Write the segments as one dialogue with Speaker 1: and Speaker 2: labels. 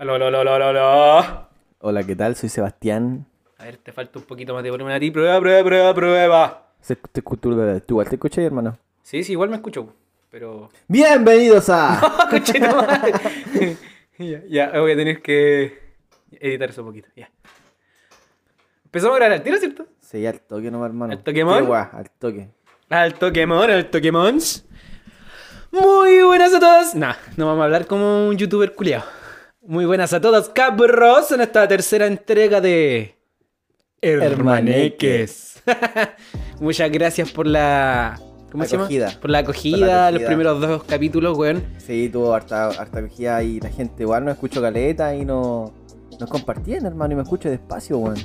Speaker 1: hola, hola, hola, hola, hola.
Speaker 2: Hola, ¿qué tal? Soy Sebastián.
Speaker 1: A ver, te falta un poquito más de volumen a ti. Prueba, prueba, prueba, prueba.
Speaker 2: Se- te escu- ¿Tú este tú igual te escuché, hermano?
Speaker 1: Sí, sí, igual me escucho, pero...
Speaker 2: ¡Bienvenidos a...!
Speaker 1: Conchetumare. ya, ya, voy a tener que editar eso un poquito, ya. Empezamos a grabar al tiro, ¿cierto?
Speaker 2: Sí, al toque nomás, hermano.
Speaker 1: ¿Al toque, mon?
Speaker 2: Qué guay, al toque.
Speaker 1: Al Toquemon, al Toquemons. Muy buenas a todas. Nah, no vamos a hablar como un youtuber culiao. Muy buenas a todos, cabros, en esta tercera entrega de.
Speaker 2: Hermaneques.
Speaker 1: Muchas gracias por la. ¿Cómo se
Speaker 2: Acogida.
Speaker 1: llama? Por la acogida,
Speaker 2: Por la acogida.
Speaker 1: los primeros dos capítulos, weón.
Speaker 2: Sí, tuvo harta, harta vigía y la gente igual no escucho caleta y no... Nos compartían, hermano, y me escucho despacio, weón.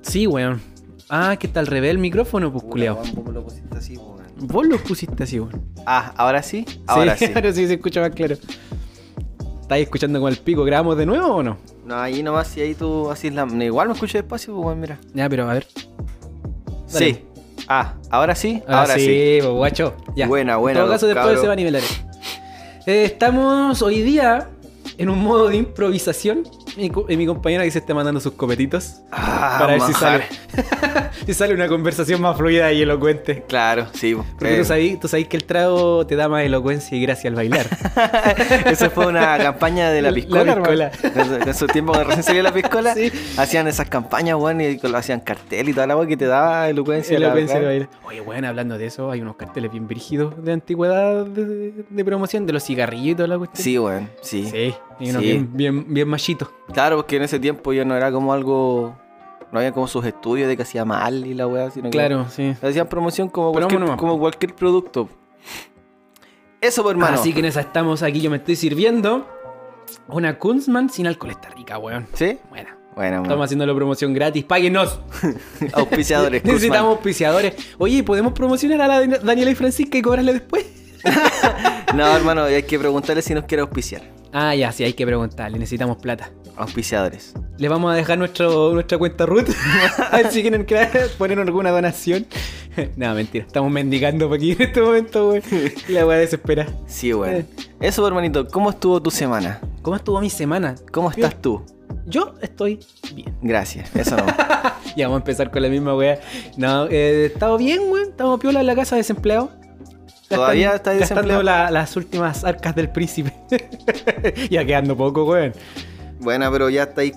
Speaker 1: Sí, weón. Ah, que está al revés el micrófono, pues culiao.
Speaker 2: Puta, weón, ¿cómo lo pusiste así, weón?
Speaker 1: Vos lo pusiste así, weón.
Speaker 2: Ah, ¿ahora sí? Ahora sí.
Speaker 1: ahora sí se escucha más claro. ¿Estáis escuchando con el pico? ¿Grabamos de nuevo o no?
Speaker 2: No, ahí nomás, y ahí tú... Así es la... Igual me escucho despacio, weón, mira.
Speaker 1: Ya, pero a ver. Dale.
Speaker 2: Sí. Ah, ¿ahora sí?
Speaker 1: Ahora, sí, pues, guacho. Ya.
Speaker 2: Buena, buena,
Speaker 1: En todo
Speaker 2: los
Speaker 1: caso, después
Speaker 2: cabros.
Speaker 1: se va a nivelar. Eh, estamos hoy día en un modo de improvisación. Mi, co- y mi compañera que se está mandando sus copetitos.
Speaker 2: Ah,
Speaker 1: para ver si
Speaker 2: manjar.
Speaker 1: sale, si sale una conversación más fluida y elocuente.
Speaker 2: Claro, sí.
Speaker 1: Porque
Speaker 2: eh,
Speaker 1: tú sabís tú sabís que el trago te da más elocuencia y gracia al bailar.
Speaker 2: Esa fue una campaña de la
Speaker 1: La
Speaker 2: piscola.
Speaker 1: piscola.
Speaker 2: hermano. En su tiempo, cuando recién salió la piscola,
Speaker 1: Sí.
Speaker 2: hacían esas campañas, weón, y lo hacían cartel y toda la weón que te daba elocuencia. la
Speaker 1: Elocuencia al
Speaker 2: verdad.
Speaker 1: bailar. Oye, bueno, hablando de eso, hay unos carteles bien brígidos de antigüedad de, de promoción de los cigarrillos y toda la cuestión.
Speaker 2: Sí, weón, sí.
Speaker 1: Sí, hay unos
Speaker 2: Sí.
Speaker 1: bien, bien, bien machitos.
Speaker 2: Claro, porque en ese tiempo yo no era como algo. No había como sus estudios de que hacía mal y la weá, sino
Speaker 1: Claro, sí.
Speaker 2: que. Hacían promoción como
Speaker 1: Promo
Speaker 2: cualquier,
Speaker 1: nomás.
Speaker 2: como cualquier producto. Eso, pues, hermano.
Speaker 1: Así que en esa estamos aquí, yo me estoy sirviendo. Una Kunzman sin alcohol está rica, weón.
Speaker 2: ¿Sí?
Speaker 1: Bueno,
Speaker 2: Bueno,
Speaker 1: estamos
Speaker 2: man.
Speaker 1: haciendo la promoción gratis, páguenos.
Speaker 2: auspiciadores. Kurzman.
Speaker 1: Necesitamos auspiciadores. Oye, ¿podemos promocionar a la Dan- Daniela y Francisca y cobrarle después?
Speaker 2: No, hermano, hay que preguntarle si nos quiere auspiciar.
Speaker 1: Ah, ya, sí, hay que preguntarle, necesitamos plata.
Speaker 2: Auspiciadores.
Speaker 1: Les vamos a dejar nuestro, nuestra cuenta root. a ver si quieren crear- poner alguna donación. no, mentira, estamos mendigando por aquí en este momento, weón. Y La weá desespera.
Speaker 2: Sí, bueno.
Speaker 1: Eh.
Speaker 2: Eso, hermanito, ¿cómo estuvo tu semana?
Speaker 1: ¿Cómo estuvo mi semana?
Speaker 2: ¿Cómo
Speaker 1: Bien.
Speaker 2: estás tú?
Speaker 1: Yo estoy bien.
Speaker 2: Gracias, eso no.
Speaker 1: Ya vamos a empezar con la misma weá. No, eh, estamos bien, weón. Estamos piola en la casa desempleado. Gastan-
Speaker 2: ¿Todavía estás
Speaker 1: gastando
Speaker 2: desempleado?
Speaker 1: la- las últimas arcas del príncipe. ya quedando poco, weón.
Speaker 2: Buena, pero ya estáis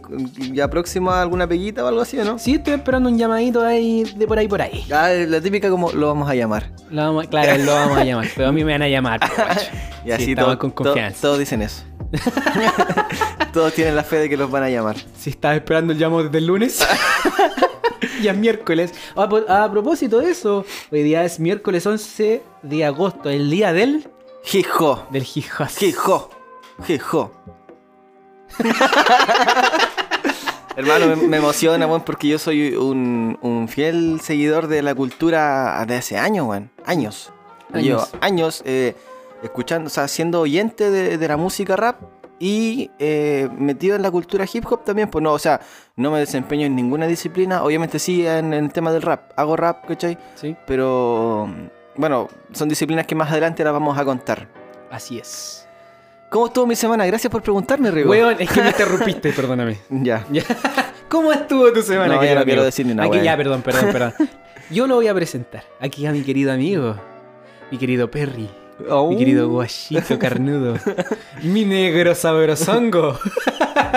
Speaker 2: ya próxima a alguna peguita o algo así, ¿o ¿no?
Speaker 1: Sí, estoy esperando un llamadito ahí de por ahí por ahí.
Speaker 2: Ah, la típica como lo vamos a llamar.
Speaker 1: Lo vamos a- claro, lo vamos a llamar. Pero a mí me van a llamar, pues, guacho.
Speaker 2: Y
Speaker 1: Sí,
Speaker 2: así
Speaker 1: estamos
Speaker 2: todo-
Speaker 1: con
Speaker 2: to-
Speaker 1: confianza.
Speaker 2: todos dicen eso. todos tienen la fe de que los van a llamar.
Speaker 1: Si estás esperando el llamado desde el lunes. ya es miércoles. Ah, po- a propósito de eso, hoy día es miércoles 11 de agosto, el día del
Speaker 2: Hijo,
Speaker 1: del hijas.
Speaker 2: hijo, hijo. Hermano, me, me emociona, weón, porque yo soy un, un fiel seguidor de la cultura de hace años, weón. Años. Yo,
Speaker 1: Años.
Speaker 2: años eh, escuchando, o sea, siendo oyente de, de la música rap y eh, metido en la cultura hip hop también, pues no, o sea, no me desempeño en ninguna disciplina, obviamente sí en, en el tema del rap, hago rap, ¿cachai?
Speaker 1: Sí,
Speaker 2: Pero bueno, son disciplinas que más adelante las vamos a contar.
Speaker 1: así es.
Speaker 2: ¿Cómo estuvo mi semana? Gracias por preguntarme, Rigo.
Speaker 1: Weón, es que me interrumpiste, perdóname.
Speaker 2: Ya.
Speaker 1: Ya. ¿Cómo estuvo tu semana,
Speaker 2: No,
Speaker 1: querido
Speaker 2: ya no quiero
Speaker 1: amigo?
Speaker 2: decir ni una
Speaker 1: Aquí
Speaker 2: wea.
Speaker 1: ya, perdón, perdón, perdón. Yo lo voy a presentar. Aquí a mi querido amigo, mi querido Perry, mi querido guachito carnudo, mi negro sabrosongo,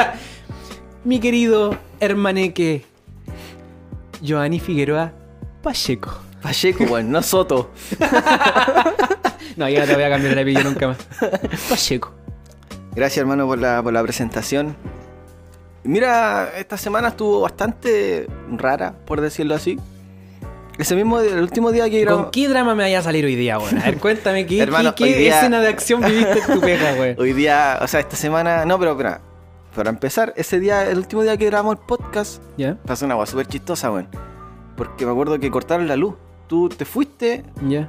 Speaker 1: mi querido hermaneque, Joanny Figueroa Pacheco.
Speaker 2: Pacheco, weón, no Soto.
Speaker 1: No, ya no te voy a cambiar la pillo nunca más. Pacheco.
Speaker 2: Gracias, hermano, por la, por la presentación. Mira, esta semana estuvo bastante rara, por decirlo así. Ese mismo, el último día que
Speaker 1: ¿Con
Speaker 2: grabamos.
Speaker 1: qué drama me vaya a salir hoy día, weón? A ver, cuéntame, ¿qué,
Speaker 2: Hermano,
Speaker 1: qué-
Speaker 2: hoy
Speaker 1: qué
Speaker 2: día-
Speaker 1: escena de acción viviste en tu pega, weón?
Speaker 2: Hoy día, o sea, esta semana. No, pero, espera. para empezar, ese día, el último día que grabamos el podcast,
Speaker 1: ¿Ya?
Speaker 2: pasó una agua súper chistosa, weón. Porque me acuerdo que cortaron la luz. Tú te fuiste,
Speaker 1: ¿Ya?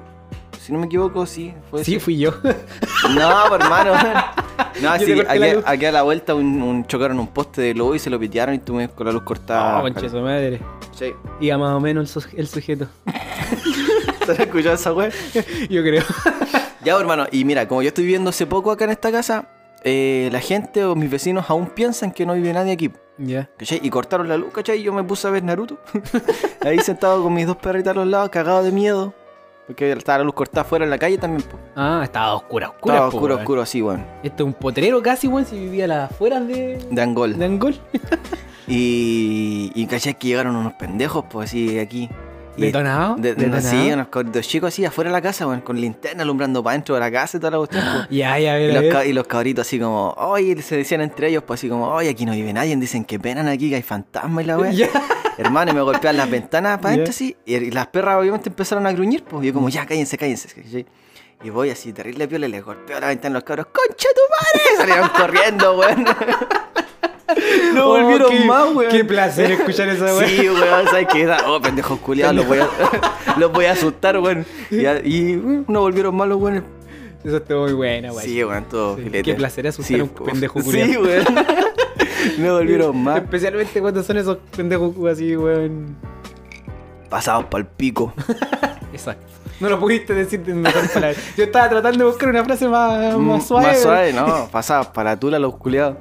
Speaker 2: si no me equivoco, sí. fue
Speaker 1: Sí,
Speaker 2: ese-
Speaker 1: fui yo.
Speaker 2: No, pues, hermano. No,
Speaker 1: Yo
Speaker 2: así
Speaker 1: te
Speaker 2: que
Speaker 1: corté la
Speaker 2: aquí,
Speaker 1: luz.
Speaker 2: aquí a la vuelta un, un- chocaron un poste de luz y se lo pitearon y tuve con la luz cortada.
Speaker 1: Ah, conche su madre.
Speaker 2: Sí.
Speaker 1: Iba más o menos el, suje- el sujeto.
Speaker 2: ¿Se la escuchó esa pues, wea?
Speaker 1: Yo creo.
Speaker 2: Ya, hermano, y mira, como yo estoy viviendo hace poco acá en esta casa, eh, la gente o mis vecinos aún piensan que no vive nadie aquí.
Speaker 1: Ya.
Speaker 2: ¿Cachai? Y cortaron la luz, ¿cachai? Y yo me puse a ver Naruto. Ahí sentado con mis dos perritas a los lados, cagado de miedo. Porque estaba la luz cortada fuera en la calle también. po.
Speaker 1: Ah, estaba oscura, oscura.
Speaker 2: Estaba
Speaker 1: po,
Speaker 2: oscuro,
Speaker 1: weón.
Speaker 2: oscuro así, weón.
Speaker 1: Esto es un potrero casi, weón, si vivía a las afueras de,
Speaker 2: De Angol.
Speaker 1: de Angol.
Speaker 2: Y, y cachai que llegaron unos pendejos, pues así, aquí. Y
Speaker 1: Detonado.
Speaker 2: de- de-
Speaker 1: detonado.
Speaker 2: sí, unos co- dos chicos así afuera de la casa, weón, con linterna alumbrando para dentro de la casa y toda la cuestión. po.
Speaker 1: Ya, ya, a
Speaker 2: Y
Speaker 1: ver, a
Speaker 2: los,
Speaker 1: ver.
Speaker 2: ca- y los cabritos así como, oye, se decían entre ellos, pues así como, oye, aquí no vive nadie, dicen que penan aquí, que hay fantasmas y la weá.
Speaker 1: Ya.
Speaker 2: Hermano, y me golpean las ventanas para
Speaker 1: Ya.
Speaker 2: adentro así, y, y las perras obviamente empezaron a gruñir, pues yo como, ya, cállense, cállense. ¿cachai? Y voy así, terrible piola, y les golpeo la ventana a los cabros, ¡concha tu madre! Salieron corriendo, weón.
Speaker 1: No
Speaker 2: Oh,
Speaker 1: volvieron
Speaker 2: qué-
Speaker 1: más, weón.
Speaker 2: qué
Speaker 1: placer escuchar esa
Speaker 2: Sí, weón, ¿sabes qué? Oh, pendejos culiados, los voy a, los voy a asustar, weón. Y, a- y, weón, no volvieron malos, weón.
Speaker 1: Eso estuvo muy Ah, bueno, weón.
Speaker 2: Sí, weón, todo
Speaker 1: Sí,
Speaker 2: filete.
Speaker 1: qué placer asustar a un
Speaker 2: po.
Speaker 1: pendejo
Speaker 2: Sí,
Speaker 1: culiao.
Speaker 2: weón. No volvieron más.
Speaker 1: Especialmente cuando son esos pendejos así, weón.
Speaker 2: Pasados pa'l pico.
Speaker 1: Exacto. No lo pudiste decir de mejor palabra. Yo estaba tratando de buscar una frase más,
Speaker 2: Mm,
Speaker 1: más suave.
Speaker 2: Más suave, no. Pasados para tula los culiados.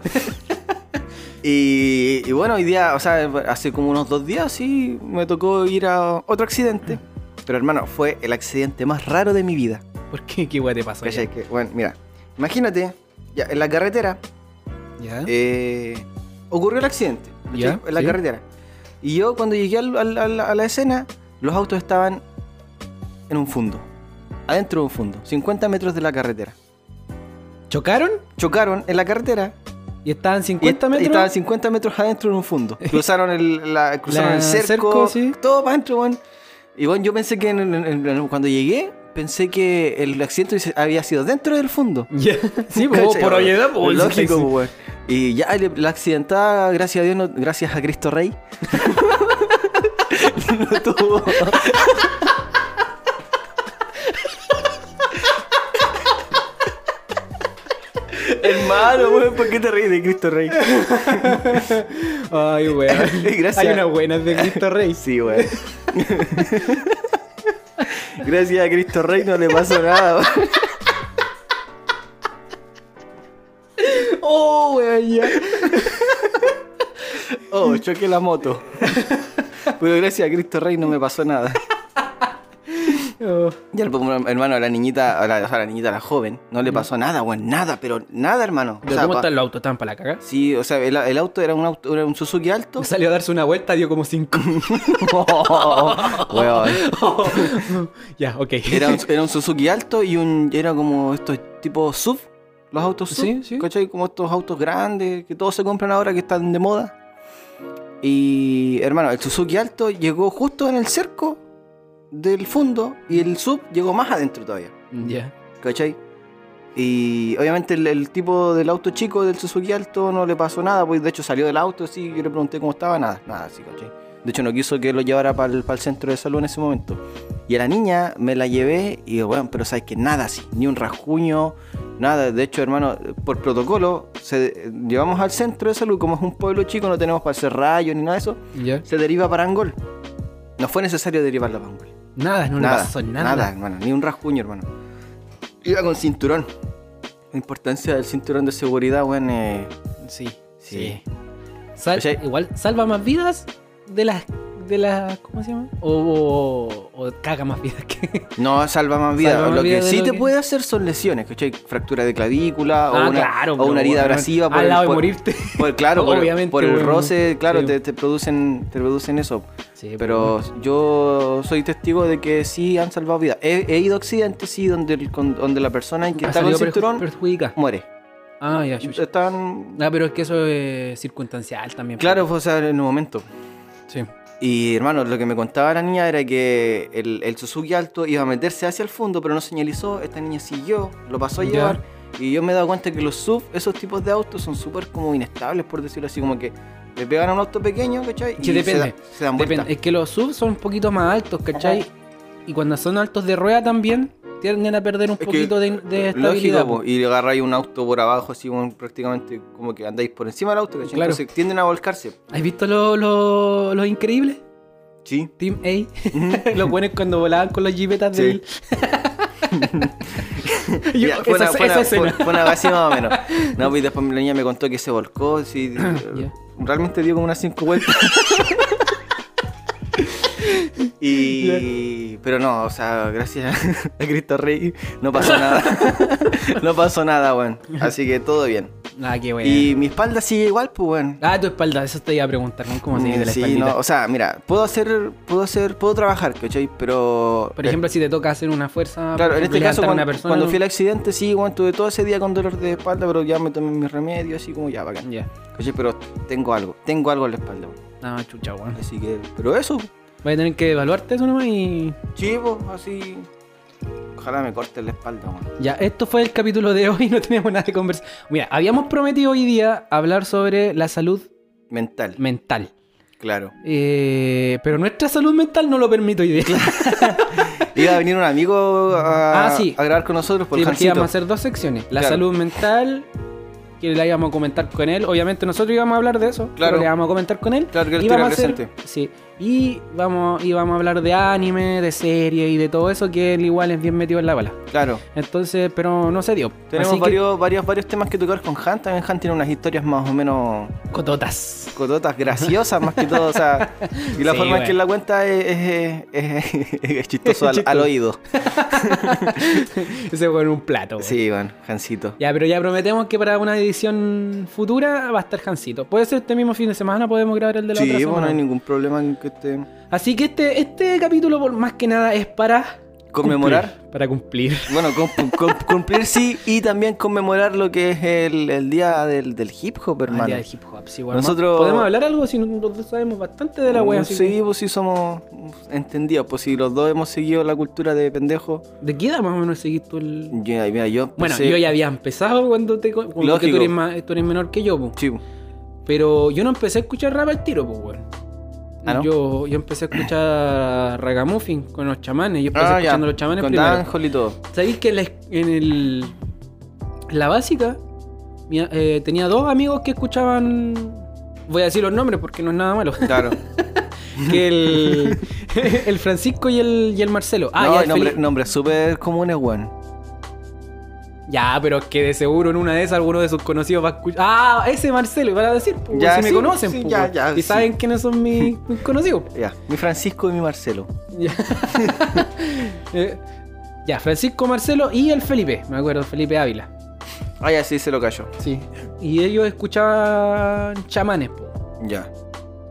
Speaker 2: Y, y bueno, hoy día, o sea, hace como unos dos días, sí, me tocó ir a otro accidente. Pero hermano, fue el accidente más raro de mi vida.
Speaker 1: ¿Por qué? ¿Qué weón te pasó?
Speaker 2: ¿Cachai? Que, bueno, mira, imagínate, ya, en la carretera,
Speaker 1: Ya.
Speaker 2: eh, ocurrió el accidente ¿cachai?
Speaker 1: Ya,
Speaker 2: en la
Speaker 1: sí.
Speaker 2: carretera. Y yo cuando llegué al- al- al- a la escena, los autos estaban en un fondo, adentro de un fondo, 50 metros de la carretera.
Speaker 1: ¿Chocaron?
Speaker 2: Chocaron en la carretera
Speaker 1: Y estaban
Speaker 2: y,
Speaker 1: 50 metros.
Speaker 2: y estaban 50 metros adentro en un fondo. Cruzaron el, la- cruzaron
Speaker 1: La-
Speaker 2: el cerco,
Speaker 1: cerco, sí.
Speaker 2: todo para adentro, weón. Y bueno, yo pensé que en- en- en- cuando llegué, pensé que el accidente había sido dentro del fondo.
Speaker 1: Ya. Sí, po,
Speaker 2: ¿Cachai?
Speaker 1: por
Speaker 2: Bueno,
Speaker 1: obviedad, pues, po.
Speaker 2: Lógico, po, weón. Y ya le- la accidentada, gracias a Dios, no- gracias a Cristo Rey. no tuvo. Hermano, weón, ¿por qué te reís de Cristo Rey?
Speaker 1: Ay, weón.
Speaker 2: pues. Gracias.
Speaker 1: Hay unas buenas de Cristo Rey.
Speaker 2: Sí, weón. gracias a Cristo Rey no le pasó nada, weón.
Speaker 1: Oh, weón, ya.
Speaker 2: Oh, choqué la moto. Pero gracias a Cristo Rey no me pasó nada.
Speaker 1: Oh.
Speaker 2: Ya, pues, bueno, hermano, a la niñita, a la, o sea, a la niñita, a la joven, no le pasó nada, weón, nada, pero nada, hermano. O
Speaker 1: ¿Pero
Speaker 2: sea,
Speaker 1: ¿Cómo
Speaker 2: pa-
Speaker 1: están los autos? ¿Estaban para la caga?
Speaker 2: Sí, o sea, el, el auto era un auto, era un Suzuki alto.
Speaker 1: Salió a darse una vuelta, dio como 5.
Speaker 2: Weón.
Speaker 1: ya, ok.
Speaker 2: Era un, era un Suzuki alto y un era como estos tipos SUV, los autos SUV,
Speaker 1: Sí, sí.
Speaker 2: ¿cachai? Como estos autos grandes que todos se compran ahora que están de moda. Y hermano, el Suzuki alto llegó justo en el cerco del fondo y el SUV llegó más adentro todavía.
Speaker 1: Ya.
Speaker 2: ¿Cachai? Y obviamente el, el tipo del auto chico del Suzuki Alto no le pasó nada, pues de hecho salió del auto, sí, yo le pregunté cómo estaba, nada, nada, sí, ¿cachai? De hecho no quiso que lo llevara para el, centro de salud en ese momento. Y a la niña me la llevé y digo, bueno, pero sabes que nada así, ni un rasguño, nada. De hecho, hermano, por protocolo, se, llevamos al centro de salud, como es un pueblo chico, no tenemos para hacer rayos ni nada de eso,
Speaker 1: Ya.
Speaker 2: se deriva para Angol. No fue necesario derivarla para Angol
Speaker 1: Nada, no
Speaker 2: nada,
Speaker 1: le pasó nada.
Speaker 2: hermano, ni un rascuño, hermano. Iba con cinturón. La importancia del cinturón de seguridad, weón. eh,
Speaker 1: Sí.
Speaker 2: Sí.
Speaker 1: Sal-
Speaker 2: O sea-
Speaker 1: igual salva más vidas de las. De las ¿Cómo se llama? O, o- o caga más vidas que.
Speaker 2: No salva más vida.
Speaker 1: Salva más
Speaker 2: lo
Speaker 1: vida
Speaker 2: que
Speaker 1: de
Speaker 2: sí
Speaker 1: lo
Speaker 2: te
Speaker 1: que-
Speaker 2: puede hacer son lesiones, ¿cachai? Fractura de clavícula o
Speaker 1: Ah,
Speaker 2: una,
Speaker 1: claro,
Speaker 2: o
Speaker 1: pero,
Speaker 2: una herida
Speaker 1: weón,
Speaker 2: abrasiva.
Speaker 1: Al
Speaker 2: el-
Speaker 1: lado de morirte.
Speaker 2: por- claro, por,
Speaker 1: Obviamente,
Speaker 2: por el
Speaker 1: weón.
Speaker 2: roce, claro,
Speaker 1: Sí.
Speaker 2: te, te producen, te producen eso.
Speaker 1: Sí, pues,
Speaker 2: Pero yo soy testigo de que sí han salvado vidas. He, he ido a accidentes, sí, donde, el- con- donde la persona que
Speaker 1: Ha
Speaker 2: está con
Speaker 1: salido perju-
Speaker 2: cinturón Eh,
Speaker 1: perjudica.
Speaker 2: muere.
Speaker 1: Ah, ya, chucha.
Speaker 2: Están.
Speaker 1: Ah, pero es que eso es circunstancial también.
Speaker 2: Claro, fue, o sea, en un momento.
Speaker 1: Sí.
Speaker 2: Y hermano, lo que me contaba la niña era que el, el Suzuki alto iba a meterse hacia el fondo, pero no señalizó. Esta niña siguió, lo pasó a
Speaker 1: Ya.
Speaker 2: llevar. Y yo me he dado cuenta que los SUV, esos tipos de autos, son súper como inestables, por decirlo así, como que le pegan a un auto pequeño, ¿cachai?
Speaker 1: Sí,
Speaker 2: y
Speaker 1: depende.
Speaker 2: Se, da- se dan vuelta.
Speaker 1: Depende, es que los subs son un poquito más altos, ¿cachai? Y cuando son altos de rueda también, tienden a perder un
Speaker 2: que,
Speaker 1: poquito de, de estabilidad. po.
Speaker 2: Lógico, po, y agarráis un auto por abajo, así como prácticamente como que andáis por encima del auto, ¿cachai?
Speaker 1: Claro.
Speaker 2: Entonces tienden a volcarse.
Speaker 1: ¿Has visto los lo, los increíbles?
Speaker 2: Sí.
Speaker 1: Team A. los buenos cuando volaban con las jipetas
Speaker 2: Sí.
Speaker 1: del. Yo-
Speaker 2: Ya, fue,
Speaker 1: esa,
Speaker 2: una, fue,
Speaker 1: esa
Speaker 2: una-
Speaker 1: escena.
Speaker 2: fue- fue una wea así más o menos. No, pues y después la niña me contó que se volcó. sí, eh,
Speaker 1: Ya.
Speaker 2: Realmente dio como unas cinco vueltas. y. Pero no, o sea, gracias a Cristo Rey no pasó nada. no pasó nada, weón. Así que todo bien.
Speaker 1: Ah, qué bueno.
Speaker 2: Y mi espalda sigue igual, pues, weón.
Speaker 1: Ah, tu espalda, eso te iba a preguntar, ¿no? ¿Cómo sigue de la
Speaker 2: Mm, Sí,
Speaker 1: espaldita?
Speaker 2: no, o sea, mira, puedo hacer, puedo hacer, puedo trabajar, ¿cachai? Pero...
Speaker 1: Por ejemplo, si te toca hacer una fuerza,
Speaker 2: Claro,
Speaker 1: por
Speaker 2: en
Speaker 1: ejemplo,
Speaker 2: este
Speaker 1: levantar
Speaker 2: caso,
Speaker 1: a
Speaker 2: cuando,
Speaker 1: una persona,
Speaker 2: cuando fui al accidente, sí, bueno, tuve todo ese día con dolor de espalda, pero ya me tomé mis remedios, así como ya, bacán.
Speaker 1: Ya.
Speaker 2: Oye, pero tengo algo, tengo algo en la espalda, weón.
Speaker 1: Ah, chucha, weón.
Speaker 2: así que, pero eso,
Speaker 1: Voy a tener que evaluarte eso nomás y.
Speaker 2: chivo, así. Ojalá me corten la espalda, weón.
Speaker 1: Ya, esto fue el capítulo de hoy, no tenemos nada de conversar. Mira, habíamos prometido hoy día hablar sobre la salud
Speaker 2: Mental,
Speaker 1: Mm. mental.
Speaker 2: claro.
Speaker 1: Eh, pero nuestra salud mental no lo permite hoy día.
Speaker 2: Iba a venir un amigo a,
Speaker 1: Ah, sí.
Speaker 2: a grabar con nosotros por
Speaker 1: Sí,
Speaker 2: el
Speaker 1: porque íbamos a
Speaker 2: Jancito.
Speaker 1: hacer dos secciones. La
Speaker 2: Claro.
Speaker 1: salud mental, que la íbamos a comentar con él. Obviamente nosotros íbamos a hablar de eso,
Speaker 2: Claro.
Speaker 1: pero le íbamos a comentar con él.
Speaker 2: Claro que él
Speaker 1: Y vamos a
Speaker 2: estuviera
Speaker 1: hacer-
Speaker 2: presente.
Speaker 1: sí, y vamos, y vamos a hablar de anime, de serie y de todo eso, que él igual es bien metido en la bala.
Speaker 2: Claro.
Speaker 1: Entonces, pero no se dio.
Speaker 2: Tenemos
Speaker 1: Así que,
Speaker 2: varios, varios, varios temas que tocar con Han. También Han tiene unas historias más o menos
Speaker 1: cototas.
Speaker 2: cototas, graciosas más que todo. O sea, y la
Speaker 1: Sí,
Speaker 2: forma en
Speaker 1: bueno.
Speaker 2: que él la cuenta es, es- es- es chistoso al, al oído.
Speaker 1: Ese con un plato. güey.
Speaker 2: Sí, bueno, Jancito.
Speaker 1: Ya, pero ya prometemos que para una edición futura va a estar Jancito. Puede ser este mismo fin de semana, podemos grabar el de la otra
Speaker 2: Sí,
Speaker 1: semana.
Speaker 2: bueno, no hay ningún problema en que esté.
Speaker 1: Así que este, este capítulo, por más que nada, es para.
Speaker 2: Conmemorar.
Speaker 1: cumplir, para cumplir.
Speaker 2: Bueno, cum- cum- cumplir sí y también conmemorar lo que es el, el día del, del hip hop, hermano.
Speaker 1: Ah, ya, el hip hop, sí, bueno,
Speaker 2: Nosotros-
Speaker 1: Podemos hablar algo si nosotros sabemos bastante de la wea. así
Speaker 2: Sí,
Speaker 1: que-
Speaker 2: pues sí somos entendidos, pues si los dos hemos seguido la cultura de pendejo.
Speaker 1: ¿De qué edad más o menos seguís tú el.?
Speaker 2: Yo, mira, yo
Speaker 1: Bueno,
Speaker 2: empecé-
Speaker 1: yo ya había empezado cuando te con- porque
Speaker 2: Lógico.
Speaker 1: tú eres, más- tú eres menor que yo, po.
Speaker 2: Sí, pues.
Speaker 1: pero yo no empecé a escuchar rap al tiro, pues, weón.
Speaker 2: Ah, ¿no?
Speaker 1: yo, yo empecé a escuchar ragamuffin con los chamanes. Yo empecé
Speaker 2: Ah, ya.
Speaker 1: escuchando a los chamanes
Speaker 2: Con
Speaker 1: primero.
Speaker 2: D'Angelo y todo.
Speaker 1: ¿Sabéis que en la, en el, en la básica mi- eh, tenía dos amigos que escuchaban. Voy a decir los nombres porque no es nada malo.
Speaker 2: Claro.
Speaker 1: que el, el Francisco y el, y el Marcelo. Ah, ya,
Speaker 2: no, hay
Speaker 1: el
Speaker 2: nombres
Speaker 1: Felipe-
Speaker 2: nombres súper comunes, weón.
Speaker 1: Ya, pero es que de seguro en una de esas alguno de sus conocidos va a escuchar. Ah, ese Marcelo, iban a decir, pues,
Speaker 2: Ya,
Speaker 1: si me
Speaker 2: sí,
Speaker 1: conocen,
Speaker 2: sí,
Speaker 1: pues,
Speaker 2: ya,
Speaker 1: weón.
Speaker 2: ya,
Speaker 1: y
Speaker 2: sí.
Speaker 1: saben quiénes son mis, mis conocidos.
Speaker 2: Ya, mi Francisco y mi Marcelo.
Speaker 1: Ya. Eh, ya, Francisco, Marcelo y el Felipe, me acuerdo, Felipe Ávila.
Speaker 2: Ah, ya, sí, se lo cayó.
Speaker 1: Sí. Y ellos escuchaban chamanes, po.
Speaker 2: Ya.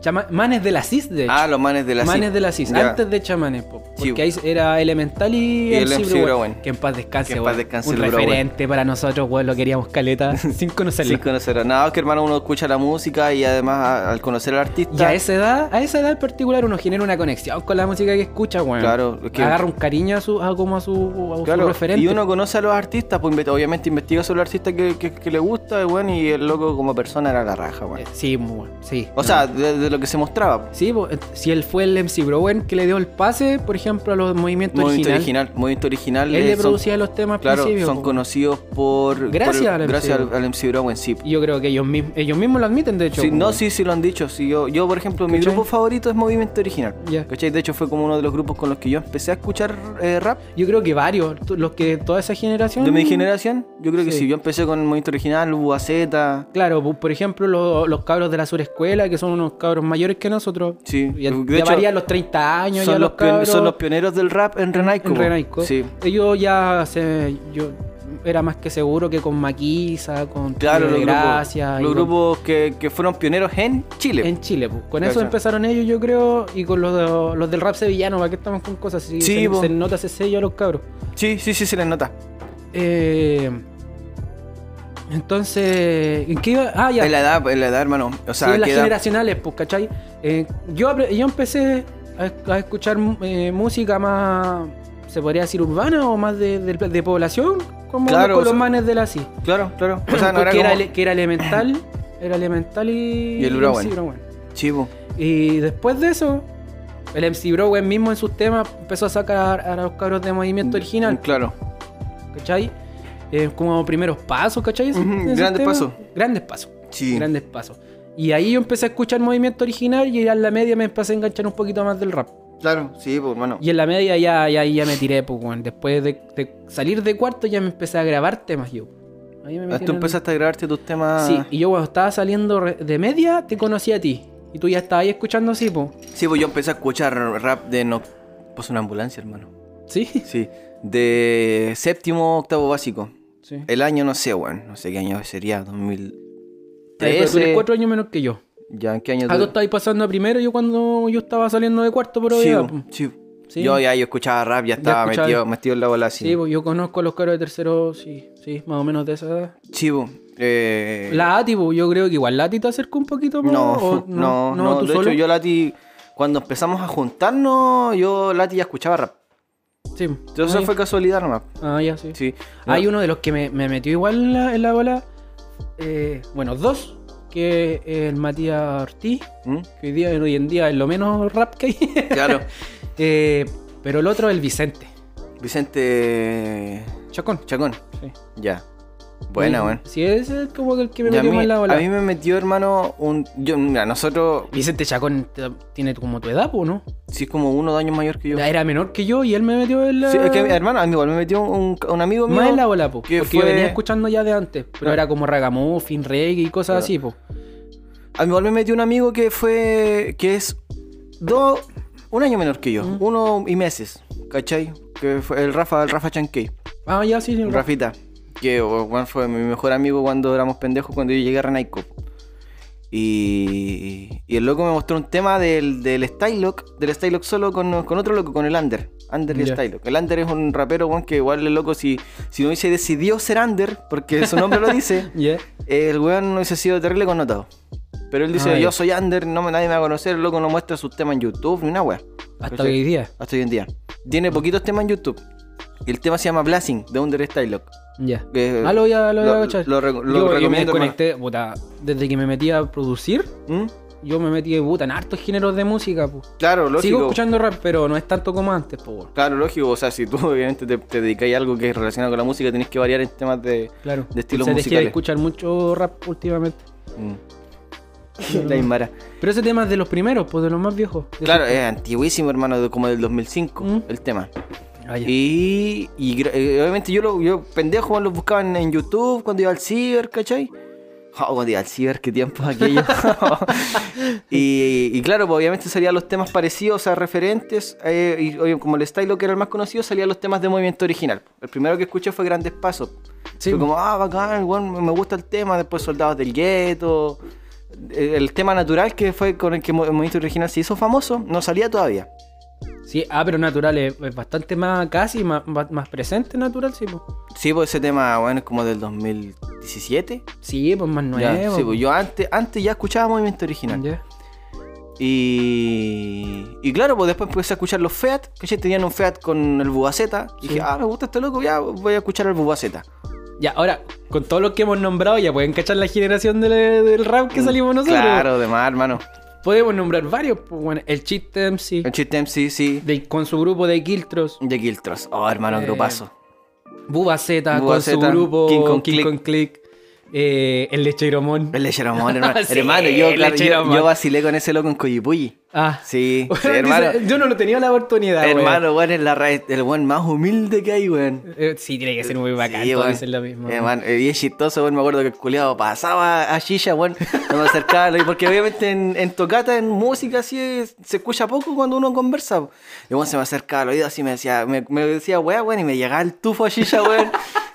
Speaker 1: Chama- manes de la CIS, de hecho.
Speaker 2: Ah, los manes de la
Speaker 1: manes
Speaker 2: CIS.
Speaker 1: de la CIS,
Speaker 2: Ya.
Speaker 1: antes de chamanes, po.
Speaker 2: Sí,
Speaker 1: Porque ahí era Elemental y,
Speaker 2: Y el MC
Speaker 1: Brewer.
Speaker 2: Brewer.
Speaker 1: Que en paz descanse,
Speaker 2: Que en
Speaker 1: weón.
Speaker 2: paz descanse
Speaker 1: Un
Speaker 2: el Brewer.
Speaker 1: referente para nosotros, weón, lo queríamos caleta, sin conocerlo.
Speaker 2: Sin conocer. Nada, es que hermano uno escucha la música y además a- al conocer al
Speaker 1: Y
Speaker 2: artista.
Speaker 1: a esa edad, a esa edad en particular uno genera una conexión con la música que escucha, weón.
Speaker 2: Claro, es que-
Speaker 1: agarra un cariño a su, a como a su, a su
Speaker 2: Claro,
Speaker 1: referente.
Speaker 2: y uno conoce a los artistas, pues inve- obviamente investiga sobre el artista que, que- que le gusta, weón, y el loco como persona era la raja,
Speaker 1: Eh,
Speaker 2: weón.
Speaker 1: Sí, muy bueno, sí.
Speaker 2: O sea, de, de lo que se mostraba. pues.
Speaker 1: Sí, po, eh, si él fue el MC Browen que le dio el pase, por ejemplo, a los movimientos
Speaker 2: Movimiento
Speaker 1: originales.
Speaker 2: original. Movimiento original.
Speaker 1: Él
Speaker 2: eh,
Speaker 1: le
Speaker 2: son-
Speaker 1: producía los temas al
Speaker 2: claro,
Speaker 1: principio,
Speaker 2: son
Speaker 1: po.
Speaker 2: conocidos por.
Speaker 1: Gracias
Speaker 2: por-
Speaker 1: al MC
Speaker 2: gracias al,
Speaker 1: Brown.
Speaker 2: al MC Brown, sí.
Speaker 1: Y Yo creo que ellos, mismos, ellos mismos lo admiten, de hecho.
Speaker 2: Sí,
Speaker 1: po,
Speaker 2: no,
Speaker 1: weón.
Speaker 2: sí, sí lo han dicho. Sí, yo, yo, por ejemplo, mi
Speaker 1: ¿Cachai?
Speaker 2: grupo favorito es Movimiento Original.
Speaker 1: Ya.
Speaker 2: ¿Cachai? De hecho, fue como uno de los grupos con los que yo empecé a escuchar eh, rap.
Speaker 1: Yo creo que varios, to- los que toda esa generación.
Speaker 2: De mi generación, yo creo que
Speaker 1: Mm. Sí.
Speaker 2: sí. Yo empecé con Movimiento Original, UAZ.
Speaker 1: Claro, po, por ejemplo, los, los cabros de la surescuela, que son unos cabros mayores que nosotros.
Speaker 2: Sí,
Speaker 1: Ya,
Speaker 2: de
Speaker 1: ya
Speaker 2: hecho,
Speaker 1: varían los 30 años, ya
Speaker 2: Son
Speaker 1: los
Speaker 2: los, pion-
Speaker 1: cabros.
Speaker 2: son los pioneros del rap en Renaico.
Speaker 1: en
Speaker 2: po.
Speaker 1: Renaico.
Speaker 2: Sí.
Speaker 1: Ellos ya se. Yo era más que seguro que con Maquisa, con
Speaker 2: Claro,
Speaker 1: Trío
Speaker 2: los
Speaker 1: de
Speaker 2: grupos,
Speaker 1: Gracia. y
Speaker 2: los
Speaker 1: con-
Speaker 2: grupos que, que fueron pioneros en Chile.
Speaker 1: En Chile, po. con eso
Speaker 2: Gracias.
Speaker 1: empezaron ellos, yo creo, y con los, de- los del rap sevillano, ¿para qué estamos con cosas? Si
Speaker 2: Sí,
Speaker 1: se,
Speaker 2: po.
Speaker 1: se nota ese sello a los cabros.
Speaker 2: Sí, sí, sí, se les nota.
Speaker 1: Eh, entonces, ¿en qué iba? Ah, ya.
Speaker 2: En la edad, en la edad, hermano. O sea,
Speaker 1: Sí, en las
Speaker 2: que edad-
Speaker 1: generacionales, pues, ¿cachai? Eh, yo, apre- yo empecé a, es- a escuchar eh, música más, se podría decir, urbana o más de, de- de población, como
Speaker 2: Claro,
Speaker 1: con
Speaker 2: o
Speaker 1: los
Speaker 2: sea-
Speaker 1: manes de la CI.
Speaker 2: Claro, claro. O sea, no
Speaker 1: Porque
Speaker 2: era
Speaker 1: era
Speaker 2: como...
Speaker 1: ele- que era elemental, era elemental y...
Speaker 2: Y el Browen.
Speaker 1: sí, Browen.
Speaker 2: Sí, po.
Speaker 1: Y después de eso, el MC Browen mismo en sus temas empezó a sacar a los cabros de movimiento original,
Speaker 2: Mm, Claro.
Speaker 1: ¿cachai? Eh, como primeros pasos, ¿cachai? Esos-
Speaker 2: Mm, Ujú,
Speaker 1: esos
Speaker 2: grandes
Speaker 1: temas.
Speaker 2: pasos.
Speaker 1: Grandes pasos,
Speaker 2: Sí.
Speaker 1: grandes pasos. Y ahí yo empecé a escuchar movimiento original y ya en la media me empecé a enganchar un poquito más del rap.
Speaker 2: Claro, sí, pues hermano.
Speaker 1: Y en la media ya, ya, ya me tiré, pues, weón. Después de, de salir de cuarto ya me empecé a grabar temas yo. Ahí me
Speaker 2: Ah,
Speaker 1: metí
Speaker 2: Tú
Speaker 1: en el-
Speaker 2: empezaste a grabarte tus temas.
Speaker 1: Sí, y yo cuando estaba saliendo re- de media te conocí a ti. Y tú ya estabas ahí escuchando así, po.
Speaker 2: Sí, pues yo empecé a escuchar rap de no. Pues una ambulancia, hermano.
Speaker 1: ¿Sí?
Speaker 2: Sí. De séptimo, octavo básico.
Speaker 1: Sí.
Speaker 2: El año no sé, weón. No sé qué año sería, 2013.
Speaker 1: Pero tú eres cuatro años menos que yo.
Speaker 2: Ya, ¿en qué año
Speaker 1: Ah, tú
Speaker 2: tú-
Speaker 1: estabas pasando a primero yo cuando yo estaba saliendo de cuarto, pero
Speaker 2: Sí,
Speaker 1: ya,
Speaker 2: bo,
Speaker 1: po.
Speaker 2: sí.
Speaker 1: Sí.
Speaker 2: Yo ya yo escuchaba rap, ya estaba
Speaker 1: escuchaba.
Speaker 2: metido, metido en la bola así.
Speaker 1: Sí, pues yo conozco a los caros de tercero, sí, sí, más o menos de esa edad.
Speaker 2: Sí, bo. Eh,
Speaker 1: La ATI, pues yo creo que igual la ATI te acercó un poquito más.
Speaker 2: No,
Speaker 1: ¿o
Speaker 2: no, no.
Speaker 1: tú
Speaker 2: de
Speaker 1: solo.
Speaker 2: hecho, yo Lati, cuando empezamos a juntarnos, yo Lati ya escuchaba rap.
Speaker 1: Sí.
Speaker 2: Entonces
Speaker 1: Ah, ya.
Speaker 2: fue casualidad nomás.
Speaker 1: Ah, ya, sí.
Speaker 2: Sí.
Speaker 1: Hay uno de los que me, me metió igual en la, en la bola. eh, bueno, dos. Que es el Matías Ortiz,
Speaker 2: ¿Mm?
Speaker 1: que hoy, día, hoy en día es lo menos rap que hay.
Speaker 2: Claro.
Speaker 1: Eh, pero el otro es el Vicente.
Speaker 2: Vicente
Speaker 1: Chacón.
Speaker 2: Chacón.
Speaker 1: Sí.
Speaker 2: Ya. Buena,
Speaker 1: Sí,
Speaker 2: bueno.
Speaker 1: Sí, ese es como el que me
Speaker 2: Y a,
Speaker 1: metió más
Speaker 2: mí,
Speaker 1: en la bola.
Speaker 2: a mí me metió, hermano, un. Yo, mira, nosotros.
Speaker 1: Vicente Chacón te- tiene como tu edad, ¿o no?
Speaker 2: Sí, es como uno o dos años mayor que yo.
Speaker 1: Era menor que yo y él me metió en la.
Speaker 2: Sí, es que, hermano, a mí igual me metió un, un amigo mío.
Speaker 1: Más en la bola, po,
Speaker 2: que
Speaker 1: porque yo
Speaker 2: fue- Ah.
Speaker 1: venía escuchando ya de antes, pero
Speaker 2: Claro.
Speaker 1: era como ragamuffin, reggae y cosas
Speaker 2: Claro.
Speaker 1: así, po.
Speaker 2: A mí igual me metió un amigo que fue. que es. dos. un año menor que yo.
Speaker 1: Mm.
Speaker 2: Uno y meses. ¿Cachai? Que fue el Rafa, el Rafa Chanquey.
Speaker 1: Ah, ya sí, sí,
Speaker 2: El Rafita. Que oh, bueno, fue mi mejor amigo cuando éramos pendejos cuando yo llegué a Renaico. Y, y el loco me mostró un tema del, del Stylock, del Stylock solo con, con otro loco, con el Under. Under y
Speaker 1: Ya.
Speaker 2: Stylock. El Under es un rapero, weón, que igual el loco, si, si no hubiese decidido ser Under, porque su nombre lo dice,
Speaker 1: Yeah.
Speaker 2: el weón no hubiese sido terrible connotado. Pero él dice,
Speaker 1: Ah, ya.
Speaker 2: yo soy Under, no, me- nadie me va a conocer, el loco no muestra sus temas en YouTube, ni una weá.
Speaker 1: Hasta
Speaker 2: ¿Cachai?
Speaker 1: hoy día.
Speaker 2: Hasta hoy en día. Tiene poquitos temas en YouTube. El tema se llama Blasting, de Under Stylock.
Speaker 1: Ya.
Speaker 2: Eh,
Speaker 1: Ah, lo voy a, lo voy a
Speaker 2: lo-
Speaker 1: cachar.
Speaker 2: lo re- lo
Speaker 1: yo, yo me
Speaker 2: recomiendo,
Speaker 1: desconecté, puta, desde que me metí a producir,
Speaker 2: ¿Mm?
Speaker 1: yo me metí puta, en hartos géneros de música, po.
Speaker 2: Claro,
Speaker 1: Sigo
Speaker 2: lógico.
Speaker 1: escuchando rap, pero no es tanto como antes, po. weón.
Speaker 2: Claro, lógico. O sea, si tú obviamente te, te dedicáis a algo que es relacionado con la música, tenés que variar en temas de.
Speaker 1: Claro.
Speaker 2: De estilos
Speaker 1: Se dejé de
Speaker 2: musicales.
Speaker 1: escuchar mucho rap últimamente.
Speaker 2: Mm. La Aymara.
Speaker 1: Pero ese tema es de los primeros, pues de los más viejos. De-
Speaker 2: Claro, es antiguísimo, hermano, de- como del 2005,
Speaker 1: Mm.
Speaker 2: el tema.
Speaker 1: Ah, ya.
Speaker 2: Y, y gra- eh, obviamente yo, lo, yo pendejo, los buscaba en, en YouTube cuando iba al ciber, ¿cachai? Oh, cuando iba al ciber, qué tiempos aquellos. y, y claro, pues, obviamente salían los temas parecidos, o sea, referentes. eh, y obvio, como el Stylo, que era el más conocido, salían los temas de movimiento original. El primero que escuché fue Grandes Pasos.
Speaker 1: Sí,
Speaker 2: Fue
Speaker 1: po.
Speaker 2: como, ah, bacán, weón, me- me gusta el tema. Después Soldados del Gueto. eh, El tema natural que fue con el que Mo- el movimiento original se hizo famoso, no salía todavía.
Speaker 1: Sí, ah, pero natural es, es bastante más casi, más, más- más presente natural, sí, pues.
Speaker 2: Sí, pues ese tema, bueno, es como del 2017.
Speaker 1: Sí, pues más
Speaker 2: Ya,
Speaker 1: nuevo.
Speaker 2: sí, pues yo antes, antes ya escuchaba movimiento original.
Speaker 1: Ya.
Speaker 2: Y, y claro, pues después empecé a escuchar los Fiat, que ya tenían un Fiat con el Bubaceta. Y
Speaker 1: Sí.
Speaker 2: dije, ah, me gusta este loco, ya voy a escuchar el Bubaceta.
Speaker 1: Ya, ahora, con todo lo que hemos nombrado, ya pueden cachar la generación del, del rap que salimos nosotros.
Speaker 2: Mm, Claro, de más, hermano.
Speaker 1: Podemos nombrar varios, pues, bueno, el Cheat MC,
Speaker 2: El Chip MC, sí.
Speaker 1: de- con su grupo de Kiltros,
Speaker 2: De Kiltros. Oh, hermano,
Speaker 1: Eh,
Speaker 2: grupazo.
Speaker 1: Buba Z
Speaker 2: Bubba
Speaker 1: con su
Speaker 2: Zeta,
Speaker 1: grupo
Speaker 2: King Kong
Speaker 1: King
Speaker 2: Click.
Speaker 1: Kong Click, eh, el Lecheiromón.
Speaker 2: El Lechero Mon, hermano.
Speaker 1: Sí,
Speaker 2: hermano, yo,
Speaker 1: el
Speaker 2: claro, yo-
Speaker 1: Lechero Mon.
Speaker 2: yo vacilé con ese loco en Coyipulli.
Speaker 1: Ah,
Speaker 2: Sí,
Speaker 1: Bueno,
Speaker 2: sí,
Speaker 1: dice,
Speaker 2: hermano.
Speaker 1: yo no lo tenía la oportunidad, weón.
Speaker 2: Hermano, weón, es la raíz- el weón más humilde que hay, weón.
Speaker 1: Eh, sí, tiene que ser muy bacán,
Speaker 2: Sí,
Speaker 1: todos
Speaker 2: weón.
Speaker 1: dicen lo mismo.
Speaker 2: Eh,
Speaker 1: weón.
Speaker 2: man, eh, y es chistoso, weón. Me acuerdo que el culiado pasaba a Shisha, weón. No me acercaba. lo- porque obviamente en, en tocata, en música, así es- se escucha poco cuando uno conversa. po. Y weón se me acercaba al oído, así me decía, me, me decía, weón, weón. Y me llegaba el tufo a Shisha, weón.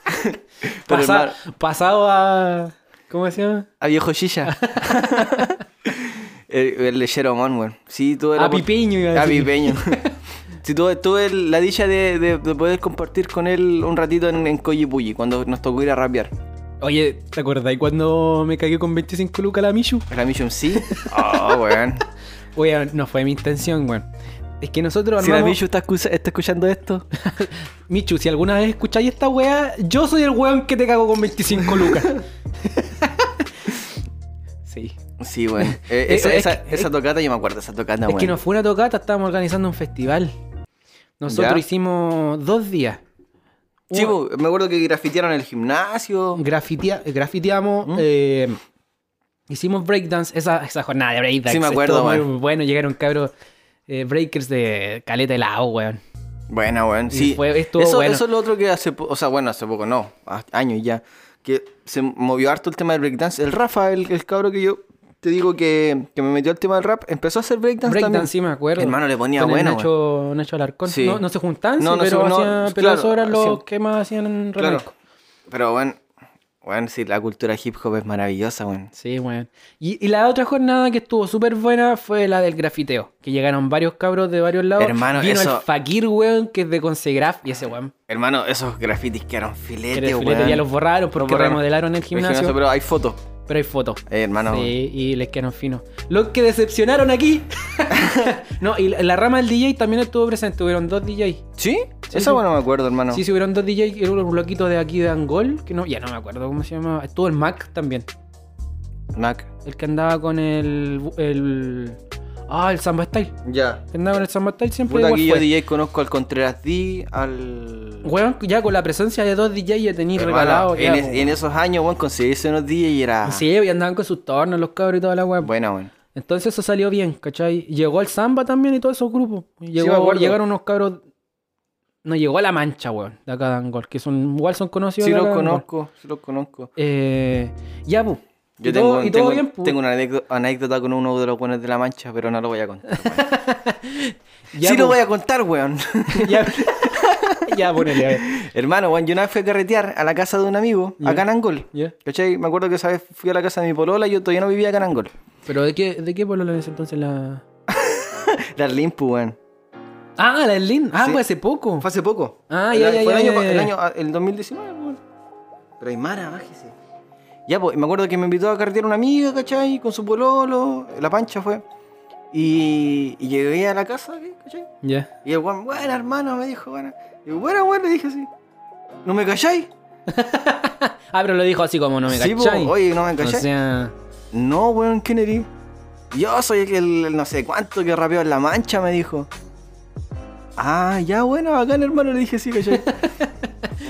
Speaker 2: Pero
Speaker 1: Pasa-
Speaker 2: hermano,
Speaker 1: Pasado a... ¿Cómo se llama?
Speaker 2: a viejo Shisha. el, el lechero, man, weón. Sí, tú
Speaker 1: A Pipeño, iba a
Speaker 2: pues, A
Speaker 1: decir.
Speaker 2: Pipeño. Sí, tuve, tuve la dicha de, de- de poder compartir con él un ratito en, en Coyipulli, cuando nos tocó ir a rapear.
Speaker 1: Oye, ¿te acordás cuando me cagué con 25 lucas la Michu?
Speaker 2: ¿Era Mission C? Oh, weón.
Speaker 1: Oye, no fue mi intención, weón. Es que nosotros
Speaker 2: Si la
Speaker 1: armamos...
Speaker 2: Michu está, escucha- está escuchando esto,
Speaker 1: Michu, si alguna vez escucháis esta weá, yo soy el weón que te cago con 25 lucas. sí.
Speaker 2: sí, weón. Eh,
Speaker 1: Eh,
Speaker 2: esa,
Speaker 1: es
Speaker 2: esa-
Speaker 1: que-
Speaker 2: esa tocata, yo me acuerdo, esa tocata,
Speaker 1: Es
Speaker 2: weón.
Speaker 1: que no fue una tocata, estábamos organizando un festival. Nosotros
Speaker 2: Ya.
Speaker 1: hicimos dos días.
Speaker 2: Sí, po, me acuerdo que grafitearon el gimnasio.
Speaker 1: Grafitea- grafiteamos,
Speaker 2: ¿Mm?
Speaker 1: eh, hicimos breakdance, esa, esa jornada de breakdance.
Speaker 2: Sí, me
Speaker 1: estuvo
Speaker 2: acuerdo,
Speaker 1: muy
Speaker 2: man.
Speaker 1: bueno, llegaron cabros eh, breakers de caleta helado, weón.
Speaker 2: Bueno, weón.
Speaker 1: Y
Speaker 2: Sí.
Speaker 1: fue- estuvo
Speaker 2: eso,
Speaker 1: bueno.
Speaker 2: eso es lo otro que hace. po- O sea, bueno, hace poco no. a- Años ya. Que se movió harto el tema del breakdance. El Rafa, el, el cabro que yo te digo que, que me metió el tema del rap, empezó a hacer breakdance,
Speaker 1: Breakdance, sí
Speaker 2: también.
Speaker 1: me acuerdo.
Speaker 2: Hermano, le ponía
Speaker 1: Con el
Speaker 2: buena,
Speaker 1: Nacho, Nacho Alarcón.
Speaker 2: Sí.
Speaker 1: No, no se juntaban, sí,
Speaker 2: No, no se-
Speaker 1: pero,
Speaker 2: no,
Speaker 1: hacían, pero
Speaker 2: claro,
Speaker 1: eso era lo
Speaker 2: hacían-
Speaker 1: que más hacían en
Speaker 2: Claro.
Speaker 1: Remeco.
Speaker 2: Pero, bueno, bueno, sí, la cultura hip hop es maravillosa, weón.
Speaker 1: Sí, weón. Y, y la otra jornada que estuvo súper buena fue la del grafiteo. Que llegaron varios cabros de varios lados.
Speaker 2: Hermano,
Speaker 1: Vino
Speaker 2: eso-
Speaker 1: el Fakir, weón, que es de Consegraf. Y ese weón.
Speaker 2: Hermano, esos grafitis quedaron
Speaker 1: que
Speaker 2: filete,
Speaker 1: era el filete,
Speaker 2: Este weón.
Speaker 1: ya los borraron porque
Speaker 2: borraron.
Speaker 1: remodelaron el
Speaker 2: El
Speaker 1: gimnasio. pero...
Speaker 2: Pero hay fotos,
Speaker 1: hay fotos.
Speaker 2: Eh, hermano.
Speaker 1: Sí, y les quedaron finos. Los que decepcionaron aquí. no, y la, la rama del DJ también estuvo presente. Hubieron dos DJs.
Speaker 2: ¿Sí?
Speaker 1: Sí,
Speaker 2: Esa
Speaker 1: sí.
Speaker 2: bueno me acuerdo, hermano.
Speaker 1: Sí, sí, hubieron dos DJs. Era un loquito de aquí de Angol. Que no, ya no me acuerdo cómo se llamaba. Estuvo el Mac también.
Speaker 2: Mac.
Speaker 1: El que andaba con el. el ah, el Samba Style.
Speaker 2: Ya.
Speaker 1: Que andaba con el Samba Style siempre.
Speaker 2: Puta,
Speaker 1: igual
Speaker 2: aquí yo
Speaker 1: fue.
Speaker 2: DJ conozco al Contreras D, al...
Speaker 1: Weón, ya con la presencia de dos DJs ya tenías
Speaker 2: Hermano,
Speaker 1: regalado.
Speaker 2: en,
Speaker 1: ya,
Speaker 2: es- en esos años, weón, conseguirse unos DJ era...
Speaker 1: Sí, y andaban con sus tornos, los cabros y toda la weá.
Speaker 2: Buena, weón.
Speaker 1: Entonces eso salió bien, ¿cachai? Llegó el Samba también y todos esos grupos. Y
Speaker 2: me
Speaker 1: Llegó,
Speaker 2: acuerdo.
Speaker 1: llegaron unos cabros. No, llegó a La Mancha, weón, de acá de Angol, que son igual son conocidos.
Speaker 2: Sí
Speaker 1: de acá
Speaker 2: los
Speaker 1: de Angol.
Speaker 2: conozco, sí los conozco.
Speaker 1: Eh, ya, pu.
Speaker 2: Yo
Speaker 1: y
Speaker 2: tengo,
Speaker 1: todo, y todo
Speaker 2: tengo,
Speaker 1: bien, pu.
Speaker 2: tengo una anécdo- anécdota con uno de los buenos de La Mancha, pero no lo voy a contar.
Speaker 1: Ya,
Speaker 2: sí lo
Speaker 1: pu.
Speaker 2: voy a contar, weón.
Speaker 1: ya, ya, ponele, a ver.
Speaker 2: Hermano, weón, yo una vez fui a carretear a la casa de un amigo,
Speaker 1: Ya.
Speaker 2: acá en Angol.
Speaker 1: Ya.
Speaker 2: ¿Cachai? Me acuerdo que esa vez fui a la casa de mi polola y yo todavía no vivía acá en Angol.
Speaker 1: ¿Pero de qué, de qué pueblo es entonces la...?
Speaker 2: La Limpu, weón.
Speaker 1: Ah, la del Lin. Ah,
Speaker 2: Sí.
Speaker 1: fue hace poco.
Speaker 2: Fue hace poco.
Speaker 1: Ah,
Speaker 2: El
Speaker 1: ya,
Speaker 2: a-
Speaker 1: ya,
Speaker 2: fue
Speaker 1: ya,
Speaker 2: el,
Speaker 1: ya,
Speaker 2: año,
Speaker 1: ya,
Speaker 2: el
Speaker 1: ya.
Speaker 2: año- ah, el 2019, weón. Pero Aymara, bájese. Ya, pues, me acuerdo que me invitó a carretear una amiga, ¿cachai? Con su pololo, la pancha fue. Y, y llegué a la casa, ¿cachai?
Speaker 1: Ya.
Speaker 2: Y el weón, bueno, hermano, me dijo, bueno. Y yo, bueno, bueno, le dije así. ¿No me calláis?
Speaker 1: Ah, pero lo dijo así como no me
Speaker 2: sí, po,
Speaker 1: cachai.
Speaker 2: oye, ¿no me
Speaker 1: o
Speaker 2: calláis?
Speaker 1: sea...
Speaker 2: No, weón, ¿quién eres? Yo soy el, el no sé cuánto que rapeó en La Mancha, me dijo. Ah, ya, bueno, bacán, hermano, le dije sí, cachai.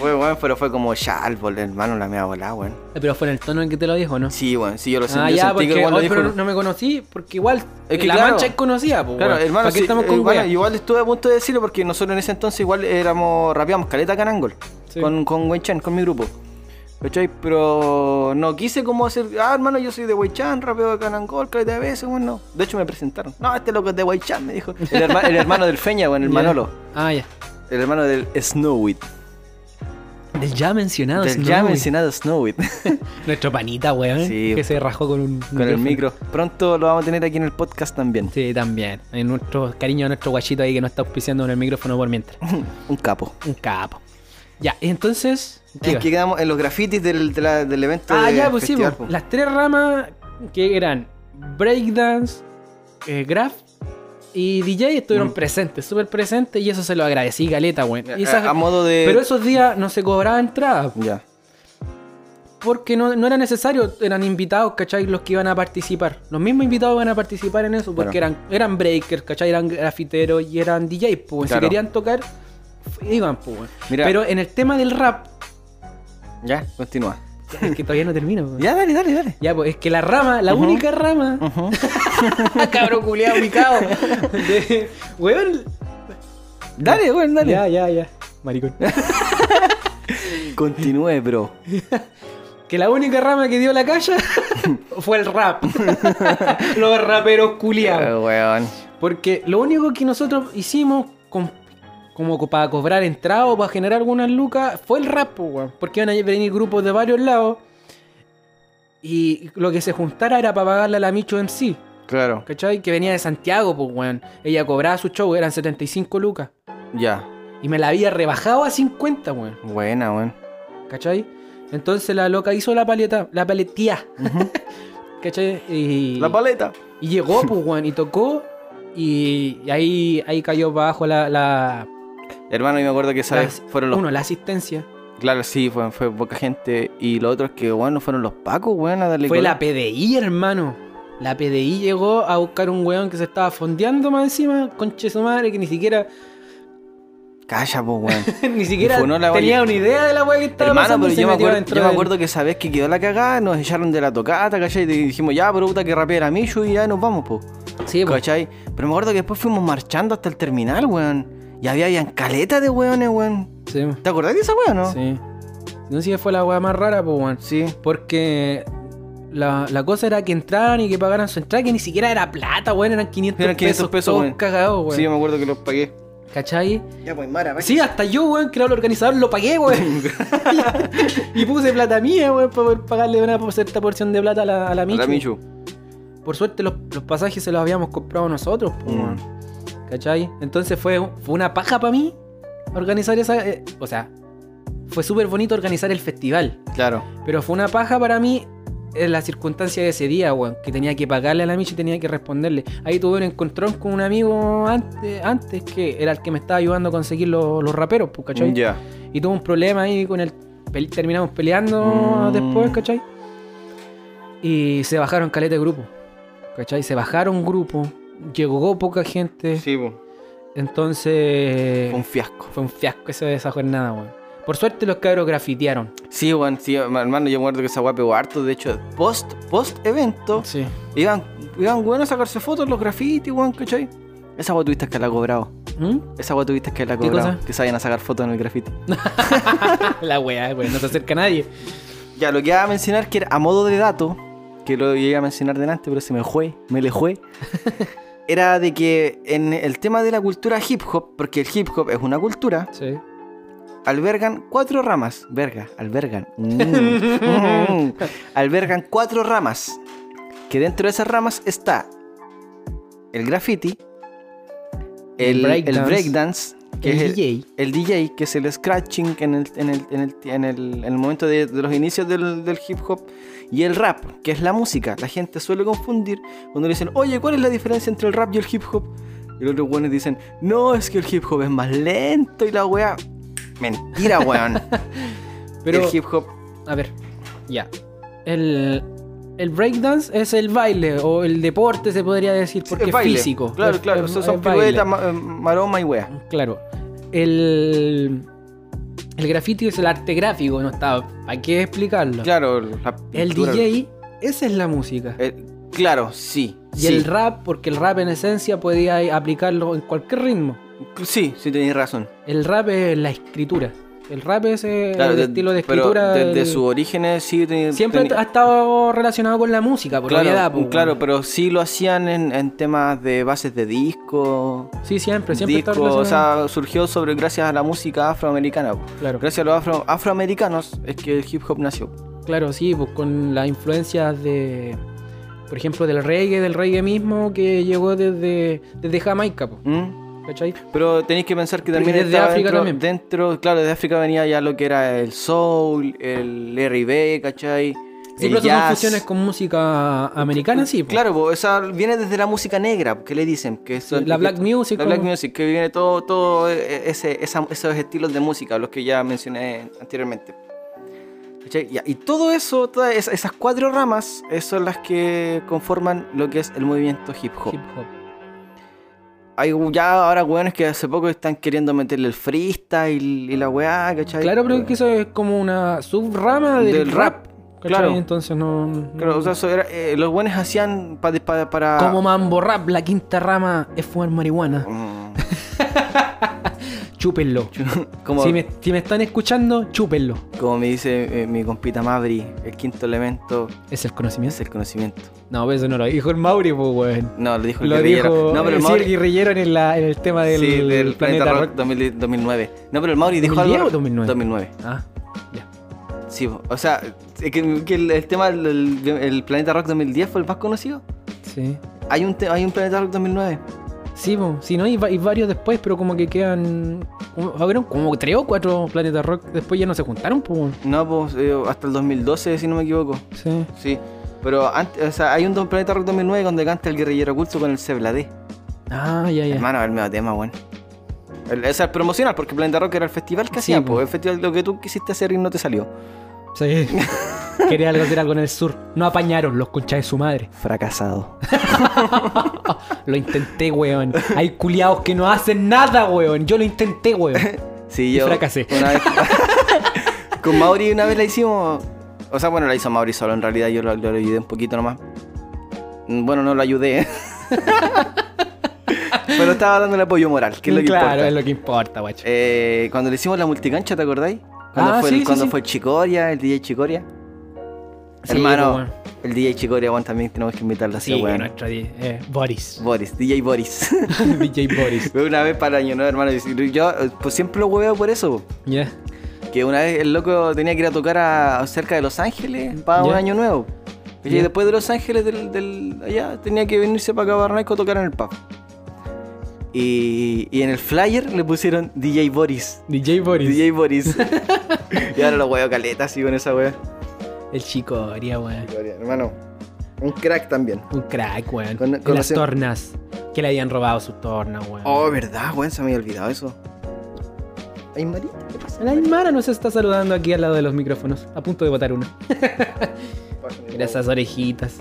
Speaker 2: Weón, weón, pero fue como ya, al bol- hermano, la mea volada, weón.
Speaker 1: eh, Pero fue en el tono en que te lo dijo, ¿no?
Speaker 2: Sí, weón, sí, yo lo sentí.
Speaker 1: ah,
Speaker 2: pues,
Speaker 1: ya, porque
Speaker 2: yo sentí que igual lo
Speaker 1: hoy,
Speaker 2: dijo.
Speaker 1: pero no me conocí, porque igual
Speaker 2: Es que
Speaker 1: la
Speaker 2: claro.
Speaker 1: mancha es conocida, pues.
Speaker 2: Claro, hermano,
Speaker 1: ¿Para qué
Speaker 2: sí,
Speaker 1: estamos
Speaker 2: eh,
Speaker 1: con
Speaker 2: igual,
Speaker 1: weas?
Speaker 2: igual estuve a punto de decirlo porque nosotros en ese entonces igual éramos, rapeamos caleta canangol
Speaker 1: Sí.
Speaker 2: con, con Weichan, con mi grupo. ¿Cachai? Pero no quise como hacer, ah, hermano, yo soy de Weichan, rapeo de canangol, caleta de veces, bueno, no. De hecho me presentaron, no, este loco es de Weichan, me dijo. El, herma- el hermano del Feña, bueno, el
Speaker 1: Ya.
Speaker 2: Manolo.
Speaker 1: Ah, ya.
Speaker 2: El hermano del Snowit.
Speaker 1: Del ya mencionado.
Speaker 2: Del
Speaker 1: Snowy.
Speaker 2: ya mencionado Snowit.
Speaker 1: Nuestro panita, weón.
Speaker 2: Sí. pues.
Speaker 1: Que se rajó con un
Speaker 2: con el
Speaker 1: micrófono.
Speaker 2: micro. Pronto lo vamos a tener aquí en el podcast también.
Speaker 1: Sí, también. En nuestro cariño a nuestro guachito ahí que nos está auspiciando en el micrófono por mientras.
Speaker 2: Un capo.
Speaker 1: Un capo. Ya, entonces. ¿qué
Speaker 2: Es
Speaker 1: iba?
Speaker 2: que quedamos en los grafitis del, de la- del evento
Speaker 1: Ah,
Speaker 2: de
Speaker 1: ya, pues sí,
Speaker 2: festival,
Speaker 1: pues.
Speaker 2: po.
Speaker 1: Las tres ramas que eran breakdance, eh, graph y DJ estuvieron
Speaker 2: Mm. Eh,
Speaker 1: presentes, súper presentes, y eso se lo agradecí, Galeta, güey. Y esas-
Speaker 2: a, a modo de.
Speaker 1: Pero esos días no se cobraba entrada,
Speaker 2: Ya.
Speaker 1: porque no, no era necesario, eran invitados, ¿cachai? Los que iban a participar. Los mismos invitados iban a participar en eso, porque
Speaker 2: Claro.
Speaker 1: eran, eran breakers, ¿cachai? Eran grafiteros y eran DJs, pues
Speaker 2: Claro.
Speaker 1: si querían tocar, f- iban, pues. güey.
Speaker 2: Mira.
Speaker 1: Pero en el tema del rap,
Speaker 2: Ya, continúa.
Speaker 1: es que todavía no termino. güey.
Speaker 2: Ya, dale, dale, dale.
Speaker 1: Ya, pues es que la rama, la
Speaker 2: Ujú. Ah,
Speaker 1: única rama Cabro culiado ubicado. De- Weón.
Speaker 2: Dale, weón, dale.
Speaker 1: Ya, ya, ya. Maricón.
Speaker 2: Continúe, bro.
Speaker 1: Que la única rama que dio la calle fue el rap. Los raperos culiados.
Speaker 2: Eh, weón.
Speaker 1: Porque lo único que nosotros hicimos con- como co- para cobrar entrada o para generar algunas lucas fue el rap, po, weón. Porque iban a venir grupos de varios lados. Y lo que se juntara era para pagarle a la Micho MC.
Speaker 2: Claro.
Speaker 1: ¿Cachai? Que venía de Santiago, pues, weón. Ella cobraba su show, eran 75 lucas.
Speaker 2: Ya.
Speaker 1: Y me la había rebajado a 50, weón.
Speaker 2: Buena, weón.
Speaker 1: ¿Cachai? Entonces la loca hizo la paleta, la paletía. ¿Cachai? Y,
Speaker 2: La paleta.
Speaker 1: y llegó, pues, weón, y tocó. Y, y ahí, ahí cayó para abajo la, la,
Speaker 2: Hermano, yo me acuerdo que sabes,
Speaker 1: la-
Speaker 2: fueron los.
Speaker 1: uno, la asistencia.
Speaker 2: Claro, sí, fue, fue poca gente. Y lo otro es que, weón, no fueron los pacos, weón, a darle
Speaker 1: Fue
Speaker 2: color.
Speaker 1: la PDI, hermano. La PDI llegó a buscar un weón que se estaba fondeando más encima, conche su madre, que ni siquiera,
Speaker 2: Calla, po, weón.
Speaker 1: ni siquiera
Speaker 2: Funó la
Speaker 1: tenía
Speaker 2: olla.
Speaker 1: una idea de la weá que estaba
Speaker 2: Hermano,
Speaker 1: pasando,
Speaker 2: pero
Speaker 1: se
Speaker 2: yo me,
Speaker 1: metió
Speaker 2: acuerdo,
Speaker 1: adentro
Speaker 2: yo me
Speaker 1: del-
Speaker 2: acuerdo que sabes que quedó la cagada, nos echaron de la tocata, ¿cachai? Y dijimos, ya, pero puta que rapera Michu y ya nos vamos, po.
Speaker 1: Sí, pues, po.
Speaker 2: ¿Cachai? Pero me acuerdo que después fuimos marchando hasta el terminal, weón. Y había, habían caleta de weones, weón.
Speaker 1: Sí, po.
Speaker 2: ¿Te acordás de esa weón, no?
Speaker 1: sí. No sé si fue la weá más rara, pues, weón.
Speaker 2: Sí.
Speaker 1: Porque la, la cosa era que entraran y que pagaran su entrada, que ni siquiera era plata, weón. Eran 500,
Speaker 2: Eran 500 pesos,
Speaker 1: todos
Speaker 2: weón.
Speaker 1: cagados, weón.
Speaker 2: Sí, yo me acuerdo que los pagué.
Speaker 1: ¿Cachai?
Speaker 2: Ya, pues, Mara,
Speaker 1: Sí, hasta yo, weón, que era el organizador, lo pagué, weón. y puse plata mía, weón, para poder pagarle una cierta porción de plata a la, a la Michu.
Speaker 2: La Michu.
Speaker 1: Por suerte, los, los pasajes se los habíamos comprado nosotros, po,
Speaker 2: Mm.
Speaker 1: weón. ¿Cachai? Entonces fue, fue una paja para mí organizar esa. eh, o sea, fue súper bonito organizar el festival.
Speaker 2: Claro.
Speaker 1: Pero fue una paja para mí en la circunstancia de ese día, weón. Que tenía que pagarle a la Michi y tenía que responderle. Ahí tuve un encontrón con un amigo antes, antes que era el que me estaba ayudando a conseguir los, los raperos, pues, ¿cachai?
Speaker 2: Ya.
Speaker 1: Y tuve un problema ahí con el. pel- Terminamos peleando
Speaker 2: Mm.
Speaker 1: después, ¿cachai? Y se bajaron caleta de grupo. ¿Cachai? Se bajaron grupo. Llegó poca gente.
Speaker 2: Sí, pues.
Speaker 1: Entonces.
Speaker 2: Fue un fiasco.
Speaker 1: Fue un fiasco esa, esa jornada, weón. Por suerte los cabros grafitearon.
Speaker 2: Sí, weón, sí, hermano, yo me acuerdo que esa weá pegó harto. De hecho, post, post evento,
Speaker 1: Sí.
Speaker 2: iban, iban, weón, a sacarse fotos los grafitis, weón, ¿cachai? Esa weá tuviste que la cobrado.
Speaker 1: ¿Mm?
Speaker 2: Esa weá tuviste que la
Speaker 1: ¿Qué
Speaker 2: cobrado.
Speaker 1: cosa?
Speaker 2: Que se vayan a sacar fotos en el grafiti.
Speaker 1: La weá, weón. No se acerca nadie.
Speaker 2: Ya, lo que iba a mencionar que era a modo de dato, que lo llegué a mencionar delante, pero se me fue, me le fue. era de que en el tema de la cultura hip hop, porque el hip hop es una cultura,
Speaker 1: Sí.
Speaker 2: albergan cuatro ramas. Verga, albergan. Mm, mm. albergan cuatro ramas. Que dentro de esas ramas está el graffiti, el,
Speaker 1: El breakdance.
Speaker 2: el breakdance, que
Speaker 1: el
Speaker 2: es el-
Speaker 1: DJ.
Speaker 2: el DJ, que es el scratching en el, en el, en el, en el- en el momento de, de los inicios del, del hip hop, y el rap, que es la música. La gente suele confundir cuando le dicen, oye, ¿cuál es la diferencia entre el rap y el hip hop? Y los otros weones dicen, no, es que el hip hop es más lento y la wea. Mentira, weón.
Speaker 1: Pero,
Speaker 2: El hip hop.
Speaker 1: a ver, ya. El, el breakdance es el baile o el deporte, se podría decir, porque
Speaker 2: el
Speaker 1: es,
Speaker 2: baile.
Speaker 1: físico.
Speaker 2: Claro,
Speaker 1: Es-
Speaker 2: claro.
Speaker 1: es-
Speaker 2: son- son
Speaker 1: es baile.
Speaker 2: piruetas, ma- eh, maroma y wea.
Speaker 1: Claro. El, el graffiti es el arte gráfico, no está. ¿Para qué explicarlo?
Speaker 2: Claro, la
Speaker 1: El
Speaker 2: pintura-
Speaker 1: DJ, esa es la música.
Speaker 2: el- claro, sí.
Speaker 1: y
Speaker 2: sí.
Speaker 1: el rap, porque el rap en esencia podía aplicarlo en cualquier ritmo.
Speaker 2: Sí, sí, tenéis razón.
Speaker 1: El rap es la escritura. El rap es eh,
Speaker 2: Claro,
Speaker 1: el
Speaker 2: de-
Speaker 1: estilo de
Speaker 2: pero
Speaker 1: escritura.
Speaker 2: desde
Speaker 1: el-
Speaker 2: sus orígenes sí teni-
Speaker 1: Siempre
Speaker 2: teni-
Speaker 1: ha estado relacionado con la música, por
Speaker 2: claro,
Speaker 1: obviedad, po,
Speaker 2: claro,
Speaker 1: weón.
Speaker 2: pero sí lo hacían en, en temas de bases de disco.
Speaker 1: Sí, siempre, siempre está
Speaker 2: disco,
Speaker 1: relacionado.
Speaker 2: o sea, surgió sobre gracias a la música afroamericana. po.
Speaker 1: claro,
Speaker 2: Gracias a los afro- afroamericanos es que el hip hop nació.
Speaker 1: claro, sí, pues con las influencias de. Por ejemplo, del reggae, del reggae mismo que llegó desde, desde Jamaica, po,
Speaker 2: ¿Mm?
Speaker 1: ¿cachai?
Speaker 2: Pero tenéis que pensar que
Speaker 1: Porque
Speaker 2: también
Speaker 1: desde
Speaker 2: estaba
Speaker 1: África
Speaker 2: dentro,
Speaker 1: también.
Speaker 2: dentro- claro, desde África venía ya lo que era el soul, el R&B, ¿cachai?
Speaker 1: Sí,
Speaker 2: El
Speaker 1: pero esas son
Speaker 2: jazz.
Speaker 1: fusiones con música americana, sí, po.
Speaker 2: Claro, po, esa viene desde la música negra, que le dicen que es
Speaker 1: Sí, la black music.
Speaker 2: La black
Speaker 1: como-
Speaker 2: music, que viene todo, todo eh, ese, esa- esos estilos de música, los que ya mencioné anteriormente. ¿Cachai? Ya, Y todo eso, todas esa- esas cuatro ramas, eh, son las que conforman lo que es el movimiento hip hop.
Speaker 1: hip hop.
Speaker 2: Hay ya ahora weones que hace poco están queriendo meterle el freestyle y la weá, ¿cachai?
Speaker 1: Claro, pero es que eso es como una subrama del,
Speaker 2: Del
Speaker 1: rap.
Speaker 2: rap,
Speaker 1: ¿cachai?
Speaker 2: claro.
Speaker 1: Entonces no. no-
Speaker 2: Claro, o sea, eso era, eh, los buenos hacían pa- pa- para...
Speaker 1: Como mambo rap, la quinta rama es fumar marihuana.
Speaker 2: Mm,
Speaker 1: Chúpenlo.
Speaker 2: como,
Speaker 1: Si, me, si me están escuchando, chúpenlo.
Speaker 2: como me dice eh, mi compita Mabri, el quinto elemento
Speaker 1: Es el conocimiento.
Speaker 2: es el conocimiento.
Speaker 1: No, pero eso no lo dijo el Mauri, pues, weón.
Speaker 2: No, lo dijo el
Speaker 1: Lo
Speaker 2: guerrillero.
Speaker 1: dijo eh,
Speaker 2: no, pero el
Speaker 1: sí,
Speaker 2: Mauri,
Speaker 1: el guerrillero en, la- en el tema del,
Speaker 2: sí, del
Speaker 1: planeta, rock.
Speaker 2: 2000 2009. No, pero el Mauri dijo
Speaker 1: 2010
Speaker 2: algo.
Speaker 1: o 2009?
Speaker 2: 2009.
Speaker 1: Ah, ya.
Speaker 2: Sí, po. o sea, es que, que el, el tema del el planeta rock 2010 fue el más conocido.
Speaker 1: Sí.
Speaker 2: Hay un, te- hay un planeta rock 2009.
Speaker 1: Sí, po. sí, no, y, va- y varios después, pero como que quedan. Como, fueron como tres o cuatro planetas rock. Después ya no se juntaron, pues.
Speaker 2: No, pues eh, hasta el 2012, si no me equivoco.
Speaker 1: Sí.
Speaker 2: Sí. Pero antes, o sea, hay un do- planeta rock 2009 donde canta el guerrillero oculto con el Cebladé.
Speaker 1: Ah, ya, ya.
Speaker 2: Hermano, el medio tema, bueno. El, o sea, el promocional, porque Planeta Rock era el festival que
Speaker 1: Sí,
Speaker 2: hacía,
Speaker 1: po.
Speaker 2: pues. El festival lo que tú quisiste hacer y no te salió.
Speaker 1: Sí. Quería algo, hacer algo en el sur. No apañaron los conchas de su madre.
Speaker 2: Fracasado.
Speaker 1: Lo intenté, weón. Hay culiados que no hacen nada, weón. Yo lo intenté, weón.
Speaker 2: Sí,
Speaker 1: Y
Speaker 2: yo.
Speaker 1: fracasé.
Speaker 2: una vez- con Mauri una vez la hicimos. O sea, bueno, la hizo Mauri solo, en realidad yo lo, yo lo ayudé un poquito nomás. Mm, Bueno, no lo ayudé. Pero estaba dando el apoyo moral, que es lo que
Speaker 1: claro,
Speaker 2: importa.
Speaker 1: es lo que importa, guacho.
Speaker 2: Eh, cuando le hicimos la multicancha, ¿te acordáis? Cuando
Speaker 1: Ah,
Speaker 2: fue,
Speaker 1: sí,
Speaker 2: el,
Speaker 1: sí,
Speaker 2: cuando
Speaker 1: sí.
Speaker 2: fue el Chicoria, el DJ Chicoria.
Speaker 1: Sí,
Speaker 2: Hermano,
Speaker 1: pues, bueno.
Speaker 2: el DJ Chicoria, bueno, también tenemos que invitarlo así,
Speaker 1: Sí,
Speaker 2: weón.
Speaker 1: nuestro di- eh, Boris.
Speaker 2: Boris, DJ Boris.
Speaker 1: DJ Boris.
Speaker 2: una vez para el año, ¿no, hermano? Y Yo eh, pues, siempre lo hueveo por eso.
Speaker 1: Ya.
Speaker 2: Que una vez el loco tenía que ir a tocar a, a cerca de Los Ángeles para un
Speaker 1: Ya.
Speaker 2: año nuevo. Y
Speaker 1: Ya.
Speaker 2: después de Los Ángeles, del, del- allá, tenía que venirse para acá a Barranco a tocar en el pub. Y, y en el flyer le pusieron DJ Boris.
Speaker 1: DJ Boris.
Speaker 2: DJ Boris. y ahora los huevos caletas así con esa wea.
Speaker 1: El chico haría, weón.
Speaker 2: Hermano, un crack también.
Speaker 1: Un crack, weón.
Speaker 2: Con-
Speaker 1: En
Speaker 2: con
Speaker 1: las
Speaker 2: ese-
Speaker 1: tornas. Que le habían robado su torna, weón.
Speaker 2: Oh, verdad, weón, se me había olvidado eso. Ay, María, ¿qué pasa?
Speaker 1: La Aymara nos está saludando aquí al lado de los micrófonos. A punto de botar uno. Mira esas orejitas.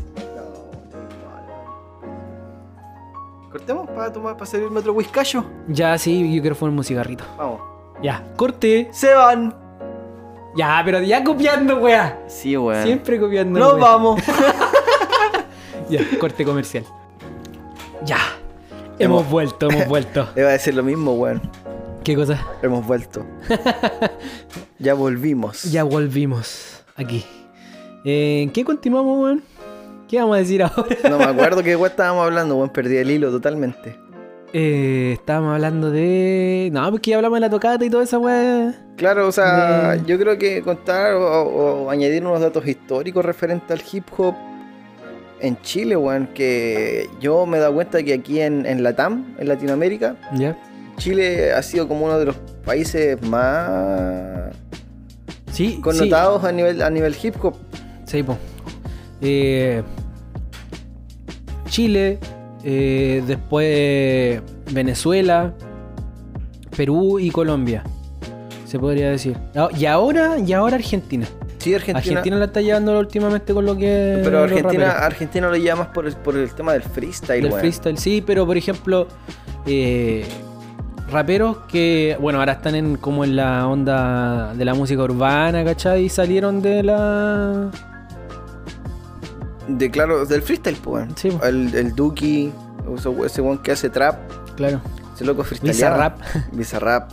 Speaker 2: Cortemos para tomar, para servirme otro whiskacho.
Speaker 1: Ya, sí, yo quiero fumar un cigarrito.
Speaker 2: Vamos.
Speaker 1: Ya, corte.
Speaker 2: Se van.
Speaker 1: Ya, pero ya copiando, weá.
Speaker 2: Sí, weón.
Speaker 1: Siempre copiando.
Speaker 2: Nos
Speaker 1: weá.
Speaker 2: vamos.
Speaker 1: Ya, corte comercial. Ya.
Speaker 2: Hemos-
Speaker 1: Hemos, vuelto, hemos vuelto.
Speaker 2: Le iba a decir lo mismo, weón.
Speaker 1: ¿Qué cosa?
Speaker 2: Hemos vuelto. ya volvimos.
Speaker 1: Ya volvimos aquí. Eh, ¿En qué continuamos, weón? ¿Qué vamos a decir ahora?
Speaker 2: No me acuerdo qué weón estábamos hablando, weón. Perdí el hilo totalmente.
Speaker 1: Eh, estábamos hablando de. No, porque ya hablamos de la tocata y toda esa weá.
Speaker 2: Claro, o sea,
Speaker 1: Mm.
Speaker 2: yo creo que contar o, o añadir unos datos históricos referente al hip hop en Chile, weón, que yo me he dado cuenta que aquí en, en Latam, en Latinoamérica,
Speaker 1: Ya.
Speaker 2: Chile ha sido como uno de los países más
Speaker 1: Sí, sí.
Speaker 2: connotados a nivel a nivel hip hop.
Speaker 1: Sí, po. Eh, Chile, eh, después Venezuela, Perú y Colombia. Se podría decir. Ah, Y ahora, y ahora Argentina.
Speaker 2: Sí,
Speaker 1: Argentina,
Speaker 2: Argentina.
Speaker 1: la está llevando últimamente con lo que.
Speaker 2: pero
Speaker 1: los
Speaker 2: Argentina,
Speaker 1: raperos.
Speaker 2: Argentina lo lleva más por el, por el tema del freestyle,
Speaker 1: Del
Speaker 2: weón.
Speaker 1: freestyle, sí, pero por ejemplo, eh, raperos que, bueno, ahora están en como en la onda de la música urbana, ¿cachai? Y salieron de la.
Speaker 2: De claro, del freestyle, pues, weón.
Speaker 1: Sí, po.
Speaker 2: el, el Duki, ese- ese weón que hace trap,
Speaker 1: Claro.
Speaker 2: ese loco freestyle.
Speaker 1: Bizarrap.
Speaker 2: Bizarrap.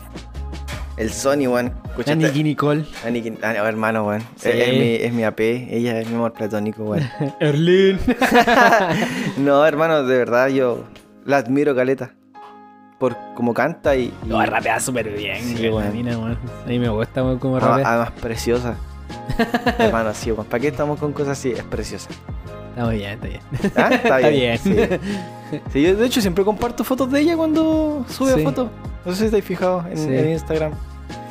Speaker 2: El Sony, weón.
Speaker 1: La
Speaker 2: Escuchaste.
Speaker 1: Nicki Nicole.
Speaker 2: A Nicki- ah, no, hermano, weón.
Speaker 1: Sí.
Speaker 2: Es, es mi, es mi AP, ella es mi amor platónico, weón.
Speaker 1: Erlin.
Speaker 2: no, hermano, de verdad, yo la admiro, Caleta. Por cómo canta y. y-
Speaker 1: Lo rapea súper bien,
Speaker 2: Sí,
Speaker 1: güey, la
Speaker 2: weón.
Speaker 1: mina, weón. A mí me gusta weón, cómo
Speaker 2: además,
Speaker 1: rapea.
Speaker 2: además preciosa. hermano, sí, weón. ¿Para qué estamos con cosas así? Es preciosa.
Speaker 1: Está muy bien, está bien.
Speaker 2: Ah, Está
Speaker 1: Está
Speaker 2: bien.
Speaker 1: bien.
Speaker 2: sí. Sí, yo de hecho siempre comparto fotos de ella cuando sube
Speaker 1: Sí.
Speaker 2: fotos. No sé si estáis fijados en,
Speaker 1: Sí.
Speaker 2: en Instagram.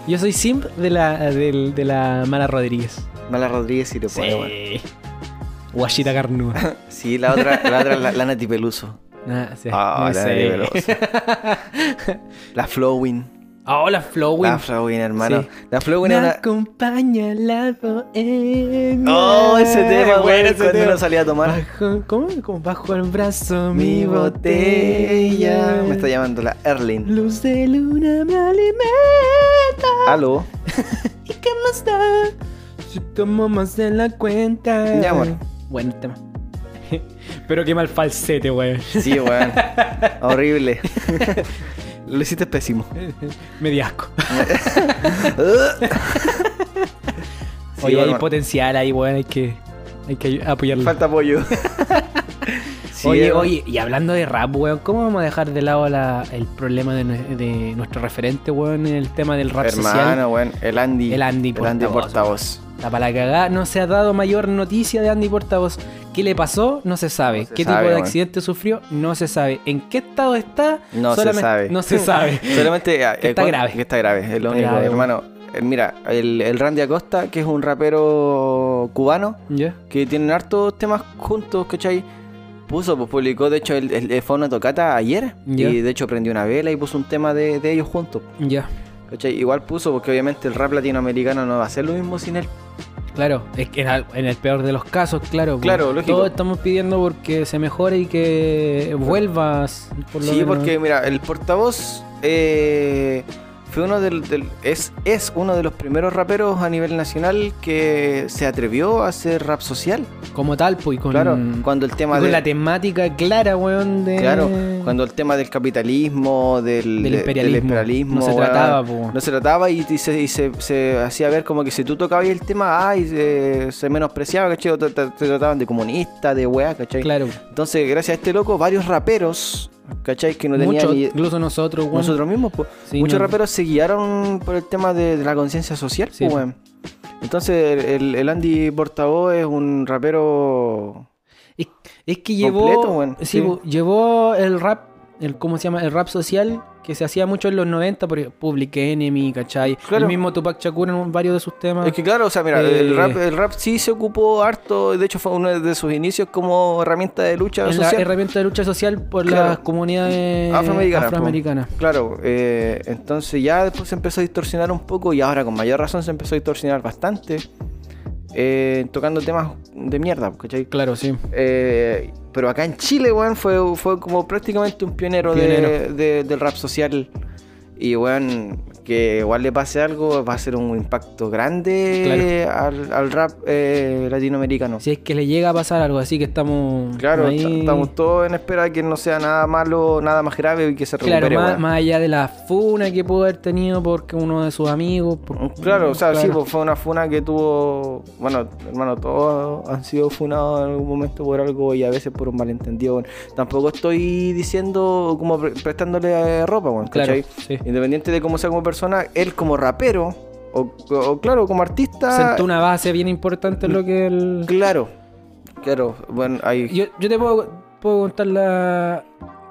Speaker 1: Yo soy simp de la, del- de la Mala Rodríguez.
Speaker 2: Mala Rodríguez sí lo pone, weón.
Speaker 1: Sí. Guachita carnuda.
Speaker 2: Sí, la otra, la otra, la, la Nati Peluso.
Speaker 1: Ah, sí,
Speaker 2: Ah,
Speaker 1: no
Speaker 2: la
Speaker 1: sé.
Speaker 2: de Veloso. La Flowin.
Speaker 1: Ah, hola, Flowin.
Speaker 2: La Flowin, hermano.
Speaker 1: Sí.
Speaker 2: La Flowin
Speaker 1: Me
Speaker 2: era una-
Speaker 1: acompaña la bohemia.
Speaker 2: Oh, ese tema,
Speaker 1: Eh, Bueno,
Speaker 2: güey,
Speaker 1: ese
Speaker 2: cuando
Speaker 1: tema.
Speaker 2: uno salía a tomar.
Speaker 1: Bajo, ¿Cómo? Como bajo el brazo mi botella.
Speaker 2: Me está llamando Ah. la Erlin.
Speaker 1: Luz de luna me alimenta.
Speaker 2: Aló.
Speaker 1: ¿Y qué más da? Si tomo más de la cuenta.
Speaker 2: Ya, amor.
Speaker 1: Buen tema. Pero qué mal falsete, weón.
Speaker 2: Sí, weón. Horrible. Lo hiciste pésimo.
Speaker 1: Me di asco.
Speaker 2: Sí,
Speaker 1: Oye, hay
Speaker 2: hermano.
Speaker 1: potencial ahí, weón. Hay que, hay que apoyarlo.
Speaker 2: Falta apoyo. Sí,
Speaker 1: oye,
Speaker 2: hermano.
Speaker 1: oye, y hablando de rap, weón, ¿cómo vamos a dejar de lado la- el problema de, nue- de nuestro referente, weón, en el tema del rap social?
Speaker 2: Hermano, weón. El Andy.
Speaker 1: El Andy
Speaker 2: El Andy
Speaker 1: Portavoz.
Speaker 2: Portavoz.
Speaker 1: La para cagá, no se ha dado mayor noticia de Andy Portavoz. ¿Qué le pasó? No se sabe.
Speaker 2: No se
Speaker 1: ¿Qué
Speaker 2: sabe,
Speaker 1: tipo de
Speaker 2: weón.
Speaker 1: accidente sufrió? No se sabe. ¿En qué estado está?
Speaker 2: No se
Speaker 1: Solamente-
Speaker 2: sabe.
Speaker 1: No se sabe.
Speaker 2: Solamente eh,
Speaker 1: Que está
Speaker 2: cu-
Speaker 1: grave.
Speaker 2: que está grave, es
Speaker 1: Está
Speaker 2: lo único,
Speaker 1: grave,
Speaker 2: hermano. Eh, Mira, el, el Randy Acosta, que es un rapero cubano,
Speaker 1: ¿Ya?
Speaker 2: que tienen hartos temas juntos, ¿cachai? Puso, pues publicó, de hecho, el, el- fue a una tocata ayer.
Speaker 1: Ya.
Speaker 2: Y de hecho prendió una vela y puso un tema de, de ellos juntos.
Speaker 1: Ya.
Speaker 2: ¿Cachai? Igual puso, porque obviamente el rap latinoamericano no va a ser lo mismo sin él.
Speaker 1: Claro, es que en, al- en el peor de los casos, claro. pues,
Speaker 2: Claro, lógico.
Speaker 1: Todos estamos pidiendo porque se mejore y que vuelvas. por lo
Speaker 2: sí,
Speaker 1: menos.
Speaker 2: porque mira, el portavoz eh, Fue uno del, del- es, es uno de los primeros raperos a nivel nacional que se atrevió a hacer rap social.
Speaker 1: Como tal, pues, y con,
Speaker 2: claro,
Speaker 1: y
Speaker 2: cuando el tema
Speaker 1: con
Speaker 2: de,
Speaker 1: la temática clara, weón, de...
Speaker 2: claro, cuando el tema del capitalismo, del,
Speaker 1: Del
Speaker 2: de-
Speaker 1: imperialismo.
Speaker 2: imperialismo,
Speaker 1: No se
Speaker 2: weón,
Speaker 1: trataba, po.
Speaker 2: no se trataba y, y se, y se- se hacía ver como que si tú tocabas el tema, ay, se, se menospreciaba, ¿cachai? O Te, te- te trataban de comunista, de weá, ¿cachai?
Speaker 1: Claro.
Speaker 2: Entonces, gracias a este loco, varios raperos, ¿cachai? Que no tenían
Speaker 1: Muchos,
Speaker 2: ni-
Speaker 1: incluso nosotros, weón.
Speaker 2: nosotros mismos, po.
Speaker 1: Sí,
Speaker 2: muchos
Speaker 1: no-
Speaker 2: raperos se guiaron por el tema de, de la conciencia social,
Speaker 1: Sí,
Speaker 2: po,
Speaker 1: po.
Speaker 2: weón. Entonces, el, el Andy Portavoz es un rapero.
Speaker 1: Es, es que llevó,
Speaker 2: Completo, weón,
Speaker 1: sí,
Speaker 2: sí.
Speaker 1: bo- llevó el rap, el cómo se llama, el rap social que se hacía mucho en los 90 por ejemplo, Public Enemy, ¿cachai?
Speaker 2: Claro.
Speaker 1: El mismo Tupac Shakur en varios de sus temas.
Speaker 2: Es que claro, o sea, mira,
Speaker 1: Ah. Eh.
Speaker 2: el, rap, el rap sí se ocupó harto, de hecho fue uno de sus inicios como herramienta de lucha
Speaker 1: es la
Speaker 2: social.
Speaker 1: herramienta de lucha social por
Speaker 2: Claro.
Speaker 1: las comunidades
Speaker 2: Afroamericana, po.
Speaker 1: afroamericanas.
Speaker 2: Claro, eh, entonces ya después se empezó a distorsionar un poco y ahora con mayor razón se empezó a distorsionar bastante, eh, tocando temas de mierda, ¿cachai?
Speaker 1: Claro, sí.
Speaker 2: Eh, pero acá en Chile, weón, fue, fue como prácticamente un pionero, de-
Speaker 1: Pionero.
Speaker 2: de- del rap social. Y, weón, que igual le pase algo, va a ser un impacto grande al, al rap eh, latinoamericano.
Speaker 1: Si es que le llega a pasar algo así que estamos
Speaker 2: Claro,
Speaker 1: ahí-
Speaker 2: est- estamos todos en espera de que no sea nada malo, nada más grave y que se recupere,
Speaker 1: Claro, más,
Speaker 2: weón.
Speaker 1: más allá de la funa que pudo haber tenido porque uno de sus amigos. por-
Speaker 2: Uh, Claro, o sea, sí,
Speaker 1: claro.
Speaker 2: pues fue una funa que tuvo. Bueno, hermano, todos han sido funados en algún momento por algo y a veces por un malentendido. weón. Tampoco estoy diciendo como pre- prestándole eh, ropa, weón,
Speaker 1: Claro,
Speaker 2: ¿cachai?
Speaker 1: sí.
Speaker 2: Independiente de cómo sea como persona, él como rapero, o, o claro, como artista.
Speaker 1: Sentó una base bien importante en lo que el,
Speaker 2: Claro, claro, bueno, hay.
Speaker 1: Yo, yo te puedo, puedo contar la.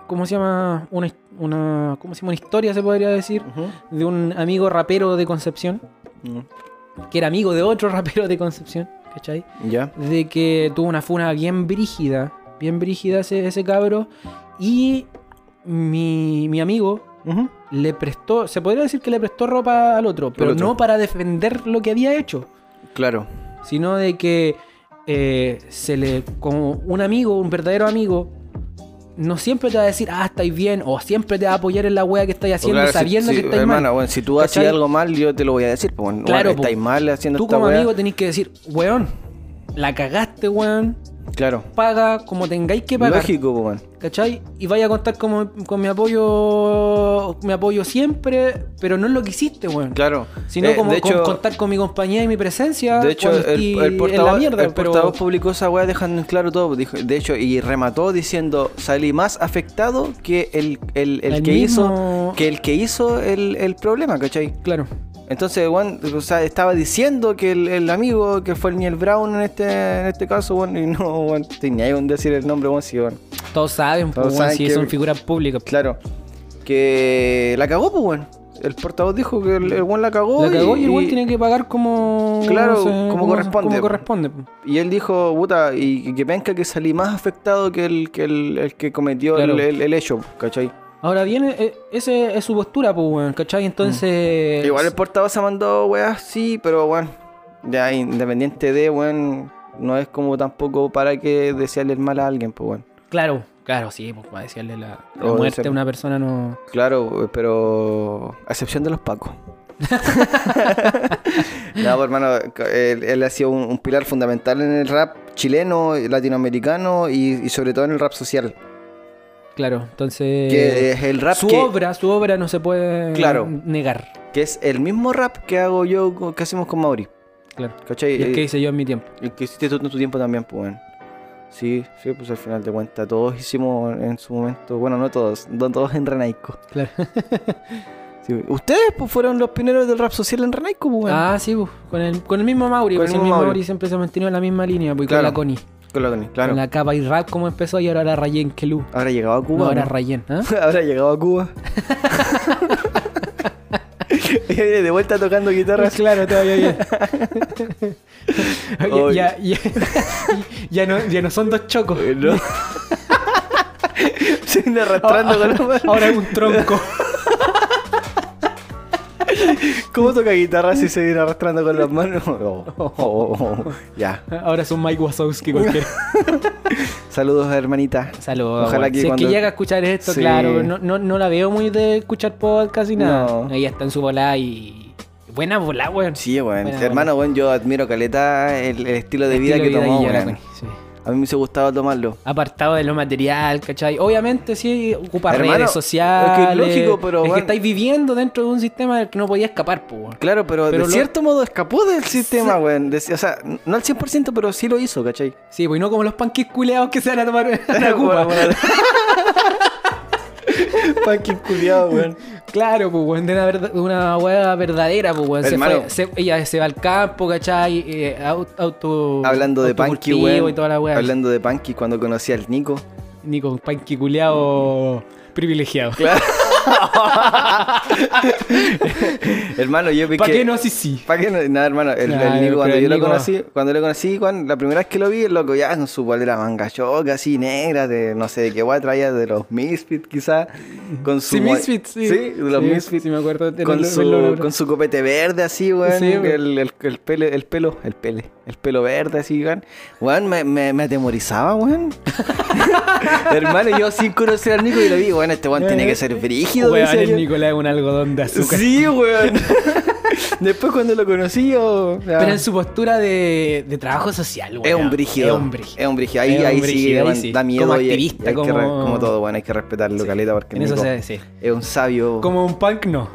Speaker 1: ¿Cómo se llama? Una, his- una, ¿Cómo se llama? Una historia, se podría decir,
Speaker 2: Ujú.
Speaker 1: de un amigo rapero de Concepción,
Speaker 2: Mm.
Speaker 1: que era amigo de otro rapero de Concepción, ¿cachai?
Speaker 2: Ya.
Speaker 1: De que tuvo una funa bien brígida, bien brígida ese, ese cabro. Y mi, mi amigo
Speaker 2: Ujú.
Speaker 1: le prestó, se podría decir que le prestó ropa al otro, pero
Speaker 2: otro.
Speaker 1: no para defender lo que había hecho,
Speaker 2: Claro,
Speaker 1: sino de que eh, se le como un amigo, un verdadero amigo, no siempre te va a decir, ah, estáis bien, o siempre te va a apoyar en la wea que estáis haciendo,
Speaker 2: Pues Claro, si-
Speaker 1: sabiendo
Speaker 2: si-
Speaker 1: que estáis
Speaker 2: hermana,
Speaker 1: mal.
Speaker 2: bueno, si tú
Speaker 1: ¿Cachai?
Speaker 2: haces algo mal, yo te lo voy a decir. Pues, bueno,
Speaker 1: Claro,
Speaker 2: estáis
Speaker 1: pues.
Speaker 2: mal haciendo
Speaker 1: Tú
Speaker 2: esta
Speaker 1: como
Speaker 2: weá.
Speaker 1: amigo tenés que decir, weón, la cagaste, weón,
Speaker 2: Claro.
Speaker 1: paga como tengáis que pagar.
Speaker 2: Lógico, pues, bueno.
Speaker 1: ¿Cachai? Y vaya a contar como, con mi apoyo, mi apoyo siempre, pero no es lo que hiciste, weón.
Speaker 2: Claro.
Speaker 1: Sino
Speaker 2: Eh,
Speaker 1: como
Speaker 2: de
Speaker 1: con-
Speaker 2: hecho,
Speaker 1: contar con mi compañía y mi presencia.
Speaker 2: de hecho
Speaker 1: cuando
Speaker 2: el,
Speaker 1: estoy
Speaker 2: el
Speaker 1: en
Speaker 2: portavoz,
Speaker 1: la mierda,
Speaker 2: el
Speaker 1: pero-
Speaker 2: portavoz publicó esa weá dejando en claro todo. dijo- de hecho, y remató diciendo, salí más afectado que el, el- el
Speaker 1: El
Speaker 2: que
Speaker 1: mismo-
Speaker 2: hizo que el que hizo el, el problema, ¿cachai?
Speaker 1: Claro.
Speaker 2: Entonces, weón, o sea, estaba diciendo que el, el amigo que fue el Neil Brown en este, en este caso, weón, y no, weón, tenía ahí donde decir el nombre, weón, sí, weón.
Speaker 1: Todos saben,
Speaker 2: Todos
Speaker 1: pues,
Speaker 2: saben
Speaker 1: si
Speaker 2: que-
Speaker 1: son figuras públicas. pues.
Speaker 2: Claro. Que la cagó, pues, weón. El portavoz dijo que el, el weón la cagó.
Speaker 1: La cagó y el weón tiene que pagar como.
Speaker 2: Claro,
Speaker 1: no sé,
Speaker 2: como corresponde, pues.
Speaker 1: como
Speaker 2: po.
Speaker 1: corresponde, pues. po.
Speaker 2: Y él dijo, puta, y y que penca que salí más afectado que el que, el, el que cometió el-
Speaker 1: Claro.
Speaker 2: el, el hecho, ¿cachai?
Speaker 1: Ahora bien, eh, ese es su postura, pues, weón, ¿cachai? Entonces.
Speaker 2: Igual el portavoz se mandó, weá, sí, pero bueno, ya independiente de, weón, no es como tampoco para que desearle el mal a alguien, pues bueno.
Speaker 1: Claro, claro, sí, pues, para decirle la, la
Speaker 2: O
Speaker 1: muerte
Speaker 2: Oh, ese-
Speaker 1: a una persona no.
Speaker 2: Claro, pero a excepción de los pacos. no, pues, hermano, él, él ha sido un, un pilar fundamental en el rap chileno, latinoamericano y, y sobre todo en el rap social.
Speaker 1: Claro, entonces.
Speaker 2: Que es el rap
Speaker 1: Eh, su
Speaker 2: que-
Speaker 1: obra, su obra no se puede
Speaker 2: Claro.
Speaker 1: negar.
Speaker 2: que es el mismo rap que hago yo, co- que hacemos con Mauri.
Speaker 1: Claro.
Speaker 2: ¿Cachai?
Speaker 1: Y el que
Speaker 2: Eh,
Speaker 1: hice yo en mi tiempo.
Speaker 2: el que hiciste tú en tu tiempo también, pues, weón. Sí, sí, pues al final de cuentas, todos hicimos en su momento, bueno, no todos, no todos en Renaico.
Speaker 1: Claro.
Speaker 2: Sí, Ustedes, pues, fueron los pioneros del rap social en Renaico, pues, weón.
Speaker 1: Ah, sí, pues, con el, con el mismo Mauri,
Speaker 2: Con
Speaker 1: pues,
Speaker 2: el
Speaker 1: el mismo
Speaker 2: mismo
Speaker 1: Mauri.
Speaker 2: Mauri.
Speaker 1: siempre se ha mantenido en la misma línea, pues, y
Speaker 2: Claro.
Speaker 1: con la Connie.
Speaker 2: Con la Connie, claro.
Speaker 1: Con la capa y rap como empezó y ahora la Rayen Kelú.
Speaker 2: Habrá llegado a Cuba.
Speaker 1: No, ahora
Speaker 2: ¿no?
Speaker 1: Rayen, ¿ah?
Speaker 2: Habrá llegado a Cuba. Y viene de vuelta tocando guitarra.
Speaker 1: Claro, todavía bien.
Speaker 2: Oye.
Speaker 1: ya, ya, ya no, ya no son dos chocos.
Speaker 2: Eh, No. Se viene arrastrando con la mano.
Speaker 1: Ahora es un tronco.
Speaker 2: ¿Cómo toca guitarra si se viene arrastrando con las manos? Oh, oh, oh, oh. Ya.
Speaker 1: Ahora son Mike Wazowski cualquiera.
Speaker 2: Saludos, hermanita.
Speaker 1: Saludos.
Speaker 2: Ojalá
Speaker 1: weón.
Speaker 2: que
Speaker 1: si es
Speaker 2: cuando-
Speaker 1: que llega a escuchar esto,
Speaker 2: Sí.
Speaker 1: claro. No, no, no la veo muy de escuchar podcast y nada.
Speaker 2: No.
Speaker 1: Ella está en su volada y. Buena volada, weón.
Speaker 2: Sí, weón.
Speaker 1: Buena,
Speaker 2: Hermano, weón, yo admiro caleta el, el estilo de vida
Speaker 1: Estilo
Speaker 2: que tomó,
Speaker 1: y lleva, pues.
Speaker 2: weón.
Speaker 1: sí.
Speaker 2: A mí me hubiese gustado tomarlo.
Speaker 1: Apartado de lo material, ¿cachai? Obviamente sí ocupa
Speaker 2: Hermano,
Speaker 1: redes sociales.
Speaker 2: es que es lógico, pero,
Speaker 1: Es que
Speaker 2: weón.
Speaker 1: estáis viviendo dentro de un sistema del que no podía escapar, pues, weón.
Speaker 2: Claro, pero,
Speaker 1: Pero
Speaker 2: de
Speaker 1: lo-
Speaker 2: cierto modo escapó del sistema, weón. De- o sea, no al 100%, pero sí lo hizo, ¿cachai?
Speaker 1: Sí, pues y no como los panques culeados que se van a tomar en la Cuba.
Speaker 2: Fucking culiado, weón.
Speaker 1: Claro, pues, weón, de una, verdad- de una weá verdadera, pues, weón. Se
Speaker 2: Hermano.
Speaker 1: fue- se- ella se va al campo, ¿cachai? Eh, au- auto.
Speaker 2: Hablando de Panky,
Speaker 1: autocultivo
Speaker 2: weón.
Speaker 1: y toda la weá.
Speaker 2: Hablando de Panky cuando conocí al Nico.
Speaker 1: Ni con panqui culeado privilegiado.
Speaker 2: Hermano, yo vi
Speaker 1: ¿Para
Speaker 2: que...
Speaker 1: qué no? Sí, sí.
Speaker 2: ¿Para qué no? Nada, hermano. El, el
Speaker 1: Claro,
Speaker 2: Nico, cuando
Speaker 1: pero
Speaker 2: yo
Speaker 1: el
Speaker 2: lo
Speaker 1: Nico-
Speaker 2: conocí, cuando lo conocí, Juan, la primera vez que lo vi, el loco ya con su polera manga choca, así negra, de no sé de qué guay traía, de los Misfits quizás. Con su
Speaker 1: Sí,
Speaker 2: mo-
Speaker 1: Misfits, sí.
Speaker 2: Sí, de los
Speaker 1: Sí,
Speaker 2: Misfits.
Speaker 1: sí, me acuerdo de
Speaker 2: con,
Speaker 1: lo-
Speaker 2: su,
Speaker 1: del logro.
Speaker 2: con su copete verde así, weón.
Speaker 1: Sí, weón.
Speaker 2: el, el, el pelo, el pelo, el pele, el pelo verde así, weón. Weón, me, me, me atemorizaba, weón. Hermano, yo sin conocer al Nico y lo vi, weón, este weón tiene que ser brígido,
Speaker 1: Weón,
Speaker 2: decía
Speaker 1: el
Speaker 2: yo.
Speaker 1: Nicolás es un algodón de azúcar.
Speaker 2: Sí, weón. Después cuando lo conocí, yo. ya.
Speaker 1: Pero en su postura de, de trabajo social, weón.
Speaker 2: Es un brígido.
Speaker 1: Es un brígido.
Speaker 2: Es un brígido. Ahí,
Speaker 1: Es un
Speaker 2: ahí sí,
Speaker 1: brígido, ahí
Speaker 2: weón,
Speaker 1: sí.
Speaker 2: da miedo.
Speaker 1: Como
Speaker 2: y- y
Speaker 1: activista,
Speaker 2: hay que re-
Speaker 1: como-
Speaker 2: como todo, bueno, hay que respetarlo, Caleta, porque
Speaker 1: En eso
Speaker 2: Nico
Speaker 1: se sí.
Speaker 2: es un sabio.
Speaker 1: Como un punk, no.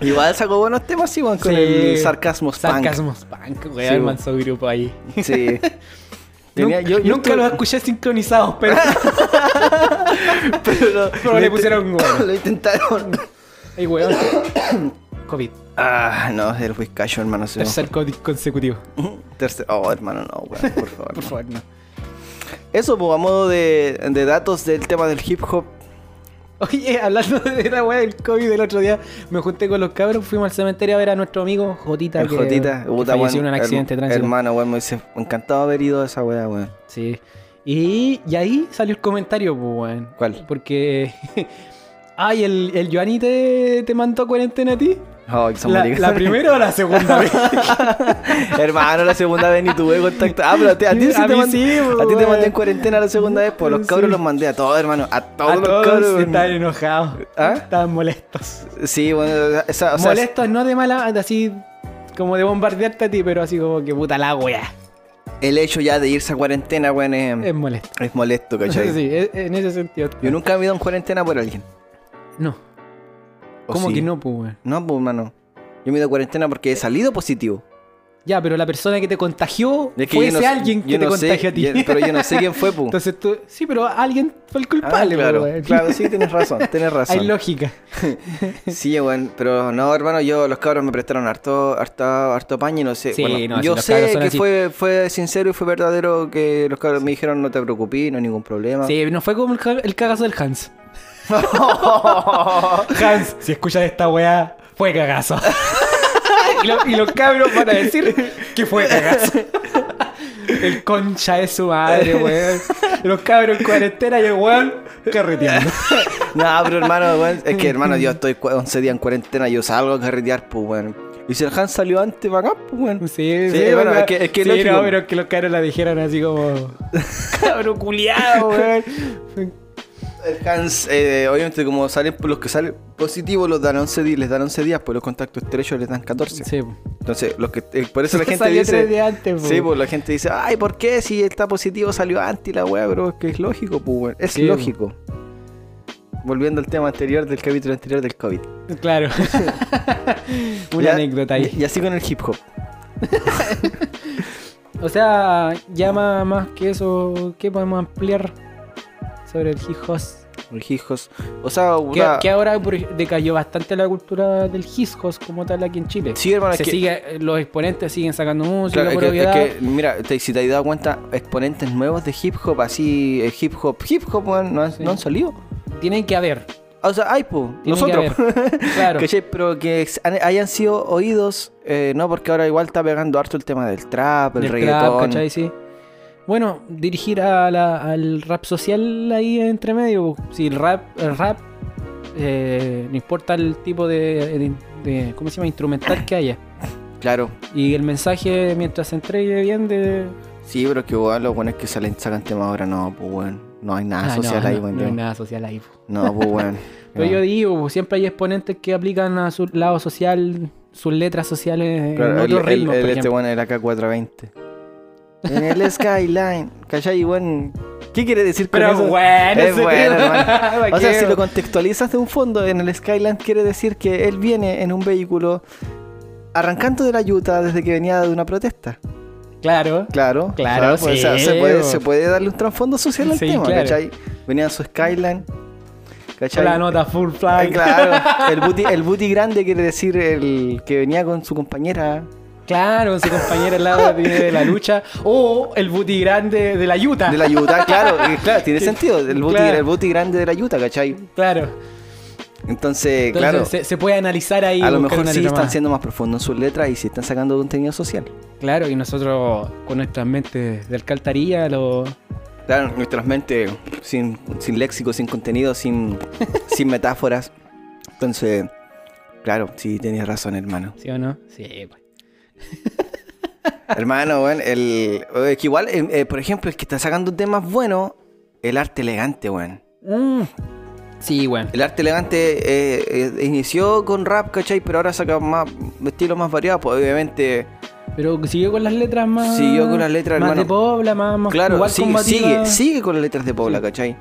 Speaker 2: Igual sacó buenos temas, sí, weón, con
Speaker 1: Sí.
Speaker 2: el sarcasmo punk.
Speaker 1: Sarcasmos punk, weón.
Speaker 2: Sí,
Speaker 1: manso grupo ahí.
Speaker 2: Sí. Tenía-
Speaker 1: nunca
Speaker 2: yo- yo
Speaker 1: nunca
Speaker 2: estuve-
Speaker 1: los escuché sincronizados, pero,
Speaker 2: Pero,
Speaker 1: pero
Speaker 2: lo
Speaker 1: le
Speaker 2: inten-
Speaker 1: pusieron weón.
Speaker 2: Lo intentaron.
Speaker 1: Ay, weón. COVID.
Speaker 2: Ah, no, es el whiskacho, hermano. se me-
Speaker 1: Tercer COVID consecutivo.
Speaker 2: Tercer- Oh, hermano, no, weón, por favor.
Speaker 1: Por
Speaker 2: no.
Speaker 1: favor, no.
Speaker 2: Eso, pues, a modo de, de datos del tema del hip hop.
Speaker 1: Oye, hablando de la weá del COVID del otro día, me junté con los cabros, fuimos al cementerio a ver a nuestro amigo Jotita.
Speaker 2: El
Speaker 1: que,
Speaker 2: Jotita,
Speaker 1: que
Speaker 2: puta,
Speaker 1: falleció en
Speaker 2: weón,
Speaker 1: un accidente de
Speaker 2: herm-
Speaker 1: tránsito.
Speaker 2: Hermano, weón, me hubiese encantado haber ido a esa weá, weón.
Speaker 1: Sí. Y, y ahí salió el comentario, pues, weón.
Speaker 2: ¿Cuál?
Speaker 1: Porque. Ay, el, el Joanny te, te mandó a cuarentena a ti.
Speaker 2: Oh, que son
Speaker 1: La,
Speaker 2: maricones.
Speaker 1: la primera o la segunda vez.
Speaker 2: Hermano, la segunda vez ni tuve contacto. Ah, pero a ti, a ti sí
Speaker 1: A
Speaker 2: te
Speaker 1: mí
Speaker 2: mandé.
Speaker 1: sí,
Speaker 2: a ti te
Speaker 1: weón.
Speaker 2: mandé en cuarentena la segunda vez, pues los cabros
Speaker 1: Sí.
Speaker 2: los mandé a todos, hermano. A todos
Speaker 1: a
Speaker 2: los
Speaker 1: todos
Speaker 2: cabros. weón.
Speaker 1: estaban enojados.
Speaker 2: ¿Ah?
Speaker 1: Estaban molestos.
Speaker 2: Sí, bueno, esa, o sea,
Speaker 1: molestos no de mala, así como de bombardearte a ti, pero así como que puta la wea.
Speaker 2: el hecho ya de irse a cuarentena, weón, es,
Speaker 1: Es molesto.
Speaker 2: es molesto, Mm. ¿cachai?
Speaker 1: Em. Sí, es- en ese sentido.
Speaker 2: Yo nunca he ido en cuarentena por alguien.
Speaker 1: No.
Speaker 2: ¿O
Speaker 1: ¿Cómo
Speaker 2: sí?
Speaker 1: que no, pues, weón?
Speaker 2: No, pues, hermano. Yo me he ido a cuarentena porque he salido positivo.
Speaker 1: Ya, pero la persona que te contagió
Speaker 2: Es que
Speaker 1: fue
Speaker 2: yo no
Speaker 1: ese
Speaker 2: sé-
Speaker 1: alguien que
Speaker 2: yo
Speaker 1: te
Speaker 2: no sé-
Speaker 1: contagió a ti.
Speaker 2: yo- pero yo no sé quién fue, pues.
Speaker 1: Entonces tú, sí, pero alguien fue el
Speaker 2: Ah,
Speaker 1: culpable,
Speaker 2: claro,
Speaker 1: pues, weón.
Speaker 2: claro, sí, tienes razón, tienes razón.
Speaker 1: Hay lógica.
Speaker 2: Sí, bueno, pero no, hermano, yo los cabros me prestaron harto, harto, harto paño y no sé.
Speaker 1: Sí,
Speaker 2: bueno,
Speaker 1: no,
Speaker 2: yo
Speaker 1: si los cabros
Speaker 2: sé
Speaker 1: son
Speaker 2: que
Speaker 1: así.
Speaker 2: fue, fue sincero y fue verdadero que los cabros me dijeron no te preocupes, no hay ningún problema.
Speaker 1: Sí, no fue como el, ca- el cagazo del Hans. Hans, si escuchas esta weá, fue cagazo. y, lo- y los cabros van a decir que fue cagazo. el concha de su madre, weón. Los cabros en cuarentena y el weón carreteando.
Speaker 2: No, pero hermano, weón, es que hermano, yo estoy cua- 11 días en cuarentena, yo salgo a carretear, pues bueno. Y si el Hans salió antes para acá, pues bueno.
Speaker 1: Sí,
Speaker 2: Sí, bueno,
Speaker 1: weón.
Speaker 2: es que- es que
Speaker 1: Sí,
Speaker 2: lógico.
Speaker 1: no, pero que los cabros la dijeron así como... Cabro culiado, weón.
Speaker 2: El Hans, eh, obviamente, como salen pues, los que salen positivos, los dan 11 días, les dan 11 días, pues los contactos estrechos les dan 14.
Speaker 1: Sí,
Speaker 2: Entonces, los que, eh, por eso la gente
Speaker 1: Salió
Speaker 2: dice.
Speaker 1: tres días antes,
Speaker 2: Sí,
Speaker 1: po.
Speaker 2: pues la gente dice, ay, ¿por qué? Si está positivo salió anti la weá, bro. Es que es lógico, pues, weón. Es
Speaker 1: Sí, po.
Speaker 2: lógico. Volviendo al tema anterior del capítulo anterior del COVID.
Speaker 1: Claro. Una
Speaker 2: Ya-
Speaker 1: anécdota ahí.
Speaker 2: Y, y así con el hip hop.
Speaker 1: O sea, ya más, más que eso, ¿qué podemos ampliar sobre el hip hop?
Speaker 2: El hip hop. O sea,
Speaker 1: Que,
Speaker 2: una-
Speaker 1: que ahora por ej- decayó bastante la cultura del hip hop como tal aquí en Chile.
Speaker 2: Sí, hermano,
Speaker 1: Se
Speaker 2: es que-
Speaker 1: sigue, eh, los exponentes siguen sacando música
Speaker 2: claro, es
Speaker 1: por
Speaker 2: que, es
Speaker 1: obviedad.
Speaker 2: que, mira, te- si te has dado cuenta, exponentes nuevos de hip hop, así, eh, hip hop, hip hop, weón, no, han-
Speaker 1: Sí.
Speaker 2: no han salido.
Speaker 1: Tienen que haber.
Speaker 2: Ah, O sea, hay, pues,
Speaker 1: tienen que
Speaker 2: nosotros.
Speaker 1: haber. Claro.
Speaker 2: ¿Cachai? Pero que ex- han- hayan sido oídos, eh, no, porque ahora igual está pegando harto el tema del trap, el
Speaker 1: Del trap,
Speaker 2: reggaetón.
Speaker 1: ¿cachai? Sí. Bueno, dirigir a la- al rap social ahí entre medio. pues, Si el rap, el rap eh, no importa el tipo de, de- de- ¿cómo se llama? instrumental que haya.
Speaker 2: Claro.
Speaker 1: Y el mensaje mientras se entregue bien de
Speaker 2: Sí, pero es que igual los buenos que salen sacan temas ahora, no, pues bueno. No hay nada
Speaker 1: Ah,
Speaker 2: social
Speaker 1: no,
Speaker 2: ahí,
Speaker 1: no,
Speaker 2: weón.
Speaker 1: no hay
Speaker 2: No,
Speaker 1: nada social ahí. po.
Speaker 2: pues bueno.
Speaker 1: Pero
Speaker 2: No.
Speaker 1: yo digo, po, siempre hay exponentes que aplican a su lado social, sus letras sociales
Speaker 2: Claro,
Speaker 1: en
Speaker 2: el,
Speaker 1: otros
Speaker 2: el-
Speaker 1: ritmos,
Speaker 2: el-
Speaker 1: por
Speaker 2: este
Speaker 1: ejemplo.
Speaker 2: bueno era K420. En el Skyline. ¿Cachai, weón? ¿Qué quiere decir con
Speaker 1: Pero
Speaker 2: eso?
Speaker 1: bueno,
Speaker 2: Es
Speaker 1: ese
Speaker 2: bueno,
Speaker 1: tema.
Speaker 2: hermano. O sea,
Speaker 1: Vaquero.
Speaker 2: si lo contextualizas de un fondo en el Skyline, quiere decir que él viene en un vehículo arrancando de la yuta desde que venía de una protesta.
Speaker 1: Claro.
Speaker 2: Claro.
Speaker 1: Claro,
Speaker 2: o sea, pues, o sea,
Speaker 1: sí,
Speaker 2: se, puede,
Speaker 1: bo.
Speaker 2: se puede darle un trasfondo social al
Speaker 1: Sí,
Speaker 2: tema,
Speaker 1: claro.
Speaker 2: ¿cachai? Venía en su Skyline. ¿Cachai?
Speaker 1: La nota full
Speaker 2: Ah,
Speaker 1: fly.
Speaker 2: claro. El booty, el booty grande quiere decir el que venía con su compañera.
Speaker 1: Claro, su compañero al lado de- de la lucha. O el booty grande de la yuta.
Speaker 2: De la yuta, claro, y claro, tiene
Speaker 1: Que-
Speaker 2: sentido. El booty,
Speaker 1: claro.
Speaker 2: el booty grande de la yuta, ¿cachai?
Speaker 1: Claro.
Speaker 2: Entonces,
Speaker 1: Entonces,
Speaker 2: claro,
Speaker 1: se, se puede analizar ahí.
Speaker 2: a lo
Speaker 1: buscar
Speaker 2: mejor
Speaker 1: una
Speaker 2: sí
Speaker 1: letra
Speaker 2: están
Speaker 1: más.
Speaker 2: siendo más profundos en sus letras y sí están sacando contenido social.
Speaker 1: Claro, y nosotros con nuestras mentes de alcantarilla lo...
Speaker 2: Claro, nuestras mentes sin, sin léxico, sin contenido, sin, sin metáforas. Entonces, claro, sí, tenías razón, hermano.
Speaker 1: ¿Sí o no? Sí, pues.
Speaker 2: Hermano, weón, el, eh, que igual, eh, eh, por ejemplo, el que está sacando temas buenos, el arte elegante, weón.
Speaker 1: Mm. Sí, bueno.
Speaker 2: El arte elegante eh, eh, inició con rap, ¿cachai? Pero ahora saca más estilos más variados, pues obviamente.
Speaker 1: Pero siguió con las letras más...
Speaker 2: Siguió con las letras,
Speaker 1: más
Speaker 2: hermano.
Speaker 1: de pobla, más... más
Speaker 2: Claro,
Speaker 1: igual
Speaker 2: sigue,
Speaker 1: combativa.
Speaker 2: sigue, sigue con las letras de Pobla,
Speaker 1: Sí.
Speaker 2: ¿cachai?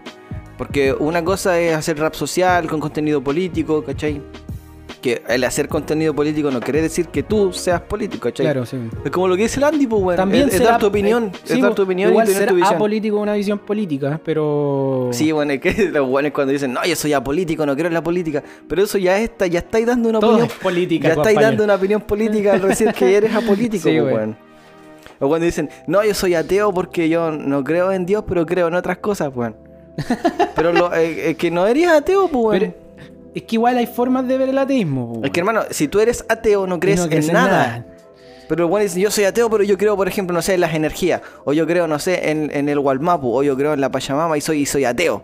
Speaker 2: Porque una cosa es hacer rap social con contenido político, ¿cachai? Que el hacer contenido político no quiere decir que tú seas político, ¿cachai?
Speaker 1: Claro, sí.
Speaker 2: Es como lo que dice el Andy, pues, bueno.
Speaker 1: También
Speaker 2: es, es
Speaker 1: será-
Speaker 2: dar tu opinión,
Speaker 1: eh, sí,
Speaker 2: es dar tu opinión
Speaker 1: igual
Speaker 2: y tener
Speaker 1: ser
Speaker 2: tu visión.
Speaker 1: apolítico es una visión política, pero...
Speaker 2: Sí, bueno, es que los buenos cuando dicen, no, yo soy apolítico, no quiero la política. Pero eso ya está, ya estáis dando una
Speaker 1: Todo
Speaker 2: opinión.
Speaker 1: es política,
Speaker 2: Ya estáis
Speaker 1: compañero.
Speaker 2: dando una opinión política al decir que eres apolítico,
Speaker 1: Sí,
Speaker 2: pues,
Speaker 1: güey.
Speaker 2: weón. O cuando dicen, no, yo soy ateo porque yo no creo en Dios, pero creo en otras cosas, pues. weón". Pero lo, eh, eh, que no eres ateo, pues, weón.
Speaker 1: Pero es que igual hay formas de ver el ateísmo. po,
Speaker 2: Es que,
Speaker 1: weón.
Speaker 2: hermano, si tú eres ateo, no crees,
Speaker 1: Y no
Speaker 2: en nada. Pero bueno, dicen, yo soy ateo, pero yo creo, por ejemplo, no sé, en las energías. O yo creo, no sé, en, en el Walmapu. O yo creo en la Pachamama y soy, y soy ateo.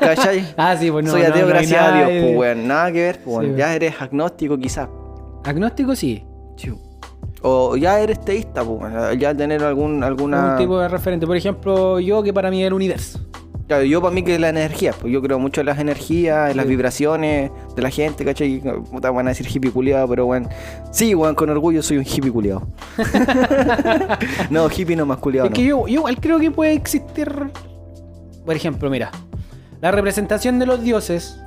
Speaker 2: ¿Cachai?
Speaker 1: Ah, sí, bueno.
Speaker 2: Soy
Speaker 1: no, no
Speaker 2: ateo,
Speaker 1: hay
Speaker 2: gracias a
Speaker 1: nada
Speaker 2: Dios,
Speaker 1: de-
Speaker 2: pues, weón. Nada que ver, pues, weón.
Speaker 1: Sí,
Speaker 2: Ya eres agnóstico, quizás.
Speaker 1: Agnóstico sí.
Speaker 2: O ya eres teísta, pues, weón. Ya tener algún, alguna.
Speaker 1: Un tipo de referente. Por ejemplo, yo que para mí es el universo.
Speaker 2: Claro, yo para mí que es la energía, pues yo creo mucho en las energías, en las
Speaker 1: Sí.
Speaker 2: vibraciones de la gente, ¿cachai? Puta, van a decir hippie culiado, pero bueno. Sí, weón, con orgullo soy un hippie culiado. no, hippie no más culiado,
Speaker 1: es que yo, yo igual creo que puede existir. Por ejemplo, mira. La representación de los dioses.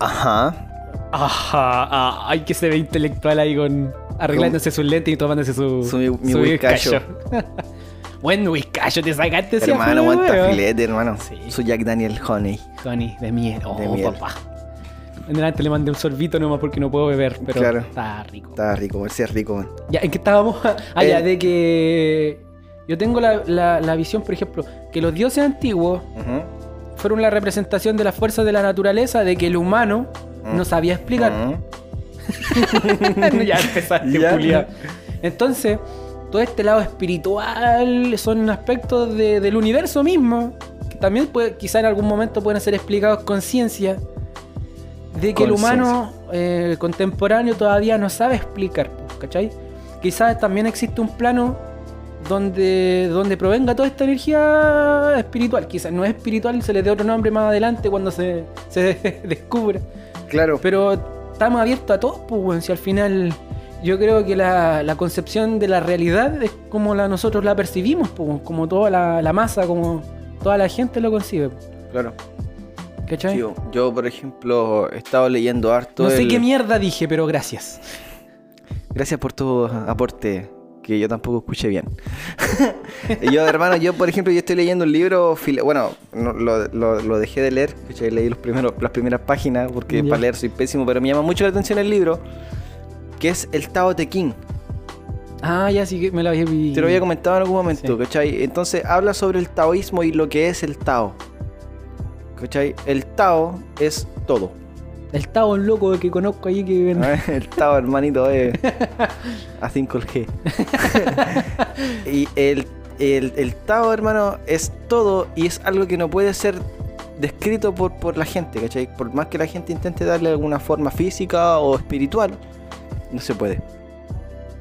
Speaker 2: Ajá.
Speaker 1: Ajá, ah, ay que se ve intelectual ahí con arreglándose sus lentes y tomándose su
Speaker 2: Su- mi whiskacho.
Speaker 1: whiskacho. Buen whiskacho te sacaste ese afuera,
Speaker 2: hermano, aguanta
Speaker 1: weón.
Speaker 2: filete, hermano.
Speaker 1: Sí.
Speaker 2: Soy Jack Daniel Honey.
Speaker 1: Tony, de miel. Oh,
Speaker 2: De miel.
Speaker 1: papá. En delante le mandé un sorbito nomás porque no puedo beber, pero
Speaker 2: Claro.
Speaker 1: está rico.
Speaker 2: Está rico, weón, sí es rico, weón.
Speaker 1: Ya, ¿en qué estábamos? Ah, ya,
Speaker 2: Eh.
Speaker 1: de que yo tengo la, la- la visión, por ejemplo, que los dioses antiguos
Speaker 2: Ujú,
Speaker 1: fueron la representación de las fuerzas de la naturaleza, de que el humano no sabía explicar.
Speaker 2: ujú.
Speaker 1: ya empezaste,
Speaker 2: Ya.
Speaker 1: culiao. Entonces, todo este lado espiritual son aspectos de- del universo mismo, que también puede, quizá en algún momento pueden ser explicados con ciencia, de que el
Speaker 2: Conciencia.
Speaker 1: humano eh, contemporáneo todavía no sabe explicar, pues, ¿cachai? Quizás también existe un plano donde, donde provenga toda esta energía espiritual. Quizás no es espiritual, se le dé otro nombre más adelante cuando se, se descubra.
Speaker 2: Claro.
Speaker 1: Pero estamos abiertos a todo, pues, weón. Si al final yo creo que la, la concepción de la realidad es como la, nosotros la percibimos, pues, weón. como toda la, la masa, como toda la gente lo concibe,
Speaker 2: Claro.
Speaker 1: ¿cachai?
Speaker 2: Tío, yo, por ejemplo, he estado leyendo harto.
Speaker 1: no sé
Speaker 2: el-
Speaker 1: qué mierda dije, pero gracias.
Speaker 2: Gracias por tu aporte, que yo tampoco escuché bien. yo, hermano, yo, por ejemplo, yo estoy leyendo un libro, fila- bueno, no, lo, lo- lo dejé de leer, ¿cachai? leí los primeros, las primeras páginas, porque
Speaker 1: Ya.
Speaker 2: para leer soy pésimo, pero me llama mucho la atención el libro, que es El Tao Te Ching.
Speaker 1: Ah, ya sí que me la había
Speaker 2: Te lo había comentado en algún momento,
Speaker 1: Sí.
Speaker 2: ¿cachai? Entonces habla sobre el taoísmo y lo que es el Tao. ¿Cachai? El Tao es todo.
Speaker 1: El Tao un loco que conozco ahí que vive en-
Speaker 2: El Tao, hermanito, eh. A 5G. y el, el, el Tao, hermano, es todo y es algo que no puede ser descrito por, por la gente, ¿cachai? Por más que la gente intente darle alguna forma física o espiritual, no se puede.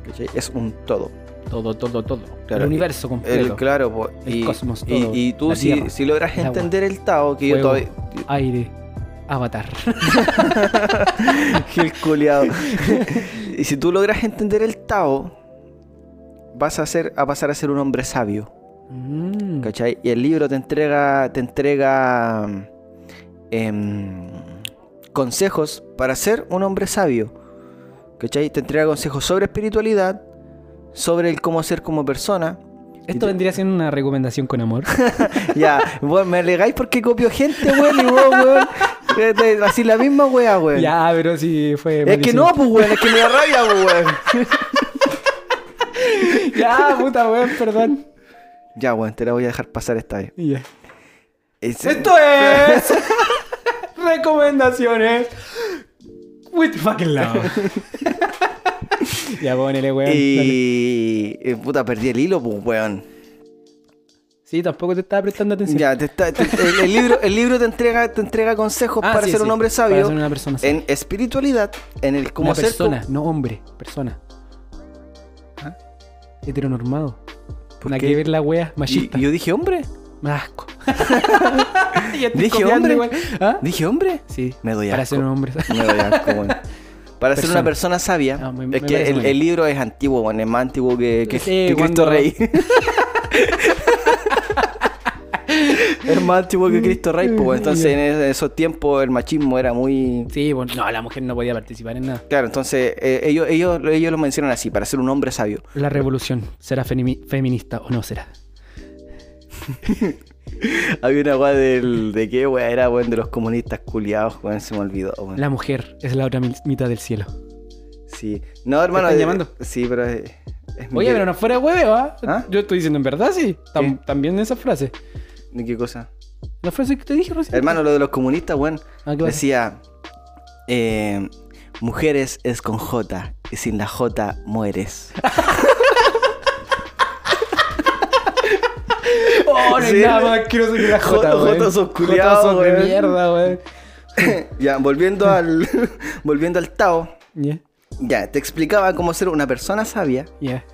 Speaker 2: ¿Cachai? Es un todo.
Speaker 1: Todo, todo, todo.
Speaker 2: Claro,
Speaker 1: el
Speaker 2: y-
Speaker 1: universo completo.
Speaker 2: El- claro, po,
Speaker 1: El
Speaker 2: y,
Speaker 1: cosmos
Speaker 2: y-
Speaker 1: todo,
Speaker 2: y tú
Speaker 1: la
Speaker 2: si,
Speaker 1: tierra,
Speaker 2: si logras
Speaker 1: el agua,
Speaker 2: entender el Tao, que yo
Speaker 1: fuego.
Speaker 2: todavía...
Speaker 1: Aire. Avatar.
Speaker 2: Gil culiao. y si tú logras entender el Tao, vas a, ser, a pasar a ser un hombre sabio.
Speaker 1: Mm.
Speaker 2: ¿Cachai? Y el libro te entrega, te entrega mm, em, consejos para ser un hombre sabio. ¿Cachai? Te entrega consejos sobre espiritualidad, sobre el cómo ser como persona. Y
Speaker 1: Esto
Speaker 2: te-
Speaker 1: vendría siendo una recomendación con amor.
Speaker 2: Ya, vos me alegáis porque copio gente, weón, y vos, weón. eh, te- Así la misma weá, weón.
Speaker 1: ya, pero sí fue.
Speaker 2: es que no, pues, weón, es que me da rabia, pues, weón.
Speaker 1: malísimo. Ya, puta weón, perdón.
Speaker 2: Ya, weón, te la voy a dejar pasar esta vez.
Speaker 1: Y ya.
Speaker 2: Es-
Speaker 1: Esto es. Recomendaciones. With fucking love. ya ponele, weón. dale.
Speaker 2: Y. eh, Puta, perdí el hilo, pues, weón.
Speaker 1: Sí, tampoco te estaba prestando atención.
Speaker 2: Ya, te está- te- el, el libro, el libro te entrega, te entrega consejos
Speaker 1: Ah,
Speaker 2: para
Speaker 1: sí,
Speaker 2: ser un
Speaker 1: sí,
Speaker 2: hombre sabio.
Speaker 1: Para ser una persona sabia.
Speaker 2: En espiritualidad, en el cómo
Speaker 1: Una
Speaker 2: ser.
Speaker 1: persona, no hombre, persona. ¿Ah? Heteronormado.
Speaker 2: ¿Por
Speaker 1: Nada
Speaker 2: qué?
Speaker 1: que ver la wea, machista.
Speaker 2: Y- yo dije hombre.
Speaker 1: Me da asco. Ya estoy
Speaker 2: Dije
Speaker 1: copiando
Speaker 2: hombre.
Speaker 1: igual. ¿Ah?
Speaker 2: Dije hombre.
Speaker 1: Sí.
Speaker 2: Me doy
Speaker 1: Para
Speaker 2: asco.
Speaker 1: ser un hombre.
Speaker 2: Me doy asco, weón. Para ser
Speaker 1: Persona.
Speaker 2: una persona sabia,
Speaker 1: Ah, me- me
Speaker 2: es que
Speaker 1: parece
Speaker 2: el,
Speaker 1: bien.
Speaker 2: el libro es antiguo, weón, es más antiguo que, que-
Speaker 1: Sí,
Speaker 2: que
Speaker 1: cuando-
Speaker 2: Cristo Rey. es más antiguo que Cristo Rey, pues, weón. entonces en es- en esos tiempos el machismo era muy...
Speaker 1: Sí, bueno, no, la mujer no podía participar en nada.
Speaker 2: Claro, entonces eh, ellos, ellos, ellos lo mencionan así, para ser un hombre sabio.
Speaker 1: La revolución será femi- feminista o no será.
Speaker 2: Había una weá del. ¿De qué weá era, weón? De los comunistas culiados, weón. Se me olvidó, weón.
Speaker 1: La mujer es la otra mil- mitad del cielo.
Speaker 2: Sí. No, hermano.
Speaker 1: están
Speaker 2: eh,
Speaker 1: llamando?
Speaker 2: Sí, pero. Es, es mi-
Speaker 1: Oye, pero no fuera hueveo, ¿ah?
Speaker 2: ¿Ah?
Speaker 1: Yo estoy diciendo en verdad, sí. Tam- También esa frase.
Speaker 2: ¿De qué cosa?
Speaker 1: La frase que te dije recién.
Speaker 2: Hermano, lo de los comunistas, weón.
Speaker 1: Ah, claro.
Speaker 2: Decía. eh, mujeres es con J. Y sin la J mueres.
Speaker 1: Oh, no hay
Speaker 2: Sí.
Speaker 1: nada más asqueroso que la J,
Speaker 2: Jotos,
Speaker 1: weón.
Speaker 2: jotos son
Speaker 1: Jotos
Speaker 2: culiados,
Speaker 1: son de
Speaker 2: weón.
Speaker 1: mierda, weón.
Speaker 2: ya, volviendo al. volviendo al Tao.
Speaker 1: Ya,
Speaker 2: Ya, te explicaba cómo ser una persona sabia.
Speaker 1: ya.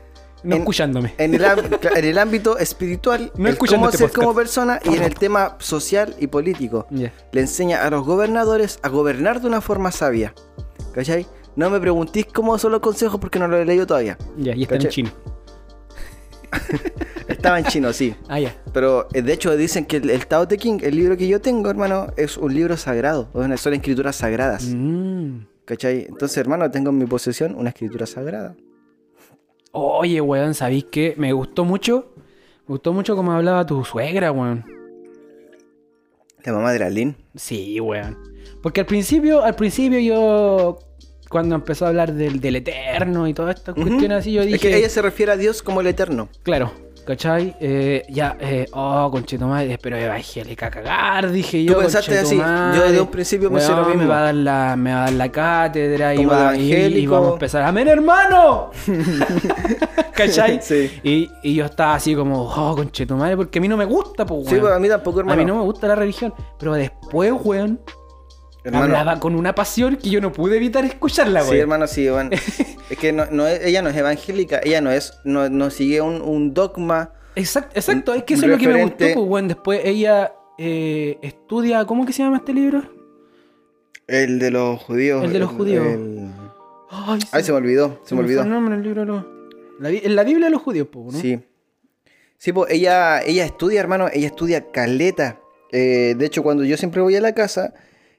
Speaker 1: No
Speaker 2: En-
Speaker 1: escuchándome.
Speaker 2: En el, am- cla- en el ámbito espiritual,
Speaker 1: No
Speaker 2: el
Speaker 1: escuchando
Speaker 2: cómo
Speaker 1: este
Speaker 2: ser
Speaker 1: podcast.
Speaker 2: como persona y en el tema social y político.
Speaker 1: Ya.
Speaker 2: le enseña a los gobernadores a gobernar de una forma sabia. ¿Cachai? No me preguntéis cómo son los consejos porque no lo he leído todavía.
Speaker 1: Ya, y está en
Speaker 2: Caché.
Speaker 1: chino.
Speaker 2: Estaba en chino, sí.
Speaker 1: Ah, ya.
Speaker 2: Pero eh, de hecho dicen que el, el Tao Te King, el libro que yo tengo, hermano, es un libro sagrado. o una- Son escrituras sagradas.
Speaker 1: Mm.
Speaker 2: ¿Cachai? Entonces, hermano, tengo en mi posesión una escritura sagrada.
Speaker 1: Oye, weón, ¿sabéis qué? Me gustó mucho. Me gustó mucho como hablaba tu suegra, weón.
Speaker 2: La mamá de la Lin.
Speaker 1: Sí, weón. Porque al principio, al principio yo, cuando empezó a hablar del, del eterno y todas estas
Speaker 2: Ujú.
Speaker 1: cuestiones así, yo dije,
Speaker 2: Es que ella se refiere a Dios como el eterno.
Speaker 1: claro, ¿cachai? Eh, ya, eh, oh, conchetumadre, pero evangélica a cagar, dije
Speaker 2: Tú
Speaker 1: yo.
Speaker 2: pensaste así.
Speaker 1: conchetumadre.
Speaker 2: Yo desde un principio pensé lo
Speaker 1: Weón,
Speaker 2: mismo.
Speaker 1: Me va a dar la, me va a dar la cátedra y,
Speaker 2: Como
Speaker 1: va-
Speaker 2: de
Speaker 1: y- y
Speaker 2: evangélico.
Speaker 1: vamos a empezar, ¡Amén, hermano! ¿Cachai?
Speaker 2: Sí.
Speaker 1: Y, y yo estaba así como, oh, conchetumadre, porque a mí no me gusta, pues,
Speaker 2: Sí,
Speaker 1: weón.
Speaker 2: pues, a mí tampoco,
Speaker 1: a
Speaker 2: hermano.
Speaker 1: mí no me gusta la religión. Pero después, weón,
Speaker 2: hermano.
Speaker 1: Hablaba con una pasión que yo no pude evitar escucharla, güey.
Speaker 2: Sí, hermano, sí, bueno. es que no, no es- ella no es evangélica, ella no es, no, no sigue un, un dogma.
Speaker 1: Exacto, exacto,
Speaker 2: Un-
Speaker 1: es que eso
Speaker 2: un
Speaker 1: es lo que me gustó,
Speaker 2: referente.
Speaker 1: pues, weón. Después ella eh, estudia, ¿cómo que se llama este libro?
Speaker 2: El de los judíos.
Speaker 1: El de los judíos.
Speaker 2: el-
Speaker 1: Ay, se,
Speaker 2: Ay, se me olvidó, se, me olvidó.
Speaker 1: fue el nombre del libro. no. La, Bi- la Biblia de los judíos, pues, ¿no?
Speaker 2: Sí. Sí, pues ella, ella estudia, hermano, ella estudia caleta. Eh, de hecho, cuando yo siempre voy a la casa,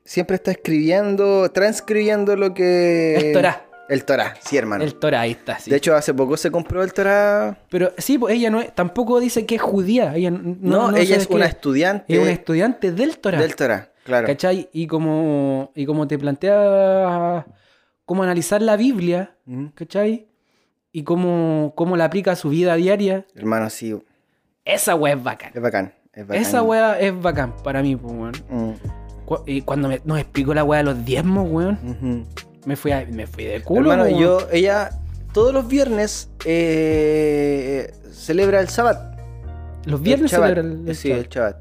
Speaker 2: siempre está escribiendo, transcribiendo lo que.
Speaker 1: El Torá.
Speaker 2: El Torá, sí, hermano.
Speaker 1: El Torah, ahí está, sí.
Speaker 2: De hecho, hace poco se compró el Torá.
Speaker 1: Pero sí, pues ella no es- tampoco dice que es judía. Ella no,
Speaker 2: No,
Speaker 1: no
Speaker 2: ella
Speaker 1: se
Speaker 2: es una
Speaker 1: describe.
Speaker 2: estudiante
Speaker 1: Es una estudiante del Torah.
Speaker 2: del Torá, claro.
Speaker 1: ¿Cachai? Y como, y como te plantea cómo analizar la Biblia,
Speaker 2: Mm.
Speaker 1: ¿cachai? Y cómo, cómo la aplica a su vida diaria.
Speaker 2: Hermano, sí,
Speaker 1: Esa wea es bacán.
Speaker 2: es bacán. Es bacán.
Speaker 1: Esa wea es bacán para mí, pues, weón.
Speaker 2: Mm.
Speaker 1: Cu- Y cuando me- nos explicó la wea de los diezmos, weón,
Speaker 2: Ujú.
Speaker 1: me fui, a- me fui de culo.
Speaker 2: Hermano,
Speaker 1: weón.
Speaker 2: yo, ella todos los viernes eh, celebra el Shabbat.
Speaker 1: Los viernes
Speaker 2: el Shabbat.
Speaker 1: celebra el- el
Speaker 2: Sí,
Speaker 1: Shabbat.
Speaker 2: el Shabbat.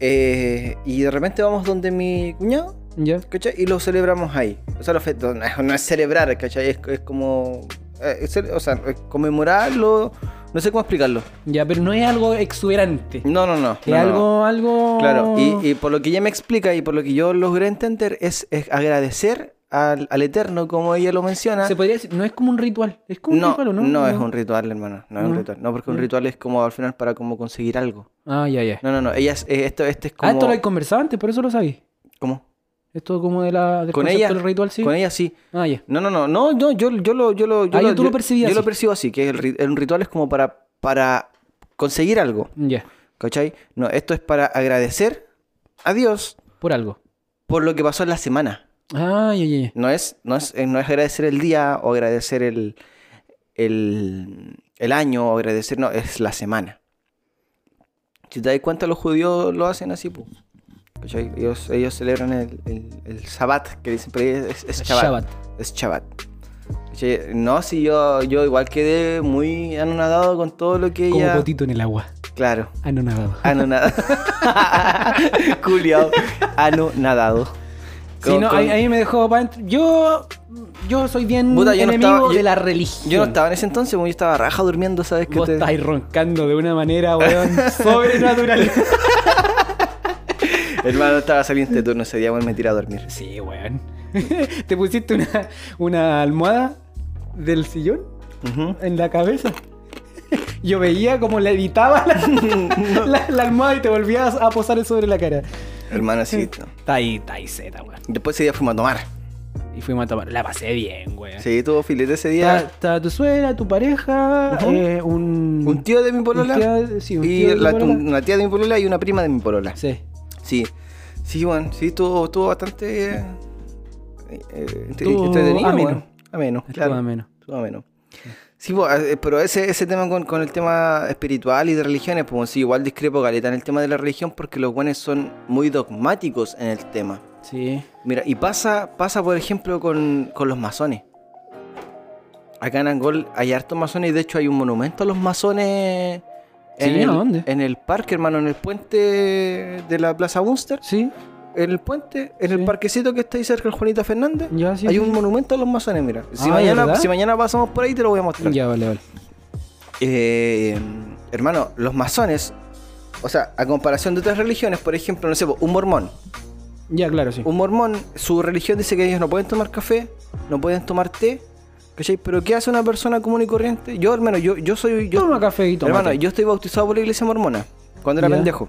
Speaker 2: Eh, y de repente vamos donde mi cuñado,
Speaker 1: Ya.
Speaker 2: ¿cachai? Y lo celebramos ahí. O sea, lo fe- no, no es celebrar, ¿cachai? Es, es como eh, ser- o sea, eh, conmemorarlo, no sé cómo explicarlo.
Speaker 1: Ya, pero no es algo exuberante.
Speaker 2: No, no, no.
Speaker 1: Es
Speaker 2: no, no.
Speaker 1: algo, algo.
Speaker 2: Claro, y, y por lo que ella me explica y por lo que yo logré entender es, es agradecer al, al Eterno, como ella lo menciona.
Speaker 1: Se podría decir, no es como un ritual. Es como un
Speaker 2: no,
Speaker 1: ritual, ¿o no?
Speaker 2: no es un ritual, hermano. No es un
Speaker 1: No.
Speaker 2: ritual. No, porque un
Speaker 1: Ya.
Speaker 2: ritual es como al final para como conseguir algo.
Speaker 1: Ah, ya, ya.
Speaker 2: No, no, no. Ella es- eh, esto, este es como.
Speaker 1: Ah, esto lo he conversado antes, por eso lo sabí.
Speaker 2: ¿Cómo?
Speaker 1: Esto como de la, del
Speaker 2: ¿Con
Speaker 1: concepto
Speaker 2: ella?
Speaker 1: del ritual, sí.
Speaker 2: Con e- ella sí.
Speaker 1: Ah, ya.
Speaker 2: No, no, no, no, yo, yo, yo lo, yo lo, yo
Speaker 1: Ah, ya tú lo percibías
Speaker 2: Yo lo
Speaker 1: así.
Speaker 2: percibo así, que el, ri- el ritual es como para, para conseguir algo,
Speaker 1: Ya.
Speaker 2: ¿cachai? No, esto es para agradecer a Dios
Speaker 1: Por algo.
Speaker 2: por lo que pasó en la semana.
Speaker 1: Ah, ya, ya, ya.
Speaker 2: No es, no es, eh, no es agradecer el día o agradecer el, el, el año o agradecer, no, es la semana. Si te das cuenta, los judíos lo hacen así, pues. ¿Cachai? Ellos, ellos celebran el, el, el Shabbat, que dicen, pero es, es Shabbat. es Chabat. Che, No, si yo, yo igual quedé muy anonadado con todo lo que
Speaker 1: Como
Speaker 2: ella.
Speaker 1: potito en el agua.
Speaker 2: Claro,
Speaker 1: Ah, no, nada.
Speaker 2: anonadado. Culiao, anonadado.
Speaker 1: Sí,
Speaker 2: Con-
Speaker 1: no,
Speaker 2: con-
Speaker 1: A, a mí me dejó para Yo, yo soy bien
Speaker 2: Puta, yo no
Speaker 1: enemigo
Speaker 2: estaba- yo-
Speaker 1: de la religión.
Speaker 2: Yo no estaba en ese entonces, pues, yo estaba raja durmiendo, ¿sabes qué?
Speaker 1: Vos estáis roncando de una manera, weón, sobrenatural.
Speaker 2: Hermano, estaba saliendo de turno ese día, bueno, me tiré a dormir.
Speaker 1: Sí, weón. Te pusiste una, una almohada del sillón
Speaker 2: Ujú.
Speaker 1: en la cabeza. Yo veía como levitaba la, la, la almohada y te volvías a posar sobre la cara.
Speaker 2: Hermano, sí.
Speaker 1: Está ahí, está ahí zeta, weón.
Speaker 2: Después ese día fuimos a tomar.
Speaker 1: Y fuimos a tomar. La pasé bien, weón.
Speaker 2: Sí, tuvo filete ese
Speaker 1: Está,
Speaker 2: día.
Speaker 1: está tu suegra, tu pareja,
Speaker 2: Ujú.
Speaker 1: eh, un...
Speaker 2: Un tío de mi
Speaker 1: un
Speaker 2: polola.
Speaker 1: tío- sí, un tío
Speaker 2: Y
Speaker 1: de tu
Speaker 2: la-
Speaker 1: polola.
Speaker 2: una tía de mi polola y una prima de mi polola.
Speaker 1: Sí.
Speaker 2: Sí, sí, bueno, sí, estuvo, estuvo bastante eh, eh, entre-
Speaker 1: Estuvo
Speaker 2: entretenido.
Speaker 1: ameno.
Speaker 2: bueno. Ameno,
Speaker 1: Estuvo
Speaker 2: claro.
Speaker 1: ameno.
Speaker 2: Estuvo ameno. Sí, po, eh, pero ese, ese tema con, con el tema espiritual y de religiones, pues sí, igual discrepo caleta en el tema de la religión porque los buenos son muy dogmáticos en el tema.
Speaker 1: Sí.
Speaker 2: Mira, y pasa, pasa por ejemplo, con, con los masones. Acá en Angol hay hartos masones y de hecho hay un monumento a los masones en,
Speaker 1: Sí, ¿a
Speaker 2: el,
Speaker 1: dónde?
Speaker 2: en el parque, hermano, en el puente de la Plaza Munster.
Speaker 1: Sí,
Speaker 2: En el puente, en el
Speaker 1: Sí.
Speaker 2: parquecito que está ahí cerca del Juanita Fernández,
Speaker 1: ya sí.
Speaker 2: hay
Speaker 1: sí.
Speaker 2: un monumento a los masones, mira. Si,
Speaker 1: Ah,
Speaker 2: mañana,
Speaker 1: ¿verdad?
Speaker 2: si mañana pasamos por ahí, te lo voy a mostrar.
Speaker 1: Ya, vale, vale.
Speaker 2: Eh, hermano, los masones, o sea, a comparación de otras religiones, por ejemplo, no sé, po, un mormón.
Speaker 1: Ya, claro, sí.
Speaker 2: Un mormón, su religión dice que ellos no pueden tomar café, no pueden tomar té, ¿cachai? Pero ¿qué hace una persona común y corriente? Yo, hermano, yo, yo soy... Yo,
Speaker 1: Toma café y toma.
Speaker 2: hermano, yo estoy bautizado por la iglesia mormona, cuando era
Speaker 1: Ya.
Speaker 2: pendejo.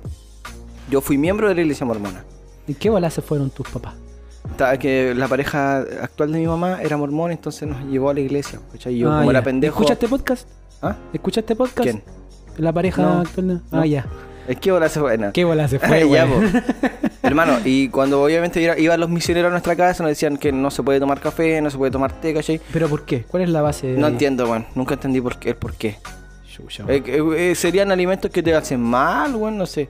Speaker 2: Yo fui miembro de la iglesia mormona.
Speaker 1: ¿Y qué bola se fueron tus papás?
Speaker 2: Ta- que la pareja actual de mi mamá era mormón, entonces nos llevó a la iglesia. ¿cachai? Y Yo
Speaker 1: Ah,
Speaker 2: como
Speaker 1: ya.
Speaker 2: era pendejo.
Speaker 1: ¿Escuchaste podcast?
Speaker 2: ¿Ah?
Speaker 1: ¿Escuchaste podcast?
Speaker 2: ¿Quién?
Speaker 1: La pareja
Speaker 2: No,
Speaker 1: actual. de-
Speaker 2: no.
Speaker 1: Ah, ya.
Speaker 2: Es que ahora se fue. no.
Speaker 1: ¿Qué bola se
Speaker 2: Ya,
Speaker 1: fue, weón?
Speaker 2: po. Hermano, y cuando obviamente era- iban los misioneros a nuestra casa, nos decían que no se puede tomar café, no se puede tomar té, ¿cachai?
Speaker 1: ¿Pero por qué? ¿Cuál es la base? de-
Speaker 2: No entiendo, weón. Nunca entendí por qué, el por qué.
Speaker 1: Chucha,
Speaker 2: Eh, eh, eh, serían alimentos que te hacen mal, weón, no sé.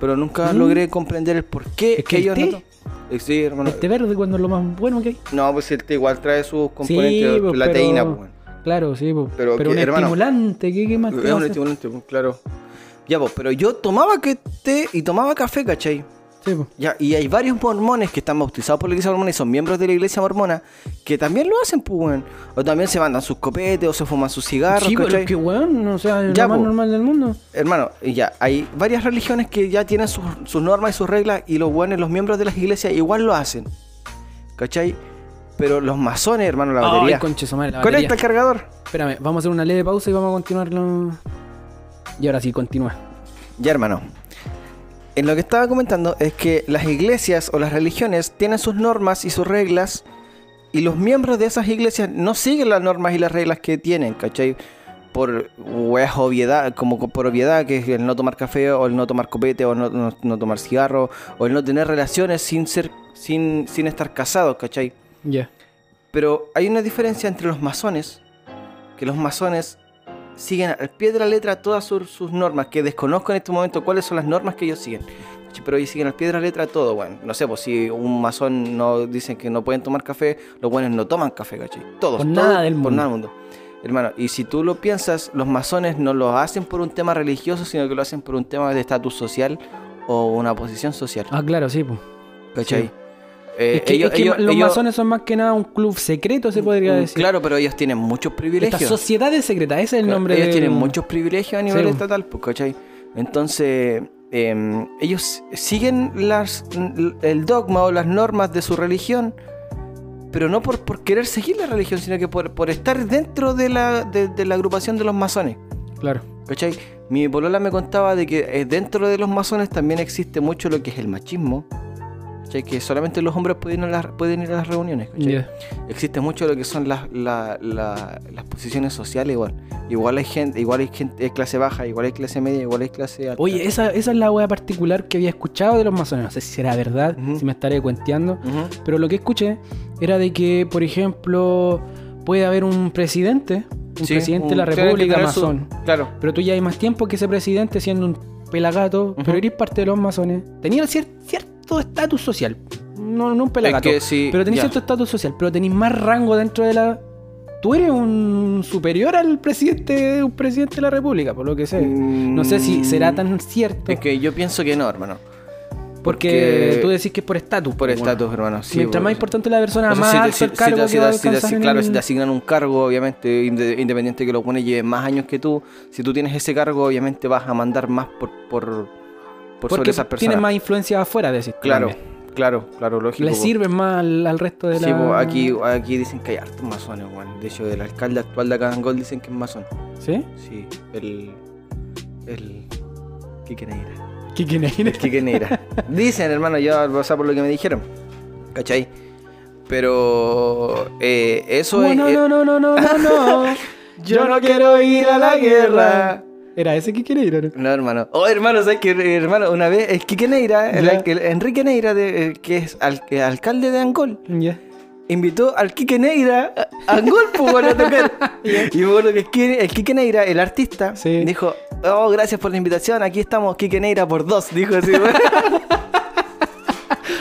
Speaker 2: Pero nunca
Speaker 1: Mm.
Speaker 2: logré comprender el por qué
Speaker 1: Es que el té-
Speaker 2: no to- Eh, Sí, hermano.
Speaker 1: Este verde cuando es lo más bueno que hay.
Speaker 2: No, pues el té igual trae sus componentes,
Speaker 1: pues,
Speaker 2: la
Speaker 1: pero-
Speaker 2: teína, pues, weón.
Speaker 1: Claro, sí, po.
Speaker 2: Pero
Speaker 1: pero,
Speaker 2: que,
Speaker 1: un
Speaker 2: hermano,
Speaker 1: estimulante, ¿qué, qué más? te
Speaker 2: Es un
Speaker 1: hace?
Speaker 2: estimulante, pues, claro. Ya, pues, pero yo tomaba que té y tomaba café, ¿cachai?
Speaker 1: Sí, po.
Speaker 2: Ya, y hay varios mormones que están bautizados por la iglesia mormona y son miembros de la iglesia mormona que también lo hacen, pues, weón. O también se mandan sus copetes o se fuman sus cigarros,
Speaker 1: Sí, po,
Speaker 2: ¿cachai?
Speaker 1: es que weón, o sea, es lo
Speaker 2: Ya, pues.
Speaker 1: más
Speaker 2: po.
Speaker 1: normal del mundo.
Speaker 2: Hermano, ya, hay varias religiones que ya tienen sus, sus normas y sus reglas y los buenos, los miembros de las iglesias igual lo hacen, ¿cachai? Pero los masones, hermano, la batería.
Speaker 1: Ay, conche su madre, Ah, la batería.
Speaker 2: Conecta el cargador.
Speaker 1: Espérame, vamos a hacer una leve pausa y vamos a continuarlo. Y ahora sí, continúa.
Speaker 2: Ya, hermano. En lo que estaba comentando es que las iglesias o las religiones tienen sus normas y sus reglas y los miembros de esas iglesias no siguen las normas y las reglas que tienen, ¿cachai? Por weas obviedad, como co- por obviedad, que es el no tomar café o el no tomar copete o no, no- no tomar cigarro o el no tener relaciones sin ser sin, sin estar casados, ¿cachai?
Speaker 1: Ya.
Speaker 2: Pero hay una diferencia entre los masones, que los masones siguen al pie de la letra todas sus, sus normas, que desconozco en este momento cuáles son las normas que ellos siguen. Ch- Pero ellos siguen al pie de la letra todo, bueno. No sé, pues si un masón no dicen que no pueden tomar café, los buenos no toman café, ¿cachai? Todos.
Speaker 1: Por
Speaker 2: todos,
Speaker 1: nada del
Speaker 2: Por
Speaker 1: mundo.
Speaker 2: nada del mundo. Hermano, y si tú lo piensas, los masones no lo hacen por un tema religioso, sino que lo hacen por un tema de estatus social o una posición social.
Speaker 1: Ah, claro, Ah, sí, pues.
Speaker 2: ¿Cachai?
Speaker 1: Sí.
Speaker 2: Eh,
Speaker 1: es que,
Speaker 2: ellos-
Speaker 1: es que
Speaker 2: ellos-
Speaker 1: los
Speaker 2: ellos-
Speaker 1: masones son más que nada un club secreto, se podría
Speaker 2: mm,
Speaker 1: decir.
Speaker 2: Claro, pero ellos tienen muchos privilegios.
Speaker 1: Estas sociedades secretas, ese es el
Speaker 2: Claro,
Speaker 1: nombre
Speaker 2: ellos
Speaker 1: del-
Speaker 2: tienen muchos privilegios a nivel
Speaker 1: Sí.
Speaker 2: estatal, pues, ¿cachai? Entonces, eh, ellos siguen las, el dogma o las normas de su religión, pero no por, por querer seguir la religión, sino que por, por estar dentro de la, de- de la agrupación de los masones.
Speaker 1: Claro.
Speaker 2: ¿Cachai? Mi polola me contaba de que eh, dentro de los masones también existe mucho lo que es el machismo. ¿Cachai? Que solamente los hombres pueden ir a las, pueden ir a las reuniones. ¿cachai?
Speaker 1: Ya.
Speaker 2: Existe mucho lo que son las, la- la- las posiciones sociales igual. Igual hay gente, igual hay gente de clase baja, igual hay clase media, igual hay clase alta.
Speaker 1: Oye, esa, esa es la wea particular que había escuchado de los masones. No sé si será verdad,
Speaker 2: Ujú.
Speaker 1: si me estaré cuenteando.
Speaker 2: Ujú.
Speaker 1: Pero lo que escuché era de que, por ejemplo, puede haber un presidente, un
Speaker 2: Sí,
Speaker 1: presidente de
Speaker 2: un-
Speaker 1: la
Speaker 2: tiene que
Speaker 1: República
Speaker 2: tener su-
Speaker 1: masón.
Speaker 2: Claro.
Speaker 1: Pero tú ya hay más tiempo que ese presidente siendo un pelagato, pero eres parte de los masones. Tenía cier- cierto estatus social. No, no un pelagato.
Speaker 2: Es que sí,
Speaker 1: Pero tenés
Speaker 2: ya.
Speaker 1: cierto estatus social, pero tenés más rango dentro de la. Tú eres un superior al presidente, un presidente de la República, por lo que sé. No sé si será tan cierto.
Speaker 2: Mm, Es que yo pienso que no, hermano.
Speaker 1: porque,
Speaker 2: porque-
Speaker 1: tú decís que es por estatus.
Speaker 2: Por
Speaker 1: pues, bueno.
Speaker 2: estatus, hermano. sí,
Speaker 1: Mientras
Speaker 2: bueno.
Speaker 1: más importante la persona,
Speaker 2: O sea,
Speaker 1: más
Speaker 2: si te-
Speaker 1: alto
Speaker 2: si-
Speaker 1: el
Speaker 2: si
Speaker 1: cargo
Speaker 2: te- si
Speaker 1: que va
Speaker 2: te-
Speaker 1: a
Speaker 2: si te-
Speaker 1: alcanzar
Speaker 2: si-
Speaker 1: en
Speaker 2: Claro, si te
Speaker 1: el-
Speaker 2: asignan un cargo, obviamente, inde- independiente que los buenos lleven más años que tú, si tú tienes ese cargo, obviamente vas a mandar más por, por, por sobre
Speaker 1: Porque
Speaker 2: esas
Speaker 1: tiene
Speaker 2: personas.
Speaker 1: más influencia afuera, decís.
Speaker 2: Claro,
Speaker 1: también.
Speaker 2: claro, claro, lógico.
Speaker 1: Le
Speaker 2: po.
Speaker 1: sirven más al, al resto de
Speaker 2: Sí,
Speaker 1: la.
Speaker 2: po, aquí, aquí dicen que hay hartos masones, weón. De hecho, el alcalde actual de acá de Angol dicen que es masón.
Speaker 1: ¿Sí?
Speaker 2: Sí, el. El. Quique Neira.
Speaker 1: ¿Qué quién es?
Speaker 2: El Quique Neira. dicen, hermano, yo, o sea, por lo que me dijeron. ¿Cachai? Pero. eh, eso
Speaker 1: No,
Speaker 2: es.
Speaker 1: no,
Speaker 2: eh,
Speaker 1: no, no, no, no, no, no. Yo no quiero ir a la guerra. Era ese que quiere ir, ¿o no?
Speaker 2: No, hermano. Oh, hermano, ¿sabes qué? Hermano, una vez, es Quique Neira, el,
Speaker 1: Ya.
Speaker 2: al- el Enrique Neira, de- eh, que es al- eh, alcalde de Angol,
Speaker 1: Ya.
Speaker 2: invitó al Quique Neira a a Angol pues, bueno, a tocar. y me acuerdo que el Quique- el Quique Neira, el artista,
Speaker 1: Sí.
Speaker 2: dijo, oh, gracias por la invitación, aquí estamos, Quique Neira por dos, dijo así, bueno,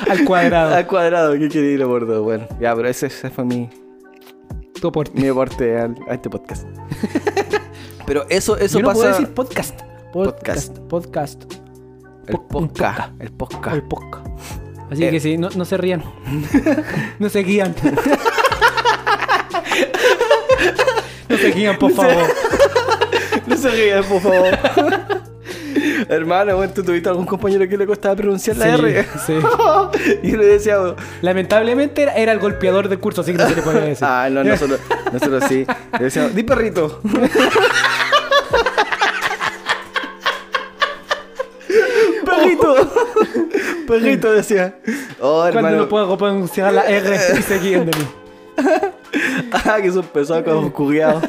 Speaker 1: Al cuadrado.
Speaker 2: al cuadrado, Quique Neira por dos, bueno. Ya, pero ese, ese fue mi,
Speaker 1: tu aporte.
Speaker 2: mi aporte al- a este podcast. pero eso, eso
Speaker 1: Yo no
Speaker 2: pasa...
Speaker 1: puedo decir podcast.
Speaker 2: Podcast.
Speaker 1: Podcast. podcast,
Speaker 2: el
Speaker 1: po- un
Speaker 2: podcast, el podcast.
Speaker 1: El podcast. Así
Speaker 2: Eh.
Speaker 1: que sí, no, no se rían. no se guían. no se guían, por favor.
Speaker 2: No se rían, por favor. Hermano, bueno, tú tuviste algún compañero que le costaba pronunciar la
Speaker 1: Sí,
Speaker 2: R.
Speaker 1: sí.
Speaker 2: y le decía,
Speaker 1: Lamentablemente era, era el golpeador del curso, así que no se le podía decir. Eh,
Speaker 2: ah, no, nosotros, nosotros sí. Le decíamos, di perrito. perrito. perrito decía. Oh,
Speaker 1: Cuando
Speaker 2: hermano.
Speaker 1: no puedo pronunciar la R y se guían de mí.
Speaker 2: ah, que son pesados como oscureados.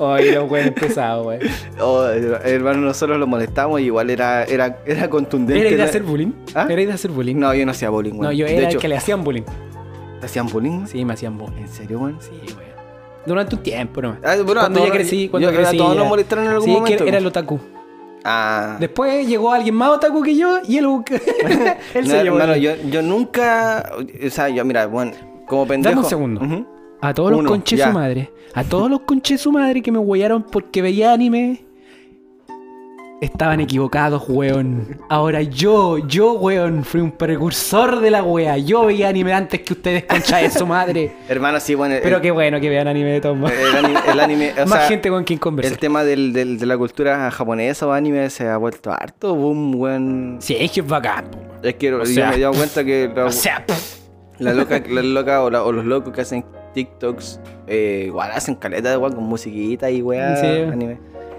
Speaker 1: Ay, los güeyes pesados, güey.
Speaker 2: Oh, hermano, nosotros lo molestamos y igual era, era, era contundente.
Speaker 1: ¿Era ir a
Speaker 2: la-
Speaker 1: hacer bullying?
Speaker 2: ¿Ah?
Speaker 1: ¿Era ir a hacer bullying?
Speaker 2: No, yo no hacía bullying,
Speaker 1: No,
Speaker 2: weón.
Speaker 1: yo
Speaker 2: De
Speaker 1: era el
Speaker 2: hecho,
Speaker 1: que le hacían bullying.
Speaker 2: ¿Te hacían bullying?
Speaker 1: Sí, me hacían bullying.
Speaker 2: ¿En serio, weón?
Speaker 1: Sí, güey. Durante un tiempo nomás.
Speaker 2: Ah, bueno, a
Speaker 1: cuando
Speaker 2: todos-
Speaker 1: ya crecí, cuando
Speaker 2: yo- a
Speaker 1: crecí.
Speaker 2: todos
Speaker 1: ya.
Speaker 2: nos molestaron en algún
Speaker 1: sí,
Speaker 2: momento.
Speaker 1: que era el otaku.
Speaker 2: Ah.
Speaker 1: Después llegó alguien más otaku que yo y él, él
Speaker 2: No,
Speaker 1: se llevó.
Speaker 2: hermano,
Speaker 1: el-
Speaker 2: yo, yo nunca. O sea, yo, mira, bueno, como pendejo.
Speaker 1: Dame un segundo.
Speaker 2: Ujú.
Speaker 1: A todos
Speaker 2: Uno,
Speaker 1: los conches
Speaker 2: ya.
Speaker 1: su madre. A todos los conches su madre que me huellaron porque veía anime. Estaban equivocados, weón. Ahora yo, yo, weón, fui un precursor de la wea. Yo veía anime antes que ustedes, concha de su madre.
Speaker 2: Hermano, sí, bueno. el-
Speaker 1: Pero qué bueno que vean anime de todos modos.
Speaker 2: El, anime. el anime, Eh, o
Speaker 1: Más
Speaker 2: sea,
Speaker 1: gente con quien conversar.
Speaker 2: El tema del, del- de la cultura japonesa o anime se ha vuelto harto boom, weón.
Speaker 1: Sí, es que es bacán. po, weón.
Speaker 2: Es que yo
Speaker 1: sea,
Speaker 2: me he dado cuenta que la,
Speaker 1: O sea, pff,
Speaker 2: la loca, la loca o, la- o los locos que hacen TikToks, eh, igual hacen caleta de weón con musiquita y weón.
Speaker 1: Sí.
Speaker 2: Anime.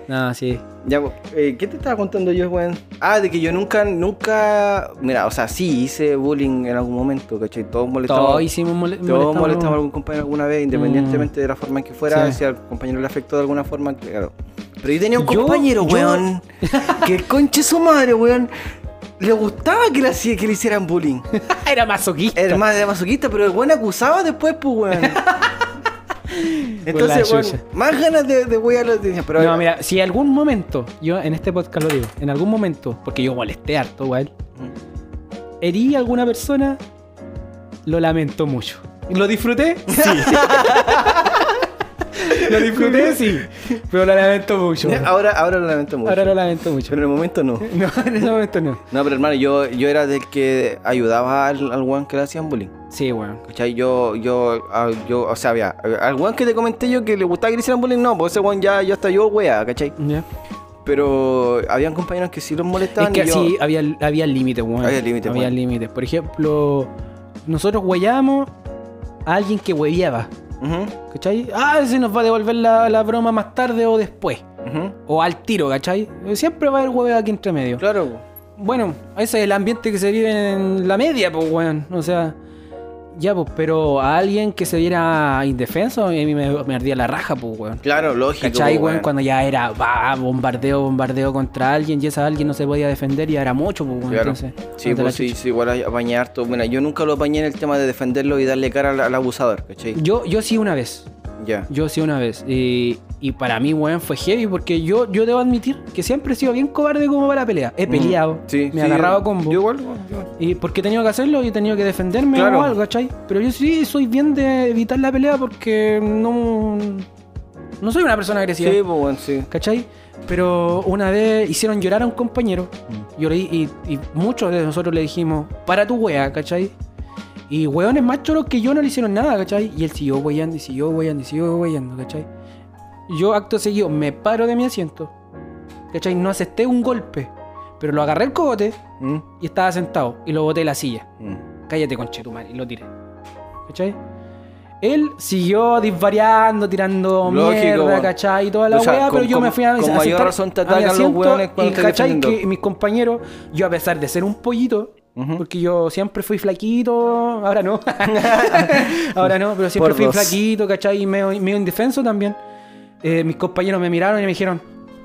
Speaker 1: no, sí.
Speaker 2: Ya, po. Eh, ¿qué te estaba contando yo, weón? Ah, de que yo nunca, nunca. Mira, o sea, sí hice bullying en algún momento, ¿cachai? Todos molestamos.
Speaker 1: Todos hicimos mole-
Speaker 2: todos
Speaker 1: molestamos.
Speaker 2: molestamos a algún compañero alguna vez, independientemente de la forma en que fuera,
Speaker 1: Mm. Sí.
Speaker 2: si al compañero le afectó de alguna forma, claro. Pero yo tenía un
Speaker 1: Yo-
Speaker 2: compañero,
Speaker 1: yo-
Speaker 2: weón, que conche su madre, weón, le gustaba que le, hacía- que le hicieran bullying.
Speaker 1: Era masoquista.
Speaker 2: Era más era masoquista, pero el weón acusaba después, pues, weón. Entonces,
Speaker 1: la
Speaker 2: weón,
Speaker 1: chucha.
Speaker 2: más ganas de, de weón lo tenía, pero...
Speaker 1: No, mira, si algún momento, yo en este podcast lo digo, en algún momento, porque yo molesté harto, weón,
Speaker 2: Mm.
Speaker 1: herí a alguna persona, lo lamento mucho. ¿Lo disfruté? Sí. Lo disfruté, sí. Pero lo lamento mucho.
Speaker 2: Ahora, ahora lo lamento mucho.
Speaker 1: Ahora lo lamento mucho.
Speaker 2: Pero en el momento no.
Speaker 1: No, en ese momento no.
Speaker 2: No, pero hermano, yo, yo era del que ayudaba al, al weón que le hacían bullying.
Speaker 1: Sí, weón.
Speaker 2: ¿Cachai? Yo, yo, ah, yo, o sea, había. Al weón que te comenté yo que le gustaba que le hicieran bullying, no, pues ese weón ya, ya hasta yo, wea, ¿cachai?
Speaker 1: Ya.
Speaker 2: Pero habían compañeros que sí los
Speaker 1: Es
Speaker 2: molestaban.
Speaker 1: que
Speaker 2: y yo-
Speaker 1: sí, había, había límites, weón.
Speaker 2: Había límites,
Speaker 1: Había
Speaker 2: weón.
Speaker 1: límites. Por ejemplo, nosotros huellábamos a alguien que hueviaba.
Speaker 2: Ujú,
Speaker 1: ¿Cachai? Ah, se nos va a devolver la, la broma más tarde o después.
Speaker 2: ujú.
Speaker 1: O al tiro, ¿cachai? Siempre va a haber hueveo aquí entre medio.
Speaker 2: Claro.
Speaker 1: Bueno, ese es el ambiente que se vive en la media, pues, weón. O sea, ya, pues, pero a alguien que se viera indefenso, a mí me, me ardía la raja, pues, weón.
Speaker 2: Claro, lógico.
Speaker 1: ¿Cachai,
Speaker 2: po,
Speaker 1: weón?
Speaker 2: weón.
Speaker 1: Cuando ya era, va, bombardeo, bombardeo contra alguien y esa alguien no se podía defender y era mucho, pues, weón.
Speaker 2: Claro.
Speaker 1: Entonces,
Speaker 2: Sí,
Speaker 1: anda la
Speaker 2: pues sí,
Speaker 1: chucha.
Speaker 2: sí, igual apañé harto. Bueno, yo nunca lo apañé en el tema de defenderlo y darle cara al, al abusador, ¿cachai?
Speaker 1: Yo, yo sí una vez,
Speaker 2: Ya.
Speaker 1: yo sí una vez. Y, y para mí, weón, fue heavy porque yo, yo debo admitir que siempre he sido bien cobarde como para la pelea. He peleado,
Speaker 2: Ujú. Mm. Sí,
Speaker 1: me
Speaker 2: sí,
Speaker 1: agarraba
Speaker 2: yo-
Speaker 1: con
Speaker 2: Yo igual, weón, yo-
Speaker 1: Y porque he tenido que hacerlo y he tenido que defenderme
Speaker 2: Claro.
Speaker 1: o algo, ¿cachai? Pero yo sí soy bien de evitar la pelea porque no. No soy una persona agresiva,
Speaker 2: Sí, pues weón, sí.
Speaker 1: ¿cachai? Pero una vez hicieron llorar a un compañero. Yo le- y, y muchos de nosotros le dijimos, para tu wea, ¿cachai? Y weones más choros que yo no le hicieron nada, ¿cachai? Y él siguió weyando y siguió weyando y siguió weyando, ¿cachai? Yo acto seguido me paro de mi asiento, ¿cachai? No acepté un golpe, pero lo agarré el cogote
Speaker 2: Mm,
Speaker 1: y estaba sentado y lo boté de la silla.
Speaker 2: mm.
Speaker 1: Cállate, conchetumal, y lo tiré. ¿Cachai? Él siguió disvariando, tirando
Speaker 2: Lógico,
Speaker 1: mierda,
Speaker 2: weón.
Speaker 1: ¿cachai? Y toda la
Speaker 2: O sea,
Speaker 1: wea,
Speaker 2: con-
Speaker 1: pero yo
Speaker 2: con-
Speaker 1: me fui a,
Speaker 2: con
Speaker 1: a
Speaker 2: mayor
Speaker 1: sentar
Speaker 2: razón te
Speaker 1: a mi
Speaker 2: atacan los
Speaker 1: asiento
Speaker 2: weones cuando
Speaker 1: Y
Speaker 2: te
Speaker 1: ¿cachai?
Speaker 2: defienden.
Speaker 1: Que mis compañeros, yo a pesar de ser un pollito,
Speaker 2: Ujú.
Speaker 1: porque yo siempre fui flaquito, ahora no. ahora no, pero siempre
Speaker 2: Por
Speaker 1: fui
Speaker 2: dos.
Speaker 1: flaquito, ¿cachai? Y medio, medio indefenso también. Eh, mis compañeros me miraron y me dijeron,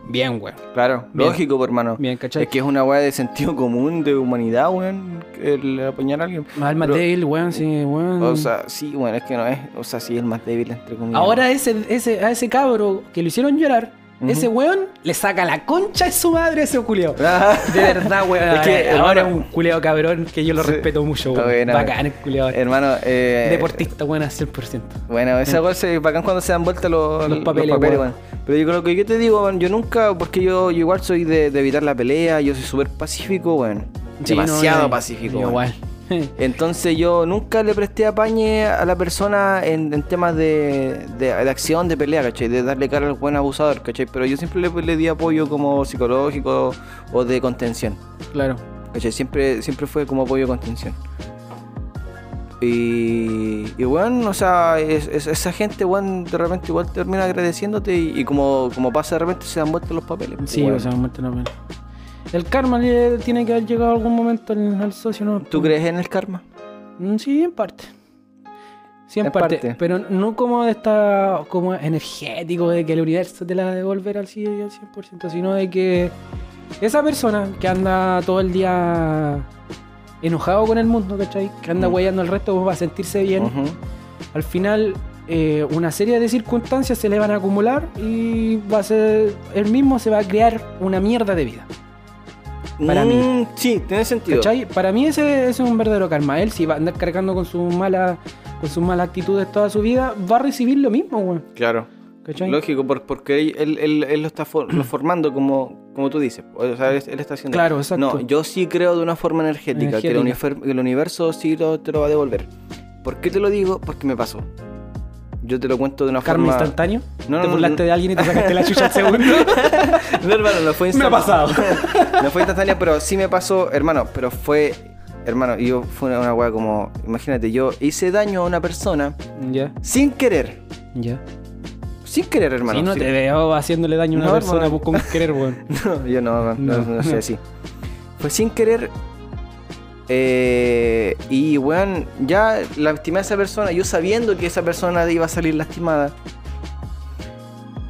Speaker 1: bien, weón.
Speaker 2: Claro,
Speaker 1: Bien.
Speaker 2: lógico, pues, hermano.
Speaker 1: Bien, ¿cachai?
Speaker 2: Es que es una weá de sentido común, de humanidad, weón, el apañar a alguien.
Speaker 1: Al
Speaker 2: Pero-
Speaker 1: Mattel, weón, sí, weón.
Speaker 2: O sea, sí, bueno, es que no es. O sea, sí, el más débil, entre comillas.
Speaker 1: Ahora ese, ese, a ese cabro que lo hicieron llorar,
Speaker 2: Ujú.
Speaker 1: ese weón le saca la concha de su madre a ese culiao.
Speaker 2: Ah,
Speaker 1: De verdad, weón.
Speaker 2: Es que,
Speaker 1: ahora es
Speaker 2: hermano-
Speaker 1: un culiao cabrón que yo lo
Speaker 2: Sí.
Speaker 1: respeto mucho,
Speaker 2: Está
Speaker 1: weón.
Speaker 2: bien, a ver.
Speaker 1: Bacán el culiao.
Speaker 2: hermano, eh.
Speaker 1: Deportista, weón, al 100%.
Speaker 2: Bueno, esa cosa es bacán cuando se dan vuelta los,
Speaker 1: Los papeles, weón.
Speaker 2: weón. Pero yo creo que yo te digo, weón, yo nunca, porque yo, yo igual soy de, de evitar la pelea, yo soy súper pacífico, weón.
Speaker 1: Sí, no,
Speaker 2: Demasiado
Speaker 1: no,
Speaker 2: pacífico,
Speaker 1: no,
Speaker 2: weón.
Speaker 1: Igual.
Speaker 2: Entonces yo nunca le presté apañe a la persona en, en temas de, de, de acción, de pelea, ¿cachai? De darle cara al buen abusador, ¿cachai? Pero yo siempre le, le di apoyo como psicológico o de contención,
Speaker 1: claro.
Speaker 2: ¿cachai? Siempre, siempre fue como apoyo de contención. Y, y bueno, o sea, es- es- esa gente, bueno, de repente igual termina agradeciéndote y, y como, como pasa de repente se dan vuelta los papeles.
Speaker 1: Sí,
Speaker 2: weón.
Speaker 1: o sea, muerte no pena. El karma le tiene que haber llegado algún momento al, al socio, ¿no?
Speaker 2: ¿Tú crees en el karma?
Speaker 1: Mm, Sí, en parte. Sí, en,
Speaker 2: En
Speaker 1: parte,
Speaker 2: parte.
Speaker 1: Pero no como de esta como energético de que el universo te la va a devolver al sí- al 100%, sino de que esa persona que anda todo el día enojado con el mundo, ¿cachai? Que anda
Speaker 2: Mm.
Speaker 1: guayando al resto para sentirse bien.
Speaker 2: Ujú.
Speaker 1: Al final, eh, una serie de circunstancias se le van a acumular y va a ser. Él mismo se va a crear una mierda de vida. Para mí.
Speaker 2: Mm, Sí, tiene sentido.
Speaker 1: ¿Cachai? Para mí ese, ese es un verdadero karma. Él si va a andar cargando con sus malas con sus malas actitudes toda su vida, va a recibir lo mismo, weón.
Speaker 2: Claro.
Speaker 1: ¿Cachai?
Speaker 2: Lógico, por- porque él, él- él- él lo está for- lo formando como, como tú dices. O sea, él, él está haciendo.
Speaker 1: Claro, exacto.
Speaker 2: No, yo sí creo de una forma energética, Que, el
Speaker 1: Energética.
Speaker 2: unifer- que el universo sí lo- te lo va a devolver. ¿Por qué te lo digo? Porque me pasó. Yo te lo cuento de una
Speaker 1: Karma
Speaker 2: forma.
Speaker 1: instantáneo.
Speaker 2: No, no,
Speaker 1: te
Speaker 2: no,
Speaker 1: burlaste
Speaker 2: no.
Speaker 1: de alguien y te sacaste la chucha al segundo.
Speaker 2: No, hermano, no fue
Speaker 1: Me ha pasado.
Speaker 2: no fue instantánea, pero sí me pasó, hermano. Pero fue. Hermano, yo fue una, una weá como. Imagínate, yo hice daño a una persona
Speaker 1: ya,
Speaker 2: sin querer.
Speaker 1: ya.
Speaker 2: Sin querer, hermano.
Speaker 1: si no
Speaker 2: Sí.
Speaker 1: te veo haciéndole daño a una
Speaker 2: No,
Speaker 1: persona
Speaker 2: hermano.
Speaker 1: por con querer, weón.
Speaker 2: No, yo no, no,
Speaker 1: No.
Speaker 2: no, no soy así. Fue sin querer. eh, y weón, ya lastimé a esa persona, yo sabiendo que esa persona iba a salir lastimada.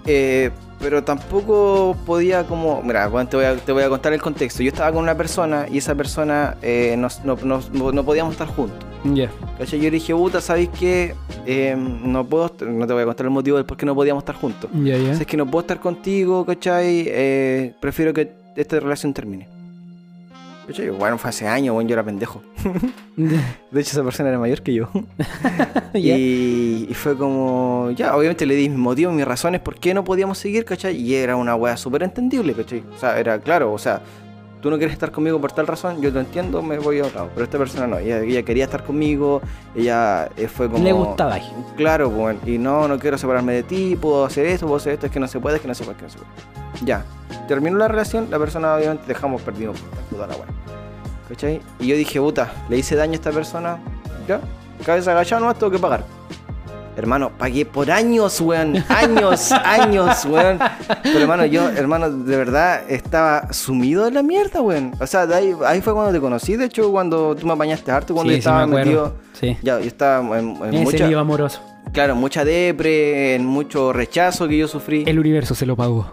Speaker 2: Eh, pero tampoco podía como... Mira, weón, te voy, a, te voy a contar el contexto. Yo estaba con una persona y esa persona eh, nos- no- nos- no podíamos estar juntos.
Speaker 1: Ya.
Speaker 2: ¿Cachai? Yo le dije, puta, ¿sabéis qué? Eh, no puedo, est- no te voy a contar el motivo del por qué no podíamos estar juntos.
Speaker 1: Ya,
Speaker 2: Si
Speaker 1: ya.
Speaker 2: es que no puedo estar contigo, ¿cachai? Eh, prefiero que esta relación termine. ¿Cachai? Bueno, fue hace años, bueno, yo era pendejo. De hecho, esa persona era mayor que yo.
Speaker 1: Ya.
Speaker 2: Y, y fue como, ya, obviamente le di mis motivos, mis razones por qué no podíamos seguir, ¿cachai? Y era una wea súper entendible, ¿cachai? O sea, era claro, o sea, tú no quieres estar conmigo por tal razón, yo lo entiendo, me voy a otro lado. Pero esta persona no, ella, ella quería estar conmigo, ella eh, fue como...
Speaker 1: Le gustaba.
Speaker 2: Claro, pues, y no, no quiero separarme de ti, puedo hacer esto, puedo hacer esto, es que no se puede, es que no se puede, es que no se puede. Ya, terminó la relación, la persona obviamente dejamos perdido toda la weá. ¿Cachai? Y yo dije, puta, le hice daño a esta persona, ya, cabeza agachada, nomás tengo que pagar. Hermano, pagué por años, weón. Años, años, weón. Pero hermano, yo, hermano, de verdad estaba sumido en la mierda, weón. O sea, de ahí, ahí fue cuando te conocí, de hecho, cuando tú me apañaste harto, cuando
Speaker 1: Sí,
Speaker 2: yo
Speaker 1: sí, me
Speaker 2: estaba metido.
Speaker 1: acuerdo. Sí.
Speaker 2: Ya, yo estaba en, en
Speaker 1: Ese
Speaker 2: mucha,
Speaker 1: lío amoroso.
Speaker 2: claro, mucha depre, en mucho rechazo que yo sufrí.
Speaker 1: El universo se lo pagó.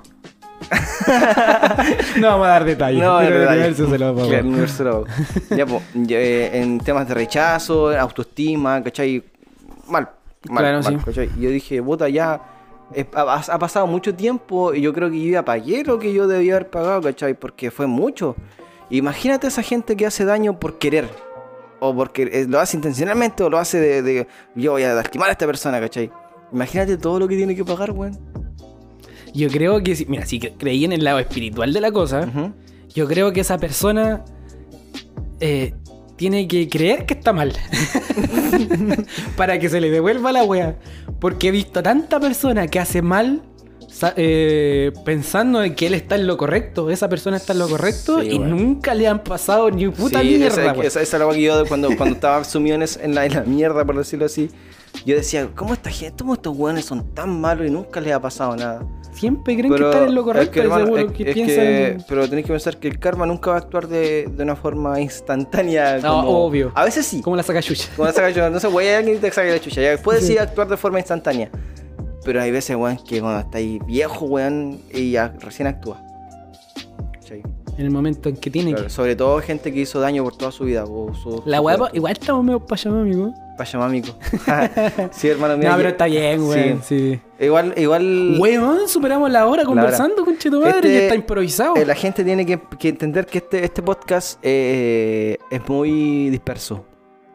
Speaker 1: no vamos a dar detalles.
Speaker 2: No,
Speaker 1: pero
Speaker 2: es
Speaker 1: el
Speaker 2: verdad.
Speaker 1: universo se lo pagó.
Speaker 2: Claro, el universo lo pagó. Ya, po, y, eh, en temas de rechazo, autoestima, ¿cachai? Mal. mal,
Speaker 1: Claro,
Speaker 2: mal,
Speaker 1: sí.
Speaker 2: ¿cachai? Y Yo dije, puta, ya eh, ha, ha pasado mucho tiempo y yo creo que yo ya pagué lo que yo debía haber pagado, ¿cachai? Porque fue mucho. Imagínate esa gente que hace daño por querer. O porque eh, lo hace intencionalmente o lo hace de, de, yo voy a lastimar a esta persona, ¿cachai? Imagínate todo lo que tiene que pagar, weón.
Speaker 1: Yo creo que, si- mira, si cre- creí en el lado espiritual de la cosa,
Speaker 2: Ujú.
Speaker 1: yo creo que esa persona eh, tiene que creer que está mal. Para que se le devuelva la wea. Porque he visto tanta persona que hace mal sa- eh, pensando en que él está en lo correcto, esa persona está en lo correcto
Speaker 2: Sí,
Speaker 1: y
Speaker 2: wea.
Speaker 1: nunca le han pasado ni puta
Speaker 2: Sí,
Speaker 1: mierda.
Speaker 2: esa,
Speaker 1: wea.
Speaker 2: esa, esa era la que yo de cuando, cuando estaba sumido en, es- en la, en la mierda, por decirlo así. Yo decía, ¿cómo esta gente, cómo estos weones son tan malos y nunca les ha pasado nada?
Speaker 1: Siempre creen que están en lo correcto
Speaker 2: es que, hermano,
Speaker 1: y seguro
Speaker 2: es-
Speaker 1: que
Speaker 2: es
Speaker 1: piensan.
Speaker 2: que- pero tenés que pensar que el karma nunca va a actuar de, de una forma instantánea.
Speaker 1: No,
Speaker 2: como-
Speaker 1: obvio.
Speaker 2: A veces sí.
Speaker 1: como la saca chucha.
Speaker 2: Como la saca chucha. Entonces, güey, alguien te saca la chucha. Ya puedes
Speaker 1: Sí.
Speaker 2: sí actuar de forma instantánea. Pero hay veces, weón, que cuando estáis viejo, weón, y ya recién actúa. ¿Cachai?
Speaker 1: En el momento en que tiene
Speaker 2: Claro,
Speaker 1: que.
Speaker 2: sobre todo gente que hizo daño por toda su vida. o su-
Speaker 1: La
Speaker 2: su
Speaker 1: wea,
Speaker 2: juventud.
Speaker 1: igual estamos medio payamados, amigo.
Speaker 2: Pachamámico. sí, hermano mío.
Speaker 1: no, pero está bien,
Speaker 2: Sí.
Speaker 1: weón. sí.
Speaker 2: Igual, igual.
Speaker 1: Weón, superamos la hora conversando, con tu madre,
Speaker 2: Este-
Speaker 1: y está improvisado.
Speaker 2: eh, la gente tiene que, que entender que este, este podcast eh, es muy disperso.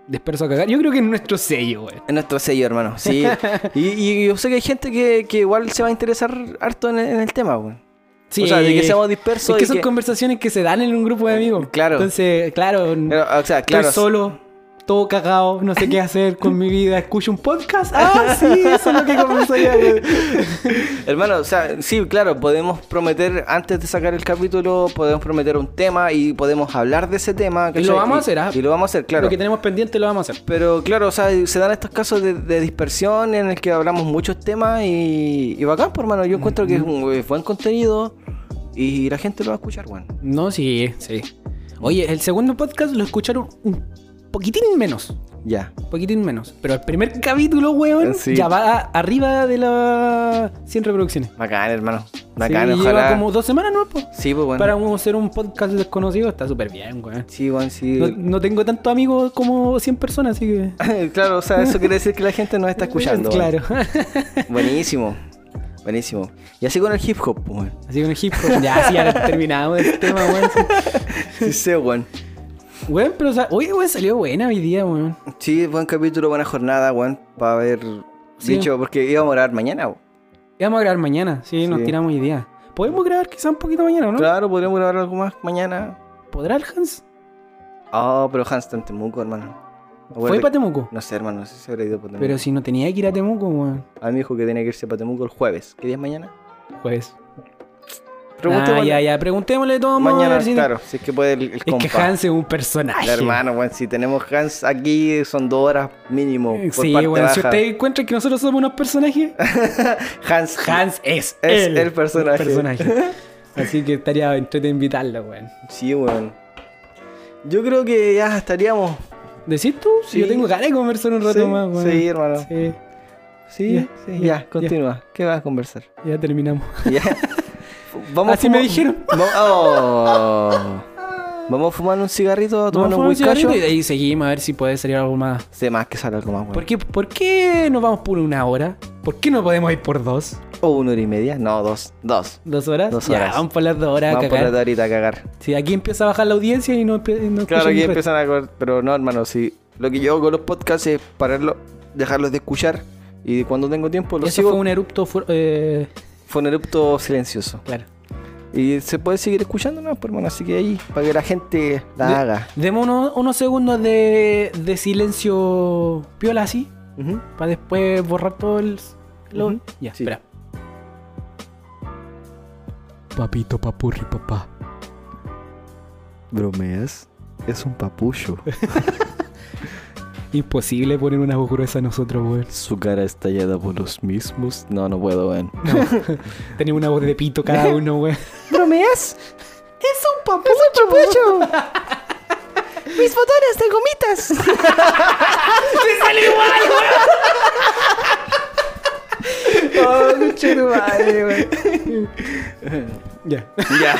Speaker 1: Disperso a cagar. Yo creo que es nuestro sello, weón.
Speaker 2: Es nuestro sello, hermano. Sí. y, y yo sé que hay gente que, que igual se va a interesar harto en el, en el tema, weón. O sea, de que seamos
Speaker 1: Es
Speaker 2: dispersos.
Speaker 1: que
Speaker 2: y
Speaker 1: son
Speaker 2: que-
Speaker 1: conversaciones que se dan en un grupo de amigos.
Speaker 2: Claro.
Speaker 1: Entonces, claro, estoy
Speaker 2: Pero, o sea, claro.
Speaker 1: solo, todo cagado, no sé qué hacer con mi vida. Escucho un podcast. Ah, sí, eso es lo que conversaría, weón.
Speaker 2: Hermano, o sea, sí, claro, podemos prometer, antes de sacar el capítulo, podemos prometer un tema y podemos hablar de ese tema. ¿cachai?
Speaker 1: vamos a hacer, ah.
Speaker 2: Y lo vamos a hacer, claro.
Speaker 1: Lo que tenemos pendiente lo vamos a hacer.
Speaker 2: Pero claro, o sea, se dan estos casos de, de dispersión en el que hablamos muchos temas y, y bacán, por hermano. Yo encuentro que es un eh, buen contenido y la gente lo va a escuchar, bueno.
Speaker 1: No, sí, sí. Oye, el segundo podcast lo escucharon un poquitín menos.
Speaker 2: Ya.
Speaker 1: poquitín menos. Pero el primer capítulo, weón,
Speaker 2: Sí.
Speaker 1: ya va arriba de las 100 reproducciones.
Speaker 2: Bacán, hermano.
Speaker 1: Sí,
Speaker 2: Bacán,
Speaker 1: Lleva
Speaker 2: ojalá.
Speaker 1: como dos semanas, ¿no? po.
Speaker 2: Sí, pues bueno.
Speaker 1: Para un- hacer un podcast desconocido está súper bien, weón.
Speaker 2: Sí, bueno, sí.
Speaker 1: No, no tengo tantos amigos como 100 personas, así que...
Speaker 2: claro, o sea, eso quiere decir que la gente nos está escuchando. weón.
Speaker 1: Claro.
Speaker 2: Buenísimo. Buenísimo. Y así con el hip hop, pues, bueno.
Speaker 1: Así con el hip hop. Ya, sí, ya terminamos el tema, weón.
Speaker 2: Sí, sé, weón.
Speaker 1: Weón, pero... o sea, Oye, weón, salió buena hoy día, weón.
Speaker 2: Sí, buen capítulo, buena jornada, weón. Para haber
Speaker 1: Sí.
Speaker 2: dicho, porque íbamos a orar mañana, weón.
Speaker 1: Y Vamos a grabar mañana, sí, nos
Speaker 2: Sí.
Speaker 1: tiramos hoy día. Podemos grabar quizá un poquito mañana, ¿no?
Speaker 2: Claro, podríamos grabar algo más mañana.
Speaker 1: ¿Podrá el Hans?
Speaker 2: Oh, pero Hans está en Temuco, hermano.
Speaker 1: Fue
Speaker 2: Acuérdate-
Speaker 1: para Temuco.
Speaker 2: No sé, hermano, no sé si habrá ido para Temuco.
Speaker 1: Pero si no tenía que ir a Temuco, weón.
Speaker 2: A mí me dijo que tenía que irse para Temuco el jueves. ¿Qué día es mañana?
Speaker 1: Jueves.
Speaker 2: Pregunta
Speaker 1: Ah, ya, ya, preguntémosle todo a
Speaker 2: mañana,
Speaker 1: ver si-
Speaker 2: claro, si es que puede el, el
Speaker 1: Es
Speaker 2: compa.
Speaker 1: que Hans es un
Speaker 2: El
Speaker 1: personaje.
Speaker 2: hermano, bueno, si tenemos Hans aquí son dos horas mínimo. Por
Speaker 1: Eh, Sí,
Speaker 2: parte
Speaker 1: bueno, si
Speaker 2: baja.
Speaker 1: usted encuentra que nosotros somos unos personajes,
Speaker 2: Hans,
Speaker 1: Hans es,
Speaker 2: Es
Speaker 1: él,
Speaker 2: el personaje.
Speaker 1: personaje. Así que estaría entretenido invitarlo, weón.
Speaker 2: Sí, weón. Yo creo que ya estaríamos.
Speaker 1: ¿Decís tú?
Speaker 2: Sí.
Speaker 1: Yo tengo ganas de conversar un rato
Speaker 2: sí,
Speaker 1: más, weón.
Speaker 2: sí, hermano. Sí,
Speaker 1: Sí,
Speaker 2: sí,
Speaker 1: Ya, ya,
Speaker 2: ya,
Speaker 1: ya.
Speaker 2: continúa. ¿Qué vas a conversar?
Speaker 1: ya terminamos.
Speaker 2: Ya. Vamos
Speaker 1: Así me dijeron.
Speaker 2: Vamos, oh. Vamos a fumar un cigarrito, a
Speaker 1: Vamos a
Speaker 2: tomar un
Speaker 1: fumar un
Speaker 2: whiskacho.
Speaker 1: cigarrito y de ahí seguimos a ver si puede salir algo más.
Speaker 2: Sé más que sale algo más, weón.
Speaker 1: ¿Por qué, ¿Por qué nos vamos por una hora? ¿Por qué no podemos ir por dos?
Speaker 2: O una hora y media. No, dos. Dos.
Speaker 1: ¿Dos horas?
Speaker 2: Dos
Speaker 1: Ya,
Speaker 2: horas.
Speaker 1: vamos por las dos horas a
Speaker 2: Vamos por
Speaker 1: cagar.
Speaker 2: la de ahorita a cagar.
Speaker 1: Sí, aquí empieza a bajar la audiencia y no, empe- no escuchan
Speaker 2: Claro, aquí
Speaker 1: el resto.
Speaker 2: empiezan a cortar, pero no, hermano, si lo que yo hago con los podcasts es pararlo, dejarlos de escuchar y cuando tengo tiempo los
Speaker 1: Eso
Speaker 2: sigo.
Speaker 1: fue un erupto. fu- eh,
Speaker 2: Fue un erupto silencioso.
Speaker 1: claro.
Speaker 2: Y se puede seguir escuchando, ¿no? Pues, hermano, así que ahí, para que la gente la
Speaker 1: De-
Speaker 2: haga.
Speaker 1: Demos unos, unos segundos de, de silencio piola así,
Speaker 2: Ujú.
Speaker 1: para después borrar todo el. lo-
Speaker 2: Ujú.
Speaker 1: Ya,
Speaker 2: Sí.
Speaker 1: espera.
Speaker 3: Papito, papurri, papá.
Speaker 2: Bromeas. Es un papucho.
Speaker 1: Imposible poner una voz gruesa a nosotros, weón.
Speaker 2: Su cara es tallada por los mismos. No, no puedo, weón.
Speaker 1: Tenemos una voz de pito cada uno, weón.
Speaker 2: ¿Bromeas? ¡Es un papucho! ¡Mis botones de gomitas! Oh,
Speaker 1: ya.
Speaker 2: Ya.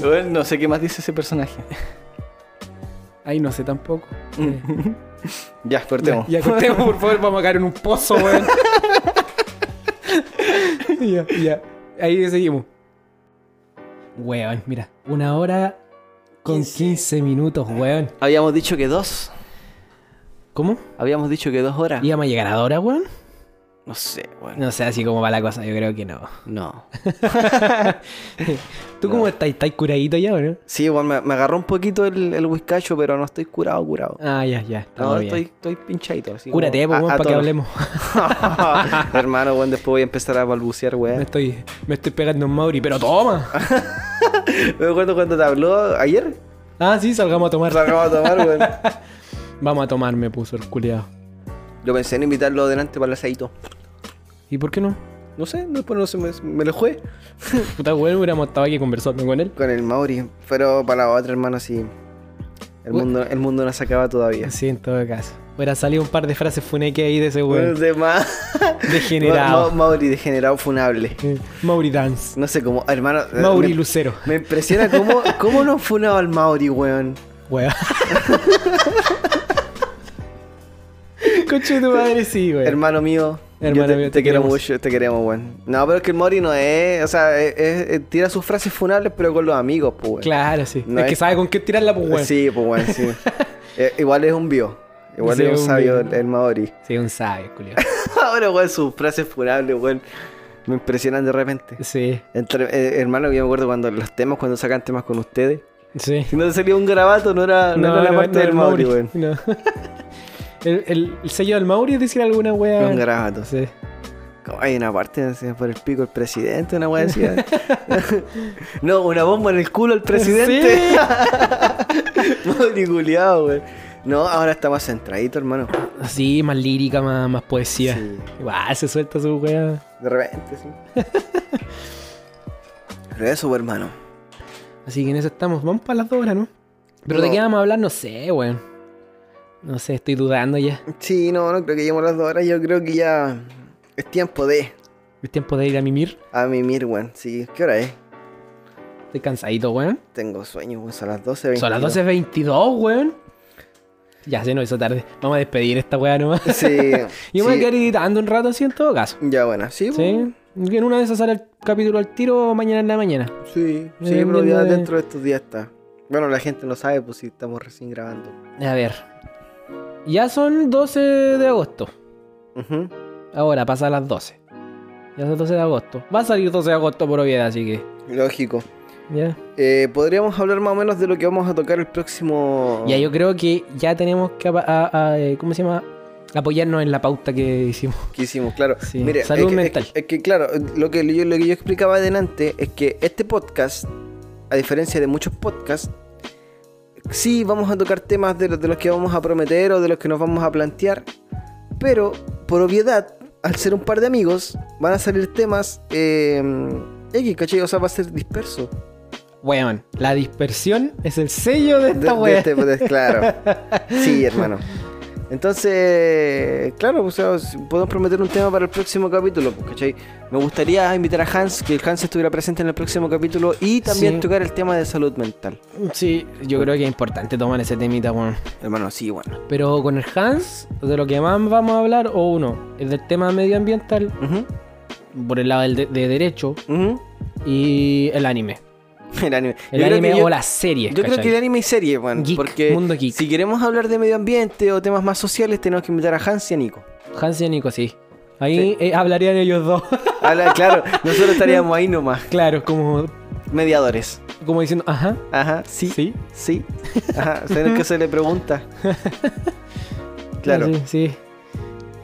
Speaker 2: Bueno, no sé qué más dice ese personaje.
Speaker 1: Ahí no sé tampoco.
Speaker 2: Mm.
Speaker 1: Eh,
Speaker 2: Ya, cortemos.
Speaker 1: Ya, ya cortemos, por favor, vamos a caer en un pozo, weón. ya, ya. Ahí seguimos. Weón, mira. Una hora con 15, minutos, weón.
Speaker 2: Habíamos dicho que dos.
Speaker 1: ¿Cómo?
Speaker 2: Habíamos dicho que dos horas.
Speaker 1: ¿Íbamos a llegar ahora, weón?
Speaker 2: No sé, bueno.
Speaker 1: No sé, así como va la cosa, yo creo que no.
Speaker 2: No.
Speaker 1: ¿Tú cómo estás? ¿Estás curadito ya o no?
Speaker 2: Sí, igual me, me agarró un poquito el, el whiskacho, pero no estoy curado, curado.
Speaker 1: Ah, ya, ya. Está
Speaker 2: No,
Speaker 1: muy bien.
Speaker 2: estoy, estoy pinchadito. Así
Speaker 1: Cúrate, pues,
Speaker 2: como- a-
Speaker 1: weón,
Speaker 2: a
Speaker 1: para que
Speaker 2: tono.
Speaker 1: hablemos.
Speaker 2: Hermano, bueno, después voy a empezar a balbucear,
Speaker 1: Me
Speaker 2: weón.
Speaker 1: estoy, me estoy pegando un Mauri, pero toma.
Speaker 2: Me acuerdo cuando te habló ayer.
Speaker 1: Ah, sí, salgamos a tomar.
Speaker 2: Nos acabamos de tomar, weón.
Speaker 1: Vamos a tomar, me puso el culiado.
Speaker 2: Yo pensé en invitarlo adelante para el asadito.
Speaker 1: ¿Y por qué no?
Speaker 2: No sé, después no se me, me lo jugué.
Speaker 1: Puta, weón, hubiéramos estado aquí conversando con él.
Speaker 2: Con el Mauri. Pero para la otra, hermano, sí. El
Speaker 1: Uy.
Speaker 2: mundo, el mundo no se acaba todavía.
Speaker 1: Sí, en todo caso. Hubiera salido un par de frases funeque ahí de ese
Speaker 2: Bueno,
Speaker 1: weón.
Speaker 2: de más. Ma-
Speaker 1: Degenerado.
Speaker 2: Ma- Mauri degenerado funable.
Speaker 1: Eh, Mauri Dance.
Speaker 2: No sé cómo, hermano. eh,
Speaker 1: Mauri
Speaker 2: me-
Speaker 1: Lucero.
Speaker 2: Me impresiona cómo, cómo no funaba al Mauri, weón.
Speaker 1: Weón. Conche de tu madre, sí, weón.
Speaker 2: Hermano mío.
Speaker 1: Hermano
Speaker 2: yo te,
Speaker 1: mío,
Speaker 2: te
Speaker 1: te
Speaker 2: quiero
Speaker 1: queremos.
Speaker 2: mucho, te queremos, weón. No, pero es que el Mauri no es. O sea, es- es- es- tira sus frases funables, pero con los amigos, pues, weón.
Speaker 1: Claro, sí.
Speaker 2: No
Speaker 1: es,
Speaker 2: es-
Speaker 1: que sabe con qué tirarla, pues, weón.
Speaker 2: Sí, pues, weón, sí. Eh, igual es un bio. Igual
Speaker 1: Sí,
Speaker 2: es un
Speaker 1: un
Speaker 2: sabio el,
Speaker 1: bio.
Speaker 2: el Mauri.
Speaker 1: Sí, un sabio, culiado.
Speaker 2: Ahora, weón, sus frases funables, weón. Me impresionan de repente.
Speaker 1: Sí,
Speaker 2: Entre- eh, hermano, yo me acuerdo cuando los temas, cuando sacan temas con ustedes.
Speaker 1: sí.
Speaker 2: Si no te salía un grabato, no era, no, era la parte
Speaker 1: no,
Speaker 2: del
Speaker 1: el
Speaker 2: Mauri, weón.
Speaker 1: No. El, el- el sello del Mauri es decir alguna
Speaker 2: Era Un
Speaker 1: wea.
Speaker 2: grabato.
Speaker 1: Sí.
Speaker 2: Como Hay una parte decía, por el pico el presidente, una weá decía. no, una bomba en el culo al presidente. Madre culiao, wey. No, ahora está más centradito, hermano.
Speaker 1: Sí, más lírica, más, más poesía.
Speaker 2: Sí.
Speaker 1: Guau, se suelta su wea.
Speaker 2: De repente, sí. Pero eso, pues, hermano.
Speaker 1: Así que en eso estamos. Vamos para las dos horas, ¿no? Pero de
Speaker 2: No.
Speaker 1: qué vamos a hablar, no sé, weón. No sé, estoy dudando ya.
Speaker 2: Sí, no, no creo que lleguemos las dos horas. Yo creo que ya es tiempo de
Speaker 1: Es tiempo de ir a mimir.
Speaker 2: a mimir, weón. Sí, ¿qué hora es?
Speaker 1: Estoy cansadito, weón.
Speaker 2: Tengo sueño, weón. Son las 12.22.
Speaker 1: Son las 12.22, weón. Ya se nos hizo tarde. Vamos a despedir esta wea nomás.
Speaker 2: Sí.
Speaker 1: Yo me voy a
Speaker 2: sí.
Speaker 1: quedar editando un rato así en todo caso.
Speaker 2: Ya, bueno, sí,
Speaker 1: Sí. Y En una de esas sale el capítulo al tiro mañana en la mañana.
Speaker 2: Sí, sí,
Speaker 1: Eh,
Speaker 2: pero ya
Speaker 1: viendo de-
Speaker 2: dentro de estos días está. Bueno, la gente no sabe, pues si estamos recién grabando.
Speaker 1: A ver. Ya son 12 de agosto.
Speaker 2: Ujú.
Speaker 1: Ahora pasa a las 12. Ya son 12 de agosto. Va a salir 12 de agosto por obviedad, así que.
Speaker 2: Lógico.
Speaker 1: Ya.
Speaker 2: Eh, Podríamos hablar más o menos de lo que vamos a tocar el próximo.
Speaker 1: Ya yo creo que ya tenemos que. apa- a- a- eh, ¿Cómo se llama? Apoyarnos en la pauta que hicimos.
Speaker 2: que hicimos, claro.
Speaker 1: Sí,
Speaker 2: Mire,
Speaker 1: salud
Speaker 2: es que,
Speaker 1: mental.
Speaker 2: Es que, es que, claro, lo que, yo, lo que yo explicaba adelante es que este podcast, a diferencia de muchos podcasts, sí vamos a tocar temas de, los- de los que vamos a prometer o de los que nos vamos a plantear, pero por obviedad, al ser un par de amigos, van a salir temas eh, X, ¿cachai? O sea, va a ser disperso.
Speaker 1: Weón, la dispersión es el sello de
Speaker 2: De-
Speaker 1: esta
Speaker 2: de
Speaker 1: wea.
Speaker 2: este- de- claro. Sí, hermano. Entonces, claro, pues, o sea, si podemos prometer un tema para el próximo capítulo, pues, ¿cachai? Me gustaría invitar a Hans, que el Hans estuviera presente en el próximo capítulo y también
Speaker 1: Sí.
Speaker 2: tocar el tema de salud mental.
Speaker 1: Sí, yo creo que es importante tomar ese temita, weón.
Speaker 2: Hermano, sí, bueno.
Speaker 1: Pero con el Hans, de lo que más vamos a hablar, o uno, es del tema medioambiental,
Speaker 2: Ujú.
Speaker 1: por el lado del de, de derecho
Speaker 2: Ujú.
Speaker 1: y el anime.
Speaker 2: El anime.
Speaker 1: El
Speaker 2: Yo creo
Speaker 1: anime
Speaker 2: que yo-
Speaker 1: o las series.
Speaker 2: Yo creo
Speaker 1: ¿cachai?
Speaker 2: que el anime y serie, weón.
Speaker 1: Geek,
Speaker 2: Porque
Speaker 1: mundo geek.
Speaker 2: si queremos hablar de medio ambiente o temas más sociales, tenemos que invitar a Hans y a Nico.
Speaker 1: Hans y Nico, sí. Ahí eh, hablarían ellos dos.
Speaker 2: Habla- claro, nosotros estaríamos ahí nomás,
Speaker 1: claro, como,
Speaker 2: mediadores.
Speaker 1: como diciendo, ajá,
Speaker 2: Ajá, sí, sí,
Speaker 1: sí.
Speaker 2: Ajá, o sea, no es que se le pregunta. Claro.
Speaker 1: Sí, sí.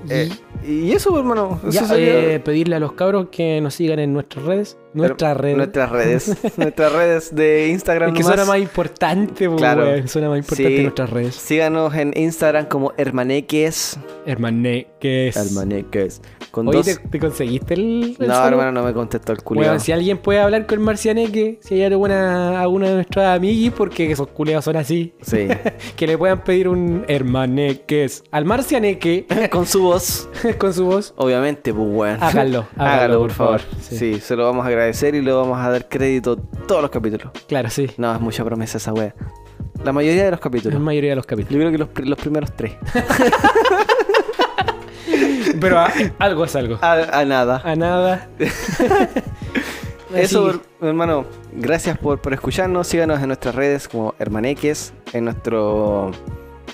Speaker 2: Eh, y eso, pues, hermano. Eso
Speaker 1: Ya,
Speaker 2: sería-
Speaker 1: eh, pedirle a los cabros que nos sigan en nuestras redes. Nuestras redes.
Speaker 2: Nuestras redes. nuestras redes de Instagram.
Speaker 1: Es que
Speaker 2: nomás.
Speaker 1: suena más importante, po,
Speaker 2: Claro.
Speaker 1: weón, Suena más importante
Speaker 2: Sí.
Speaker 1: nuestras redes.
Speaker 2: Síganos en Instagram como Hermaneques.
Speaker 1: Hermané, ¿qué es?
Speaker 2: Hermaneques. Con
Speaker 1: Oye,
Speaker 2: dos.
Speaker 1: ¿te, te conseguiste el, el
Speaker 2: No,
Speaker 1: saludo?
Speaker 2: hermano, no me contestó el culiao.
Speaker 1: Weón, si alguien puede hablar con Marcianeque, si hay alguna, alguna de nuestras amiguis, porque esos culeados son así,
Speaker 2: Sí.
Speaker 1: que le puedan pedir un hermaneques al Marcianeque
Speaker 2: con su voz.
Speaker 1: con su voz,
Speaker 2: Obviamente, pues weón.
Speaker 1: háganlo, háganlo, por favor.
Speaker 2: Sí.
Speaker 1: Sí.
Speaker 2: se lo vamos a agradecer y le vamos a dar crédito todos los capítulos.
Speaker 1: Claro, sí.
Speaker 2: No, es mucha promesa esa wea. La mayoría de los
Speaker 1: La
Speaker 2: capítulos.
Speaker 1: mayoría de los capítulos.
Speaker 2: Yo creo que los, pri- los primeros tres.
Speaker 1: Pero a- algo es algo.
Speaker 2: A, a nada.
Speaker 1: A nada. Ah,
Speaker 2: Eso,
Speaker 1: Así,
Speaker 2: her- hermano, gracias por, por escucharnos. Síganos en nuestras redes como Hermaneques, en nuestro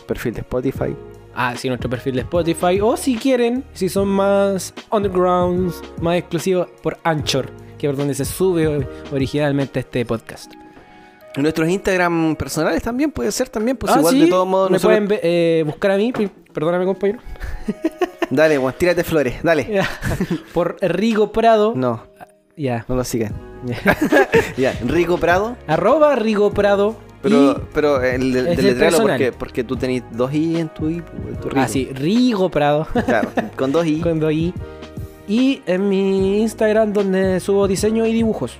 Speaker 2: perfil de Spotify.
Speaker 1: Ah, sí, nuestro perfil de Spotify. O si quieren, si son más undergrounds, más exclusivos, por Anchor, que es por donde se sube o- originalmente este podcast.
Speaker 2: Ah, En nuestros Instagram personales también puede ser, también, pues
Speaker 1: Ah,
Speaker 2: igual
Speaker 1: sí,
Speaker 2: de todos modos.
Speaker 1: Me
Speaker 2: nosotros-
Speaker 1: pueden ve- eh, buscar a mí, pi- perdóname, compañero.
Speaker 2: Dale, weón, tírate flores, dale.
Speaker 1: por Rigo Prado.
Speaker 2: No,
Speaker 1: Ya.
Speaker 2: no lo sigan. Ya, Rico Prado.
Speaker 1: Arroba Rigo Prado.
Speaker 2: Pero,
Speaker 1: y-
Speaker 2: pero el de-
Speaker 1: es
Speaker 2: del
Speaker 1: del
Speaker 2: letrero,
Speaker 1: personal.
Speaker 2: porque, porque tú tenés dos i en tu i, pues, en tu rico.
Speaker 1: Ah, sí, Rigo Prado.
Speaker 2: Claro, con dos i.
Speaker 1: cuando ahí. Y en mi Instagram, donde subo diseño y dibujos.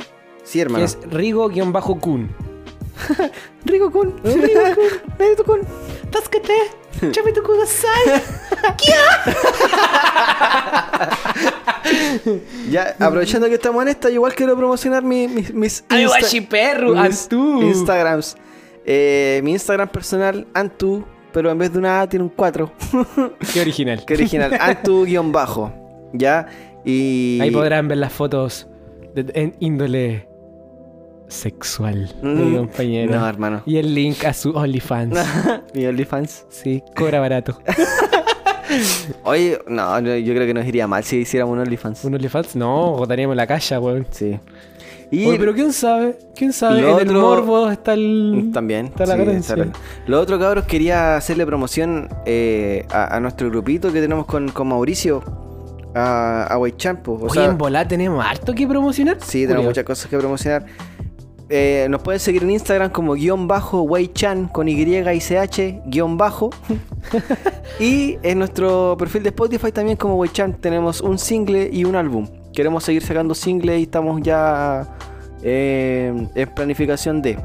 Speaker 2: Sí,
Speaker 1: Que
Speaker 2: hermano.
Speaker 1: es Rigo-Kun.
Speaker 2: Rico con.
Speaker 1: Rigo Kun. Tascate. Chame tu kudasai.
Speaker 2: Ya, aprovechando que estamos en esta, yo igual quiero promocionar mi- mis, mis
Speaker 1: Ay,
Speaker 2: Insta-
Speaker 1: guachi perro.
Speaker 2: mis
Speaker 1: Antú.
Speaker 2: Instagrams. Eh, mi Instagram personal, Antu, pero en vez de una A tiene un 4.
Speaker 1: Qué original.
Speaker 2: Qué original. Antu-bajo. Ya. Y.
Speaker 1: Ahí podrán ver las fotos de- en índole sexual de mi
Speaker 2: Mm,
Speaker 1: compañero.
Speaker 2: No, hermano.
Speaker 1: Y el link a su OnlyFans.
Speaker 2: mi OnlyFans.
Speaker 1: sí, cobra barato.
Speaker 2: Oye, no, no, yo creo que nos iría mal si hiciéramos un OnlyFans.
Speaker 1: ¿Un OnlyFans? No, agotaríamos la calle, weón.
Speaker 2: Sí. Y
Speaker 1: Oye, pero quién sabe, quién sabe,
Speaker 2: Lo
Speaker 1: en el
Speaker 2: otro-
Speaker 1: morbo está el...
Speaker 2: mm, También.
Speaker 1: Está la
Speaker 2: sí,
Speaker 1: carencia.
Speaker 2: está la- Lo otro, cabros, quería hacerle promoción eh, a, a nuestro grupito que tenemos con, con Mauricio, a, a Guaychampo. O
Speaker 1: Oye,
Speaker 2: sea,
Speaker 1: en volá tenemos harto que promocionar.
Speaker 2: sí, tenemos muchas cosas que promocionar. Eh, nos pueden seguir en Instagram como guión bajo Weichan con Y y CH guión bajo. y en nuestro perfil de Spotify también como Weichan tenemos un single y un álbum. Queremos seguir sacando singles y estamos ya eh, en planificación de.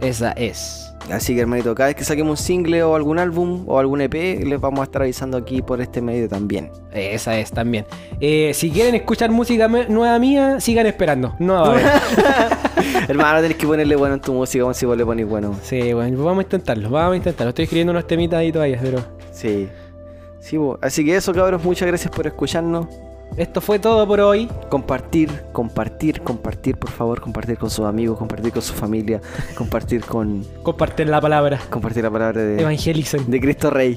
Speaker 1: Esa es.
Speaker 2: Así que hermanito, cada vez que saquemos un single o algún álbum o algún EP, les vamos a estar avisando aquí por este medio también.
Speaker 1: Esa es también. Eh, si quieren escuchar música me- nueva mía, sigan esperando. No, va a haber.
Speaker 2: Hermano, tenés que ponerle bueno en tu música, como si vos le pones bueno.
Speaker 1: sí, bueno, vamos a intentarlo, vamos a intentarlo. Estoy escribiendo unos temitas ahí todavía, pero...
Speaker 2: Sí. Sí, bo. Así que eso, cabros, muchas gracias por escucharnos.
Speaker 1: Esto fue todo por hoy.
Speaker 2: Compartir, compartir, compartir, por favor, compartir con sus amigos, compartir con su familia, compartir con.
Speaker 1: Comparten la palabra.
Speaker 2: compartir la palabra de,
Speaker 1: Evangelicen.
Speaker 2: de Cristo Rey.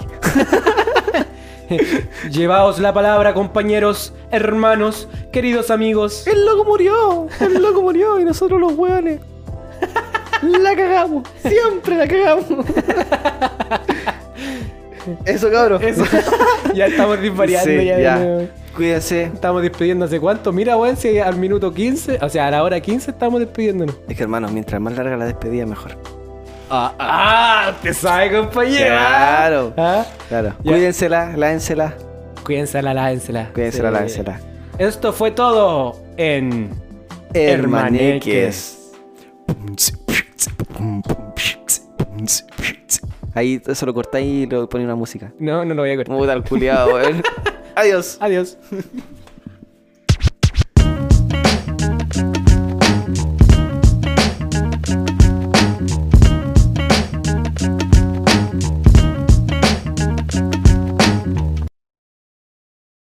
Speaker 1: Llevaos la palabra, compañeros, hermanos, queridos amigos.
Speaker 2: ¡El loco murió! ¡El loco murió! Y nosotros los hueones. La cagamos. Siempre la cagamos. Eso, cabros.
Speaker 1: Eso. ya estamos disvariando.
Speaker 2: Sí,
Speaker 1: ya,
Speaker 2: ya. Cuídense.
Speaker 1: Estamos despidiendo hace cuánto. Mira, weón, si al minuto 15, o sea, a la hora 15 estamos despidiéndonos.
Speaker 2: Es que, hermano, mientras más larga la despedida, mejor.
Speaker 1: Ah, ah, te sabe, compañero.
Speaker 2: Claro.
Speaker 1: ¿Ah?
Speaker 2: Claro.
Speaker 1: Ya.
Speaker 2: Cuídensela, lávensela.
Speaker 1: Cuídensela, lávensela.
Speaker 2: Cuídensela,
Speaker 1: Sí.
Speaker 2: lávensela.
Speaker 1: Esto fue todo en.
Speaker 2: Hermaneques. Ahí eso lo cortáis y lo ponéis una música.
Speaker 1: No, no lo voy a cortar.
Speaker 2: Puta el culiado, Adiós.
Speaker 1: Adiós.